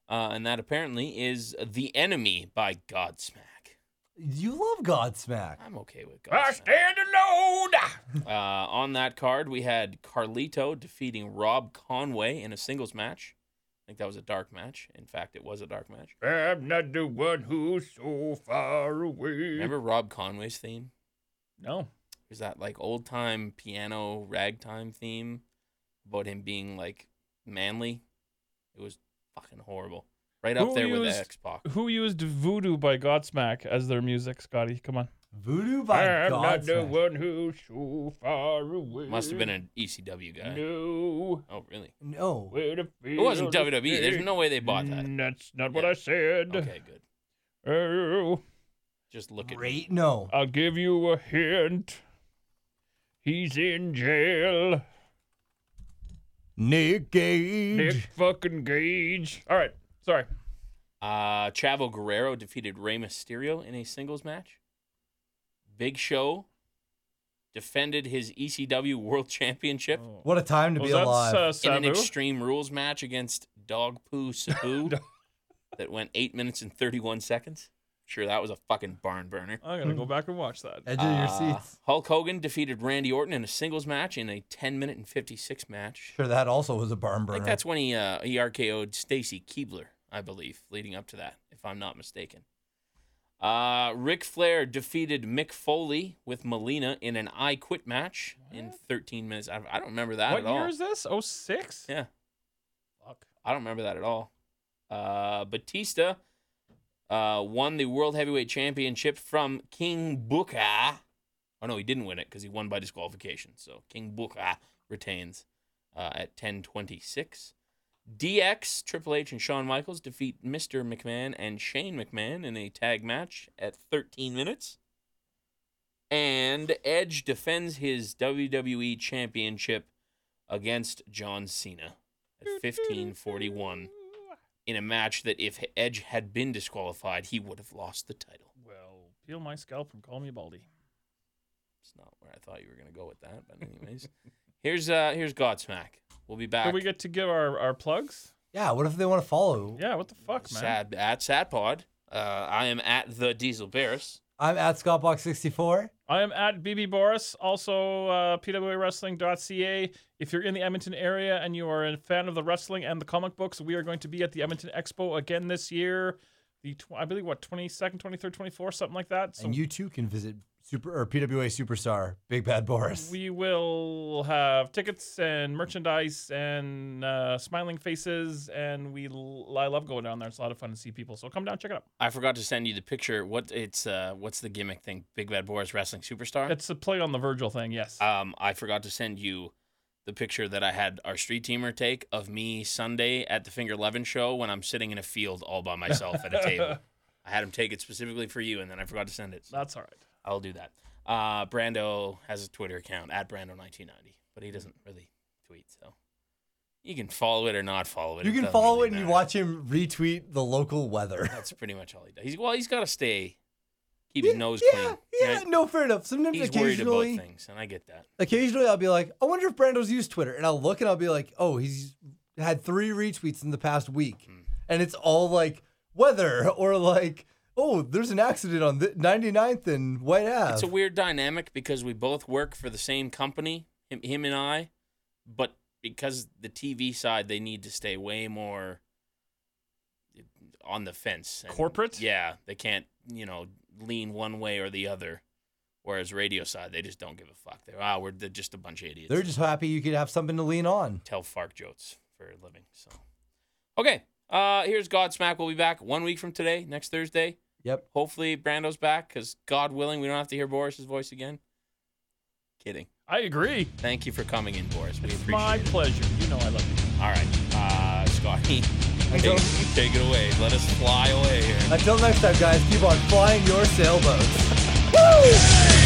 Uh, and that apparently is The Enemy by Godsmack.
you love Godsmack.
I'm okay with
I
Godsmack.
stand alone.
Uh, on that card, we had Carlito defeating Rob Conway in a singles match. I think that was a dark match. In fact, it was a dark match.
I'm not the one who's so far away.
Remember Rob Conway's theme?
No.
There's that like old time piano ragtime theme about him being like manly. It was fucking horrible. Right up
Who
there with
used-
X Pac.
Who used Voodoo by Godsmack as their music, Scotty? Come on.
Voodoo by Godsmack.
one who's so far away.
Must have been an ECW guy.
No.
Oh really?
No.
It wasn't WWE. There's no way they bought that.
Mm, That's not
what Yeah. I
said. Oh,
Okay, good. Just look at
Great. No.
I'll give you a hint. He's in jail.
Nick Gage.
fucking Gage. All right. Sorry.
Uh, Chavo Guerrero defeated Rey Mysterio in a singles match. Big Show defended his ECW World Championship
What a time to
Was
be
that
alive.
uh,
in an
Sabu?
Extreme Rules match against Dog Poo Sabu that went eight minutes and 31 seconds. Sure, that was a fucking barn burner.
I'm going to go back and watch that.
Edge of your
Uh,
seats.
Hulk Hogan defeated Randy Orton in a singles match in a 10 minute and 56 match.
Sure, that also was a barn
I
burner.
think that's when he, uh, he RKO'd Stacy Keebler, I believe, leading up to that, if I'm not mistaken. Uh, Ric Flair defeated Mick Foley with Melina in an I Quit match in 13 minutes. I, I don't remember that
What
at all.
year is this? Oh, 06?
Yeah.
Fuck.
I don't remember that at all. Uh, Batista uh, won the World Heavyweight Championship from King Booker. Oh, no, he didn't win it because he won by disqualification. So King Booker retains uh, at 1026. DX, Triple H, and Shawn Michaels defeat Mr. McMahon and Shane McMahon in a tag match at 13 minutes. And Edge defends his WWE Championship against John Cena at 1541 in a match that if Edge had been disqualified, he would have lost the title.
Well, peel my scalp and call me Baldy.
It's not where I thought you were going to go with that, but anyways, here's uh here's Godsmack. We'll be back.
Do we get to give our, our plugs?
yeah, what if they want to follow?
Yeah, what the fuck, man?
sad at Sadpod. Uh, I am at the Diesel Barris.
I'm at ScottBox64.
I am at BB Boris, also uh, pwawrestling.ca. If you're in the Edmonton area and you are a fan of the wrestling and the comic books, we are going to be at the Edmonton Expo again this year. The tw- I believe what 22nd, 23rd, 24th, something like that. So
And you too can visit super or PWA superstar Big Bad Boris.
we will have tickets and merchandise and uh, smiling faces, and we l- I love going down there. It's a lot of fun to see people. So come down, check it out.
I forgot to send you the picture. What it's uh what's the gimmick thing? Big Bad Boris wrestling superstar.
It's a play on the Virgil thing. Yes.
Um, I forgot to send you the picture that I had our street teamer take of me Sunday at the Finger Eleven show when I'm sitting in a field all by myself at a table. I had him take it specifically for you, and then I forgot to send it. So
That's all right.
I'll do that. Uh, Brando has a Twitter account at Brando1990, but he doesn't really tweet, so you can follow it or not follow it.
you can
doesn't
follow
really
it and you
matter.
watch him retweet the local weather.
That's pretty much all he does. He's, well, he's got to stay, keep his nose
yeah,
clean.
yeah,
right?
no, fair enough. Sometimes
He's worried about
occasionally,
things, and I get that.
occasionally I'll be like, I wonder if Brando's used Twitter, and I'll look and I'll be like, oh, he's had three retweets in the past week,
Hmm.
and it's all like weather or like, oh, there's an accident on the 99th and White Ave.
It's a weird dynamic because we both work for the same company, him, him and I, but because the TV side, they need to stay way more on the fence. and-
Corporate?
Yeah, they can't, you know, lean one way or the other. Whereas radio side, they just don't give a fuck. They're ah, we're they're just a bunch of idiots.
They're just happy you could have something to lean on.
tell fart jokes for a living. So, okay, uh, here's Godsmack. We'll be back one week from today, next Thursday.
Yep.
Hopefully, Brando's back because God willing, we don't have to hear Boris's voice again. Kidding.
I agree.
Thank you for coming in, Boris. We appreciate
My
it.
pleasure. You know I love you.
All right, uh, Scotty, take,
go.
take it away. Let us fly away here.
Until next time, guys, keep on flying your sailboats. Woo!